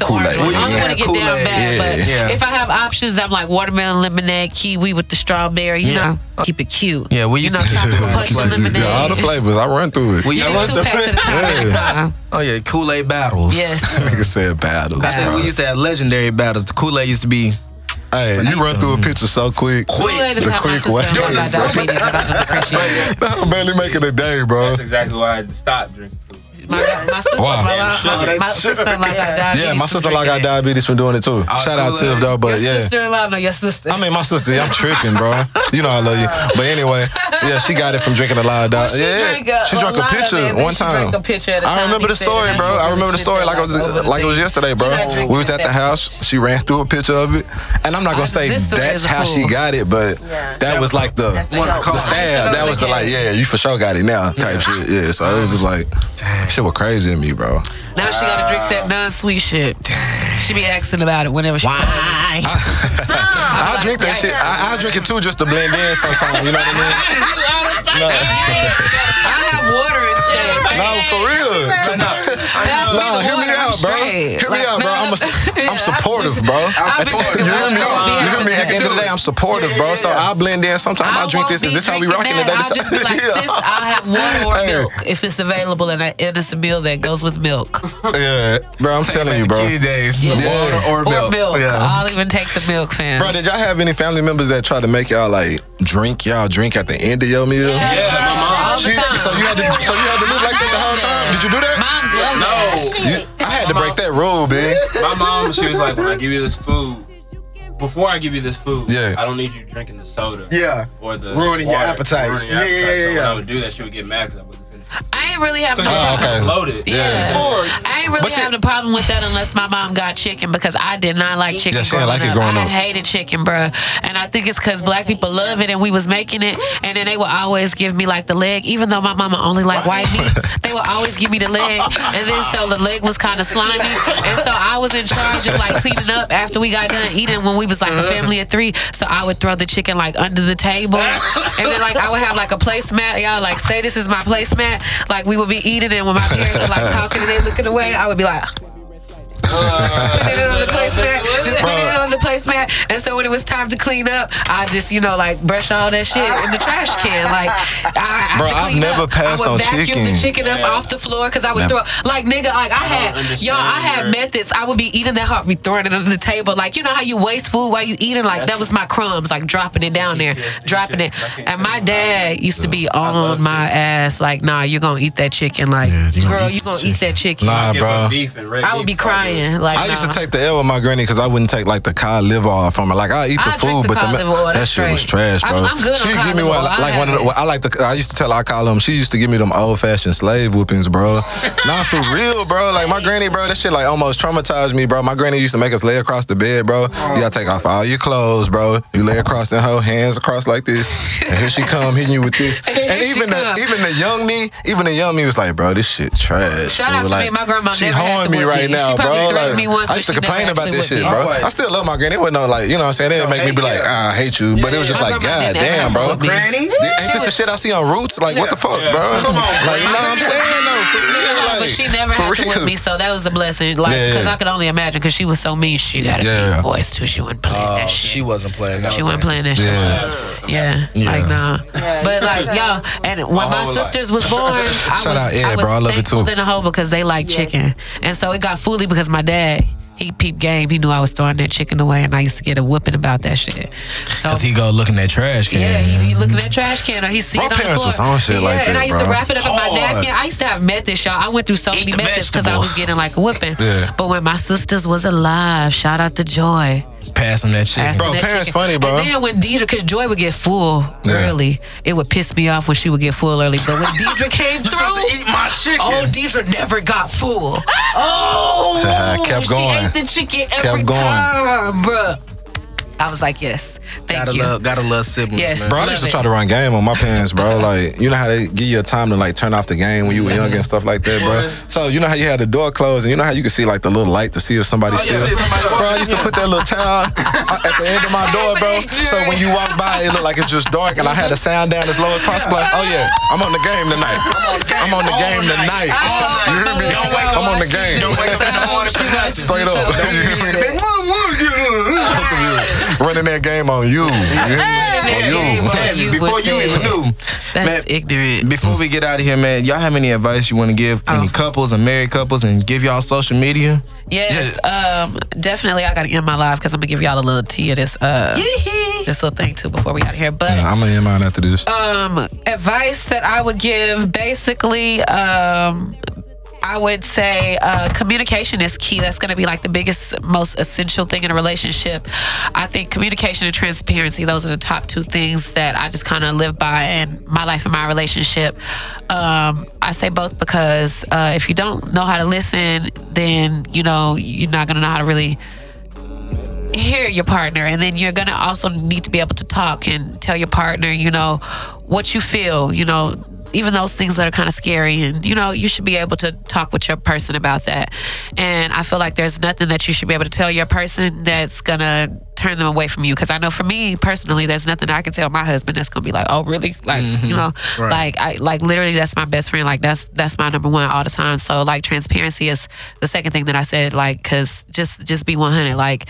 Speaker 1: All
Speaker 4: bad, I'll drink the
Speaker 1: Kool
Speaker 4: orange one.
Speaker 1: Aid.
Speaker 4: I only
Speaker 3: Yeah.
Speaker 4: want to get down
Speaker 3: Kool-Aid.
Speaker 4: bad, but
Speaker 3: Yeah.
Speaker 4: if I have options, I'm like watermelon lemonade, kiwi with the strawberry. You
Speaker 3: Yeah.
Speaker 4: know, keep it cute.
Speaker 3: Yeah, we
Speaker 4: you
Speaker 3: used
Speaker 4: know,
Speaker 3: to-
Speaker 1: <laughs>
Speaker 4: chocolate
Speaker 3: Yeah,
Speaker 4: punch
Speaker 3: like-
Speaker 4: and lemonade.
Speaker 1: Yeah, all the flavors. I run through <laughs> it.
Speaker 4: You
Speaker 5: Yeah,
Speaker 4: need
Speaker 5: what's
Speaker 4: two
Speaker 5: the-
Speaker 4: packs at a time. at a time.
Speaker 3: Oh yeah, Kool Aid battles.
Speaker 4: Yes.
Speaker 1: Niggas said battles,
Speaker 3: I think
Speaker 1: bro.
Speaker 3: we used to have legendary battles. The Kool Aid used to be
Speaker 1: Hey, you run
Speaker 3: Mm-hmm.
Speaker 1: through a picture so quick.
Speaker 4: Kool-Aid is
Speaker 1: The
Speaker 4: how my
Speaker 1: quick
Speaker 4: sister
Speaker 1: way.
Speaker 4: and I got diabetes. and I don't appreciate it.
Speaker 1: I'm barely making a day, bro.
Speaker 5: That's exactly why I had to stop drinking. food.
Speaker 1: <laughs>
Speaker 4: My, my sister,
Speaker 1: Wow.
Speaker 4: my, my sister-in-law got diabetes.
Speaker 1: Yeah, my
Speaker 4: from
Speaker 1: sister-in-law got
Speaker 4: drinking it.
Speaker 1: diabetes from doing it too. Shout out
Speaker 3: Kool-Aid.
Speaker 1: Tiff though, but
Speaker 4: Your
Speaker 1: yeah.
Speaker 4: sister-in-law, no, your sister.
Speaker 1: I mean, my sister, I'm tripping, bro. You know I
Speaker 4: <laughs>
Speaker 1: love you, but anyway, yeah, she got it from drinking a lot of.
Speaker 4: Well,
Speaker 1: Di-
Speaker 4: she
Speaker 1: uh, yeah,
Speaker 4: drank a-
Speaker 1: she
Speaker 4: a
Speaker 1: drank a
Speaker 4: lot of
Speaker 1: picture
Speaker 4: it, but
Speaker 1: one
Speaker 4: she
Speaker 1: time.
Speaker 4: drank a picture at a
Speaker 1: I
Speaker 4: time,
Speaker 1: remember
Speaker 4: he
Speaker 1: the
Speaker 4: said,
Speaker 1: story,
Speaker 4: and
Speaker 1: bro.
Speaker 4: that's
Speaker 1: I remember the
Speaker 4: what
Speaker 1: story
Speaker 4: she
Speaker 1: like I was
Speaker 4: said, like, over the
Speaker 1: like it was
Speaker 4: thing.
Speaker 1: yesterday, bro.
Speaker 4: You're not drinking
Speaker 1: We was at the
Speaker 4: that
Speaker 1: house. She ran through a picture of it, and I'm not gonna
Speaker 4: I-
Speaker 1: say
Speaker 4: this story
Speaker 1: that's
Speaker 4: is a
Speaker 1: how she
Speaker 4: fool.
Speaker 1: got it, but
Speaker 2: Yeah.
Speaker 1: that was like the
Speaker 2: That's the joke.
Speaker 1: the stab. That was the like, yeah, you for sure got it now type shit. Yeah, so it was just like, shit was crazy in me, bro.
Speaker 4: Now she gotta drink that non-sweet shit. She be asking about it whenever she.
Speaker 3: why.
Speaker 1: <laughs> I'll drink that shit. I, I'll drink it too just to blend in sometimes. You know what I mean?
Speaker 4: I I have water instead.
Speaker 1: No, for real.
Speaker 4: That's
Speaker 1: Nah, hear me out, bro. Hear me out, bro. I'm, a, I'm supportive, bro.
Speaker 4: I've been
Speaker 1: You
Speaker 4: drinking
Speaker 1: hear me?
Speaker 4: water all
Speaker 1: You hear me?
Speaker 4: day.
Speaker 1: At the end of the day, I'm supportive, bro. So I blend in. Sometimes I, drink this. Is this how we rocking today? <laughs>
Speaker 4: I'll just be like,
Speaker 1: Yeah.
Speaker 4: sis, I'll have water or
Speaker 1: Hey.
Speaker 4: milk if it's available, and, I, and it's a meal that goes with milk
Speaker 1: yeah, bro. I'm telling you, bro.
Speaker 3: Kid days.
Speaker 4: Yeah.
Speaker 3: Water or milk.
Speaker 4: or milk. Uh,
Speaker 3: Yeah.
Speaker 4: I'll even take the milk, fam.
Speaker 1: Bro, did y'all have any family members that try to make y'all like drink y'all drink at the end of your meal?
Speaker 5: Yeah, my mom.
Speaker 4: All the
Speaker 1: Shit,
Speaker 4: time.
Speaker 1: so you had to, so you had to look like that the whole time. Did you do that?
Speaker 4: Moms love
Speaker 5: No.
Speaker 4: that.
Speaker 1: You- I had to break that rule, man.
Speaker 5: My mom, she was like, when I give you this food, before I give you this food,
Speaker 1: Yeah.
Speaker 5: I don't need you drinking the soda.
Speaker 6: Yeah.
Speaker 5: Or the
Speaker 6: Ruining your
Speaker 5: water,
Speaker 6: appetite.
Speaker 5: Ruining your
Speaker 6: Yeah,
Speaker 5: appetite.
Speaker 6: yeah, yeah,
Speaker 5: So when
Speaker 6: yeah.
Speaker 5: I would do that, she would get mad because I wouldn't finish.
Speaker 4: I ain't really have no
Speaker 1: Oh,
Speaker 4: problem.
Speaker 1: okay.
Speaker 5: Loaded.
Speaker 4: Yeah.
Speaker 5: Or
Speaker 4: I ain't really
Speaker 1: But see-
Speaker 4: have a problem with that unless my mom got chicken because I did not like chicken.
Speaker 1: Yeah, she didn't like it growing
Speaker 4: I
Speaker 1: up.
Speaker 4: hated chicken, bruh. And I think it's because black people love it and we was making it. And then they would always give me like the leg, even though my mama only liked white meat. They would always give me the leg. And then so the leg was kind of slimy. And so I was in charge of like cleaning up after we got done eating when we was like a family of three. So I would throw the chicken like under the table. And then like I would have like a placemat. Y'all like say this is my placemat. Like we would be eating and when my parents were like talking and they looking away, I would be like put it on the placemat. Just put it on the placemat. And so when it was time to clean up, I just, you know, like brush all that shit in the trash can. Like, I, I
Speaker 1: Bro,
Speaker 4: have to
Speaker 1: I've
Speaker 4: clean
Speaker 1: never
Speaker 4: up.
Speaker 1: passed
Speaker 4: I would
Speaker 1: on
Speaker 4: vacuum
Speaker 1: chicken.
Speaker 4: the chicken up
Speaker 5: Yeah.
Speaker 4: off the floor because I would
Speaker 1: Never.
Speaker 4: throw, like, nigga, like I had,
Speaker 5: understand
Speaker 4: y'all, I had
Speaker 5: your-
Speaker 4: methods. I would be eating that heart, be throwing it under the table. Like, you know how you waste food while you eating? Like, that
Speaker 5: That's-
Speaker 4: was my crumbs, like dropping it down there,
Speaker 5: PTSD
Speaker 4: dropping
Speaker 5: shit.
Speaker 4: it.
Speaker 5: I can't
Speaker 4: And
Speaker 5: tell
Speaker 4: my
Speaker 5: you.
Speaker 4: dad used to be on
Speaker 5: love
Speaker 4: my ass, like, nah, you're gonna eat that chicken. Like,
Speaker 3: Yeah, you gonna
Speaker 4: girl,
Speaker 3: eat
Speaker 4: you
Speaker 3: the
Speaker 4: gonna eat that chicken.
Speaker 1: Nah,
Speaker 5: give
Speaker 1: bro.
Speaker 5: her beef and red
Speaker 4: I would be
Speaker 5: beef all day.
Speaker 4: crying. Like,
Speaker 1: I used to
Speaker 4: nah.
Speaker 1: take the L with my granny because I wouldn't take like the cod liver off from it. Like I eat the
Speaker 4: I drink
Speaker 1: food,
Speaker 4: the
Speaker 1: but
Speaker 4: cod
Speaker 1: the,
Speaker 4: liver oil,
Speaker 1: that
Speaker 4: that's
Speaker 1: shit was trash,
Speaker 4: straight.
Speaker 1: bro.
Speaker 4: I'm- I'm good on
Speaker 1: she
Speaker 4: cod
Speaker 1: give me
Speaker 4: liver
Speaker 1: one
Speaker 4: oil, I
Speaker 1: like one of
Speaker 4: have
Speaker 1: the, I like the I used to tell her I call them. She used to give me them old fashioned slave whoopings, bro. Not for real, bro. Like my granny, bro, that shit like almost traumatized me, bro. My granny used to make us lay across the bed, bro. You gotta take off all your clothes, bro. You lay across in her hands across like this, and here she come hitting you with this.
Speaker 4: <laughs> Here
Speaker 1: And
Speaker 4: she
Speaker 1: even the
Speaker 4: come.
Speaker 1: even the young me, even the young me was like, bro, this shit trash.
Speaker 4: Shout out
Speaker 1: fool.
Speaker 4: to
Speaker 1: like,
Speaker 4: me. My grandma
Speaker 1: She
Speaker 4: never had to
Speaker 1: hoeing me
Speaker 4: whip
Speaker 1: right
Speaker 4: me. She
Speaker 1: now,
Speaker 4: probably
Speaker 1: bro.
Speaker 4: threatened
Speaker 1: Like,
Speaker 4: me once,
Speaker 1: I
Speaker 4: but
Speaker 1: used to
Speaker 4: she never
Speaker 1: complain about
Speaker 4: actually
Speaker 1: this
Speaker 4: whipped
Speaker 1: shit,
Speaker 4: me.
Speaker 1: bro.
Speaker 6: Always.
Speaker 1: I still love my granny. It wasn't no like, you know what I'm saying? They didn't make me be
Speaker 6: hate,
Speaker 1: like,
Speaker 6: yeah.
Speaker 1: ah, I hate you. But it was just
Speaker 4: My
Speaker 1: like,
Speaker 4: grandma
Speaker 1: God
Speaker 4: did that
Speaker 1: damn,
Speaker 4: to
Speaker 1: bro.
Speaker 4: me.
Speaker 6: Granny?
Speaker 1: Ain't this the shit I see on Roots? Like, what the fuck,
Speaker 5: Yeah.
Speaker 1: bro?
Speaker 6: Come on, bro.
Speaker 1: Like, you know what I'm saying? No, for real,
Speaker 4: <laughs> No,
Speaker 1: like,
Speaker 4: but she never
Speaker 1: for
Speaker 4: had to whip
Speaker 1: real.
Speaker 4: me, so that was a blessing. Like,
Speaker 1: Yeah.
Speaker 4: because I could only imagine, because she was so mean. She had a
Speaker 1: Yeah.
Speaker 4: deep voice too. She wasn't playing
Speaker 3: Oh,
Speaker 4: that
Speaker 3: she
Speaker 4: shit.
Speaker 3: wasn't playing. that.
Speaker 4: She wasn't playing that shit.
Speaker 1: Yeah.
Speaker 4: Yeah, like nah. But like y'all, and when my
Speaker 5: whole life.
Speaker 4: sisters was
Speaker 1: <laughs>
Speaker 4: born, I
Speaker 1: Shout
Speaker 4: was,
Speaker 1: out Ed,
Speaker 4: I was
Speaker 1: bro. I love it
Speaker 4: thankful
Speaker 1: too.
Speaker 4: than a hoe because they like chicken, and so it got fully because my dad. He peeped game. He knew I was throwing that chicken away, and I used to get a whooping about that shit. So
Speaker 3: Cause he go looking at trash can.
Speaker 4: Yeah, he, he looking at trash can or he see
Speaker 1: My
Speaker 4: it on the
Speaker 1: parents
Speaker 4: floor.
Speaker 1: was on shit
Speaker 4: yeah,
Speaker 1: like
Speaker 4: and
Speaker 1: that,
Speaker 4: I used
Speaker 1: bro.
Speaker 4: to wrap it up in
Speaker 1: Hard.
Speaker 4: my napkin. I used to have methods, y'all. I went through so many
Speaker 3: the
Speaker 4: methods because I was
Speaker 3: vegetables.
Speaker 4: getting like a whooping.
Speaker 1: Yeah.
Speaker 4: But when my sisters was alive, shout out to Joy.
Speaker 3: Pass him that chicken.
Speaker 4: Pass
Speaker 1: Bro,
Speaker 4: me that
Speaker 1: parents
Speaker 4: chicken.
Speaker 1: funny, bro.
Speaker 4: And then when Deidre, because Joy would get full
Speaker 1: Yeah.
Speaker 4: early, it would piss me off when she would get full early. But when
Speaker 1: <laughs>
Speaker 4: Deidre came
Speaker 3: to
Speaker 4: through.
Speaker 3: eat my chicken.
Speaker 4: Oh, Deidra never got full. Oh,
Speaker 1: Kept going.
Speaker 4: She ate the chicken every
Speaker 1: Kept going.
Speaker 4: time, bruh. I was like, yes, thank
Speaker 3: gotta
Speaker 4: you.
Speaker 3: love, gotta love siblings.
Speaker 4: Yes.
Speaker 3: man.
Speaker 1: Bro, I
Speaker 4: Love
Speaker 1: used to
Speaker 4: it.
Speaker 1: try to run game on my parents, bro. Like, you know how they give you a time to like turn off the game when you were young and stuff like that, bro.
Speaker 5: Boy.
Speaker 1: So you know how you had the door closed and you know how you could see like the little light to see if somebody's
Speaker 5: yeah,
Speaker 1: still.
Speaker 5: see if somebody
Speaker 1: bro, I used to put that little towel at the end of my door, bro. So when you walk by, it looked like it's just dark, and I had the sound down as low as possible. Like, oh yeah, I'm on the game tonight. I'm on the game tonight. You hear me?
Speaker 4: Don't wake
Speaker 1: I'm
Speaker 4: up.
Speaker 1: on the game.
Speaker 4: Don't wake up in the morning for nothing.
Speaker 1: Straight up.
Speaker 4: Don't do that.
Speaker 1: Running that game on you. You hear me? On you.
Speaker 4: But you
Speaker 3: Before
Speaker 4: would
Speaker 3: you
Speaker 4: say
Speaker 3: even
Speaker 4: it.
Speaker 3: knew.
Speaker 4: That's ignorant.
Speaker 3: Before we get out of here, man, y'all have any advice you want to give any
Speaker 4: Oh.
Speaker 3: couples and married couples and give y'all social media?
Speaker 4: Yes, um, definitely. I gotta end my live because I'm gonna give y'all a little tea of this, uh, this little thing too before we out of here. But
Speaker 1: I'm gonna end mine after this.
Speaker 4: um, advice that I would give, basically, um, I would say uh, communication is key. That's going to be like the biggest, most essential thing in a relationship. I think communication and transparency; those are the top two things that I just kind of live by in my life and my relationship. Um, I say both because uh, if you don't know how to listen, then you know you're not going to know how to really hear your partner and then you're gonna also need to be able to talk and tell your partner you know what you feel you know even those things that are kind of scary and you know you should be able to talk with your person about that and i feel like there's nothing that you should be able to tell your person that's gonna turn them away from you because i know for me personally there's nothing i can tell my husband that's gonna be like oh really like you know like i like literally that's my best friend like that's that's my number one all the time so like transparency is the second thing that i said like because just just be 100 like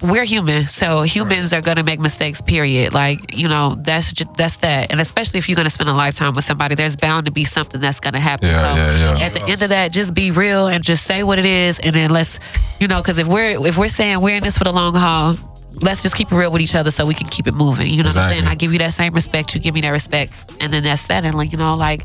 Speaker 4: we're human, so humans are gonna make mistakes. Period. Like you know, that's ju- that's that, and especially if you're gonna spend a lifetime with somebody, there's bound to be something that's gonna happen.
Speaker 1: Yeah,
Speaker 4: so
Speaker 1: yeah, yeah.
Speaker 4: at the end of that, just be real and just say what it is, and then let's, you know, because if we're if we're saying we're in this for the long haul, let's just keep it real with each other so we can keep it moving. You know what I'm
Speaker 1: Exactly.
Speaker 4: saying? I give you that same respect, you give me that respect, and then that's that. And like you know, like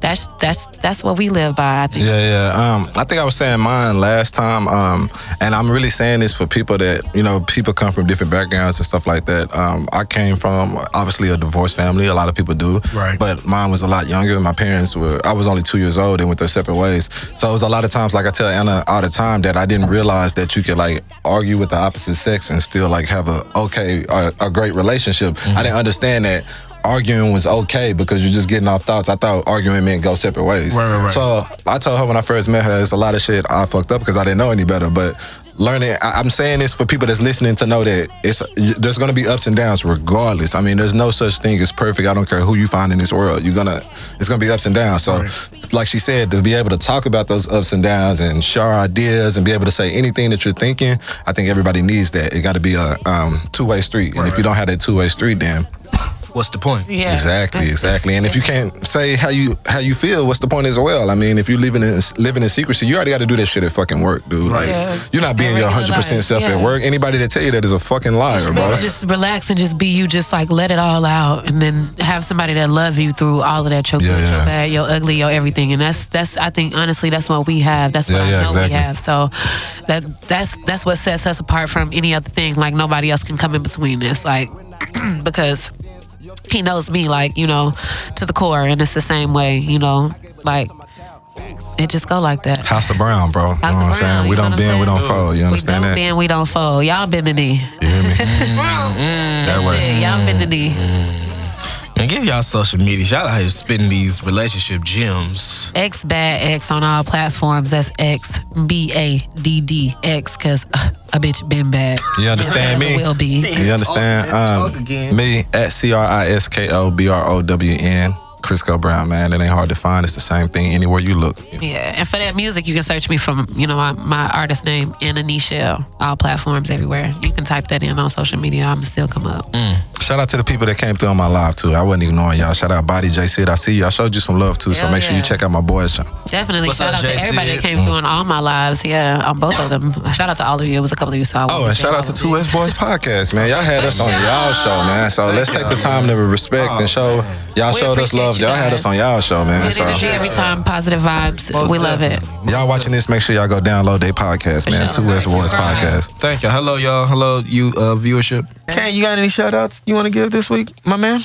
Speaker 4: that's that's that's what we live by. I think.
Speaker 1: Yeah, yeah. Um, I think I was saying mine last time, um, and I'm really saying this for people that you know, people come from different backgrounds and stuff like that. Um, I came from obviously a divorced family. A lot of people do,
Speaker 3: Right.
Speaker 1: But mine was a lot younger. My parents were. I was only two years old and went their separate ways. So it was a lot of times, like I tell Anna all the time, that I didn't realize that you could like argue with the opposite sex and still like have a okay, a, a great relationship.
Speaker 4: Mm-hmm.
Speaker 1: I didn't understand that. Arguing was okay because you're just getting off thoughts. I thought arguing meant go separate ways.
Speaker 3: Right, right, right.
Speaker 1: So uh, I told her when I first met her, it's a lot of shit I fucked up because I didn't know any better. But learning, I, I'm saying this for people that's listening to know that it's y- there's gonna be ups and downs regardless. I mean, there's no such thing as perfect. I don't care who you find in this world. You're gonna, it's gonna be ups and downs. So, like she said, to be able to talk about those ups and downs and share ideas and be able to say anything that you're thinking, I think everybody needs that. It got to be a um, two way street. and if you don't have that two way street, then
Speaker 3: What's the point?
Speaker 4: Yeah.
Speaker 1: Exactly,
Speaker 4: That's-
Speaker 1: exactly. And if you can't say how you how you feel, what's the point as well? I mean, if you're living in living in secrecy, you already got to do that shit at fucking work, dude. Like,
Speaker 4: Yeah.
Speaker 1: you're not being your
Speaker 4: regular
Speaker 1: 100 percent
Speaker 4: life,
Speaker 1: self
Speaker 4: yeah.
Speaker 1: at work. Anybody that tell you that is a fucking liar,
Speaker 4: You
Speaker 1: bro.
Speaker 4: better just relax and just be you. Just like let it all out, and then have somebody that love you through all of that. Your good,
Speaker 1: Yeah, yeah.
Speaker 4: your bad, your ugly, your everything. And that's that's. I think honestly, that's what we have. That's what
Speaker 1: Yeah,
Speaker 4: I
Speaker 1: yeah,
Speaker 4: know
Speaker 1: exactly.
Speaker 4: we have. So that that's that's what sets us apart from any other thing. Like nobody else can come in between this. Like <clears throat> because he knows me, like you know, to the core, and it's the same way. You know, like it just go like that.
Speaker 1: House of Brown, bro. you
Speaker 4: House
Speaker 1: know
Speaker 4: of
Speaker 1: what I'm
Speaker 4: Brown,
Speaker 1: saying? We
Speaker 4: you know
Speaker 1: don't
Speaker 4: what I'm
Speaker 1: bend, we
Speaker 4: saying?
Speaker 1: don't fold. You
Speaker 4: We
Speaker 1: understand
Speaker 4: don't
Speaker 1: that?
Speaker 4: bend, we don't fold. Y'all bend the knee.
Speaker 1: You hear me? that way.
Speaker 4: Yeah, y'all bend the knee.
Speaker 3: Man, give y'all social media. Y'all out here spitting these relationship gems.
Speaker 4: X Bad X on all platforms. That's X B A D D X because a bitch been bad.
Speaker 1: You understand
Speaker 4: Never
Speaker 1: me?
Speaker 4: Will be.
Speaker 1: You understand?
Speaker 3: Talk
Speaker 1: Um,
Speaker 3: again.
Speaker 1: me at C R I S K O B R O W N. Crisco Brown, man. It ain't hard to find. It's the same thing anywhere you look.
Speaker 4: Yeah, and for that music, you can search me from you know my, my artist name Anna Nichelle. All platforms everywhere. You can type that in on social media. I'm still come up.
Speaker 1: Mm. Shout out to the people that came through on my live too. I wasn't ignoring y'all. Shout out Body J Sid. I see you. I showed you some love too. So
Speaker 4: Hell
Speaker 1: make sure you
Speaker 4: yeah.
Speaker 1: check out my boys.
Speaker 4: Definitely
Speaker 3: What's
Speaker 4: shout
Speaker 3: up,
Speaker 4: out to
Speaker 3: JC?
Speaker 4: everybody that came
Speaker 1: Mm.
Speaker 4: through on all my lives. Yeah, on both of them. Shout out to all of you. It was a couple of you, so I
Speaker 1: Oh, and shout out to Two West
Speaker 4: <laughs>
Speaker 1: Boys Podcast, man. Y'all had us on y'all show, man. So let's take the time to respect and show y'all
Speaker 4: Oh, We
Speaker 1: showed us
Speaker 4: appreciate
Speaker 1: love.
Speaker 4: you
Speaker 1: Y'all had
Speaker 4: guys.
Speaker 1: us on y'all show, man.
Speaker 4: Good
Speaker 1: So
Speaker 4: energy every time, positive vibes. we love it.
Speaker 1: y'all watching this, make sure y'all go download their podcast, man.
Speaker 4: sure.
Speaker 1: Two West Boys
Speaker 4: Subscribe.
Speaker 1: Podcast.
Speaker 3: Thank y'all. Hello, y'all. Hello, you uh, viewership. Ken, you got any shout outs you want to give this week, my man?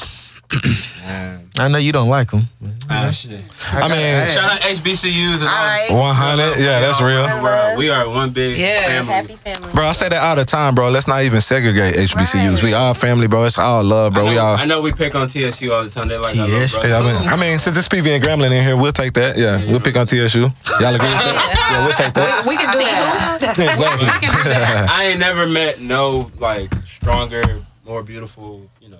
Speaker 4: Oh.
Speaker 5: Man.
Speaker 3: I know you don't like them.
Speaker 5: Nah, shit.
Speaker 1: I mean,
Speaker 5: Shout out HBCUs and all,
Speaker 2: All right.
Speaker 1: 100. Yeah, that's
Speaker 5: the
Speaker 1: real.
Speaker 5: world. We are one big
Speaker 4: Yeah.
Speaker 5: family.
Speaker 2: Happy family.
Speaker 1: Bro, I say that all the time, bro. Let's not even segregate HBCUs.
Speaker 2: Right.
Speaker 1: We all family, bro. It's all love, bro.
Speaker 5: I,
Speaker 1: We
Speaker 5: know,
Speaker 1: all.
Speaker 5: I know we pick on TSU all the time. They like our
Speaker 3: TSU.
Speaker 5: little
Speaker 1: Yeah, I
Speaker 5: brother.
Speaker 1: mean, I mean, since it's PV and Gremlin in here, we'll take that. Yeah, we'll pick on TSU. Y'all agree with
Speaker 5: <laughs>
Speaker 1: that? Yeah, we'll take that. <laughs>
Speaker 4: We can do that.
Speaker 1: Yeah, exactly.
Speaker 5: I ain't never met no like stronger, more beautiful, you know,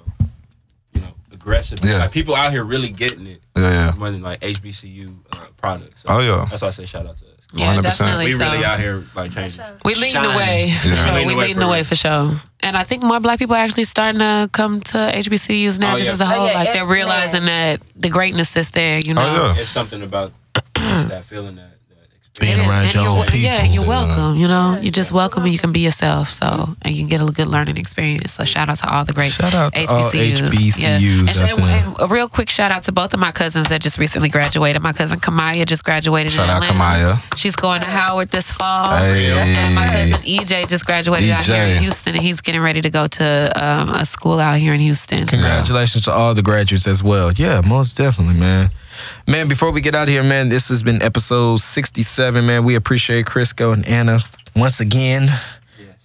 Speaker 5: you know, aggressive.
Speaker 1: Yeah.
Speaker 5: Like people out here really getting it
Speaker 1: yeah, yeah.
Speaker 5: more than like HBCU uh, products. So
Speaker 1: Oh, yeah.
Speaker 5: that's why I say shout out to us.
Speaker 4: Yeah,
Speaker 1: 100%.
Speaker 4: definitely.
Speaker 5: We
Speaker 4: so.
Speaker 5: really out here like changing.
Speaker 4: We leading the way, for
Speaker 1: Yeah.
Speaker 4: sure.
Speaker 5: Leading
Speaker 4: We
Speaker 5: the way
Speaker 4: leading
Speaker 5: for
Speaker 4: the way
Speaker 5: real.
Speaker 4: for sure. And I think more black people are actually starting to come to HBCUs now,
Speaker 5: Oh,
Speaker 4: just
Speaker 5: yeah.
Speaker 4: as a
Speaker 5: Oh,
Speaker 4: whole.
Speaker 2: yeah,
Speaker 4: Like they're
Speaker 2: everywhere.
Speaker 4: realizing that the greatness is there. You know,
Speaker 1: Oh, yeah.
Speaker 5: It's something about that feeling that. that experience.
Speaker 3: Being
Speaker 4: It is.
Speaker 3: around
Speaker 4: And
Speaker 3: your
Speaker 4: you're-
Speaker 3: own people.
Speaker 4: Yeah, and you're welcome. You know, you're just welcome and you can be yourself. So, and you can get a good learning experience. So, shout out to all the great
Speaker 3: Shout out to all
Speaker 4: HBCUs. Yeah.
Speaker 3: HBCUs
Speaker 4: And,
Speaker 3: out
Speaker 4: shout-
Speaker 3: there.
Speaker 4: and a real quick shout out to both of my cousins that just recently graduated. My cousin Kamaya just graduated.
Speaker 1: Shout
Speaker 4: in
Speaker 1: out
Speaker 4: Atlanta.
Speaker 1: Kamaya.
Speaker 4: She's going to Howard this fall.
Speaker 1: Hey.
Speaker 4: And my cousin EJ just graduated out here
Speaker 3: E
Speaker 1: EJ.
Speaker 4: in Houston, and he's getting ready to go to um, a school out here in Houston.
Speaker 3: Congratulations to all the graduates as well. Yeah, most definitely, man. Man, before we get out of here, man, this has been episode 67, man. We appreciate Crisco and Anna once again.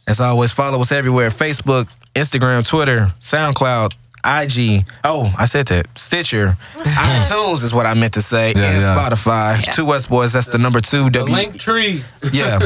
Speaker 3: As always, follow us everywhere Facebook, Instagram, Twitter, SoundCloud, IG. Oh, I said that.
Speaker 5: <laughs>
Speaker 3: Stitcher, iTunes is what I meant to say,
Speaker 1: Yeah,
Speaker 3: and
Speaker 1: yeah.
Speaker 3: Spotify. Two West Boys. That's the number two.
Speaker 5: The
Speaker 3: W.
Speaker 1: <laughs>
Speaker 5: link tree. <laughs>
Speaker 3: Yeah,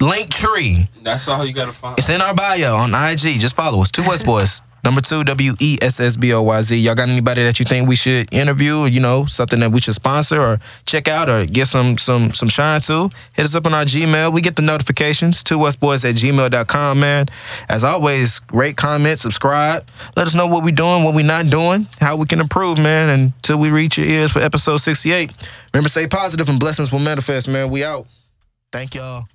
Speaker 3: link tree.
Speaker 5: That's all you gotta find.
Speaker 3: It's in our bio on IG. Just follow us. Two West Boys. Number two, W E S S B O Y Z. Y'all got anybody that you think we should interview? Or, you know, something that we should sponsor or check out or give some some some shine to? Hit us up on our Gmail. We get the notifications. Two West Boys at gmail.com, man. As always, rate, comment, subscribe. Let us know what we're doing, what we're not doing, how we can improve, man. Until we reach your ears for episode 68. Remember, stay positive and blessings will manifest, man. We out. Thank y'all.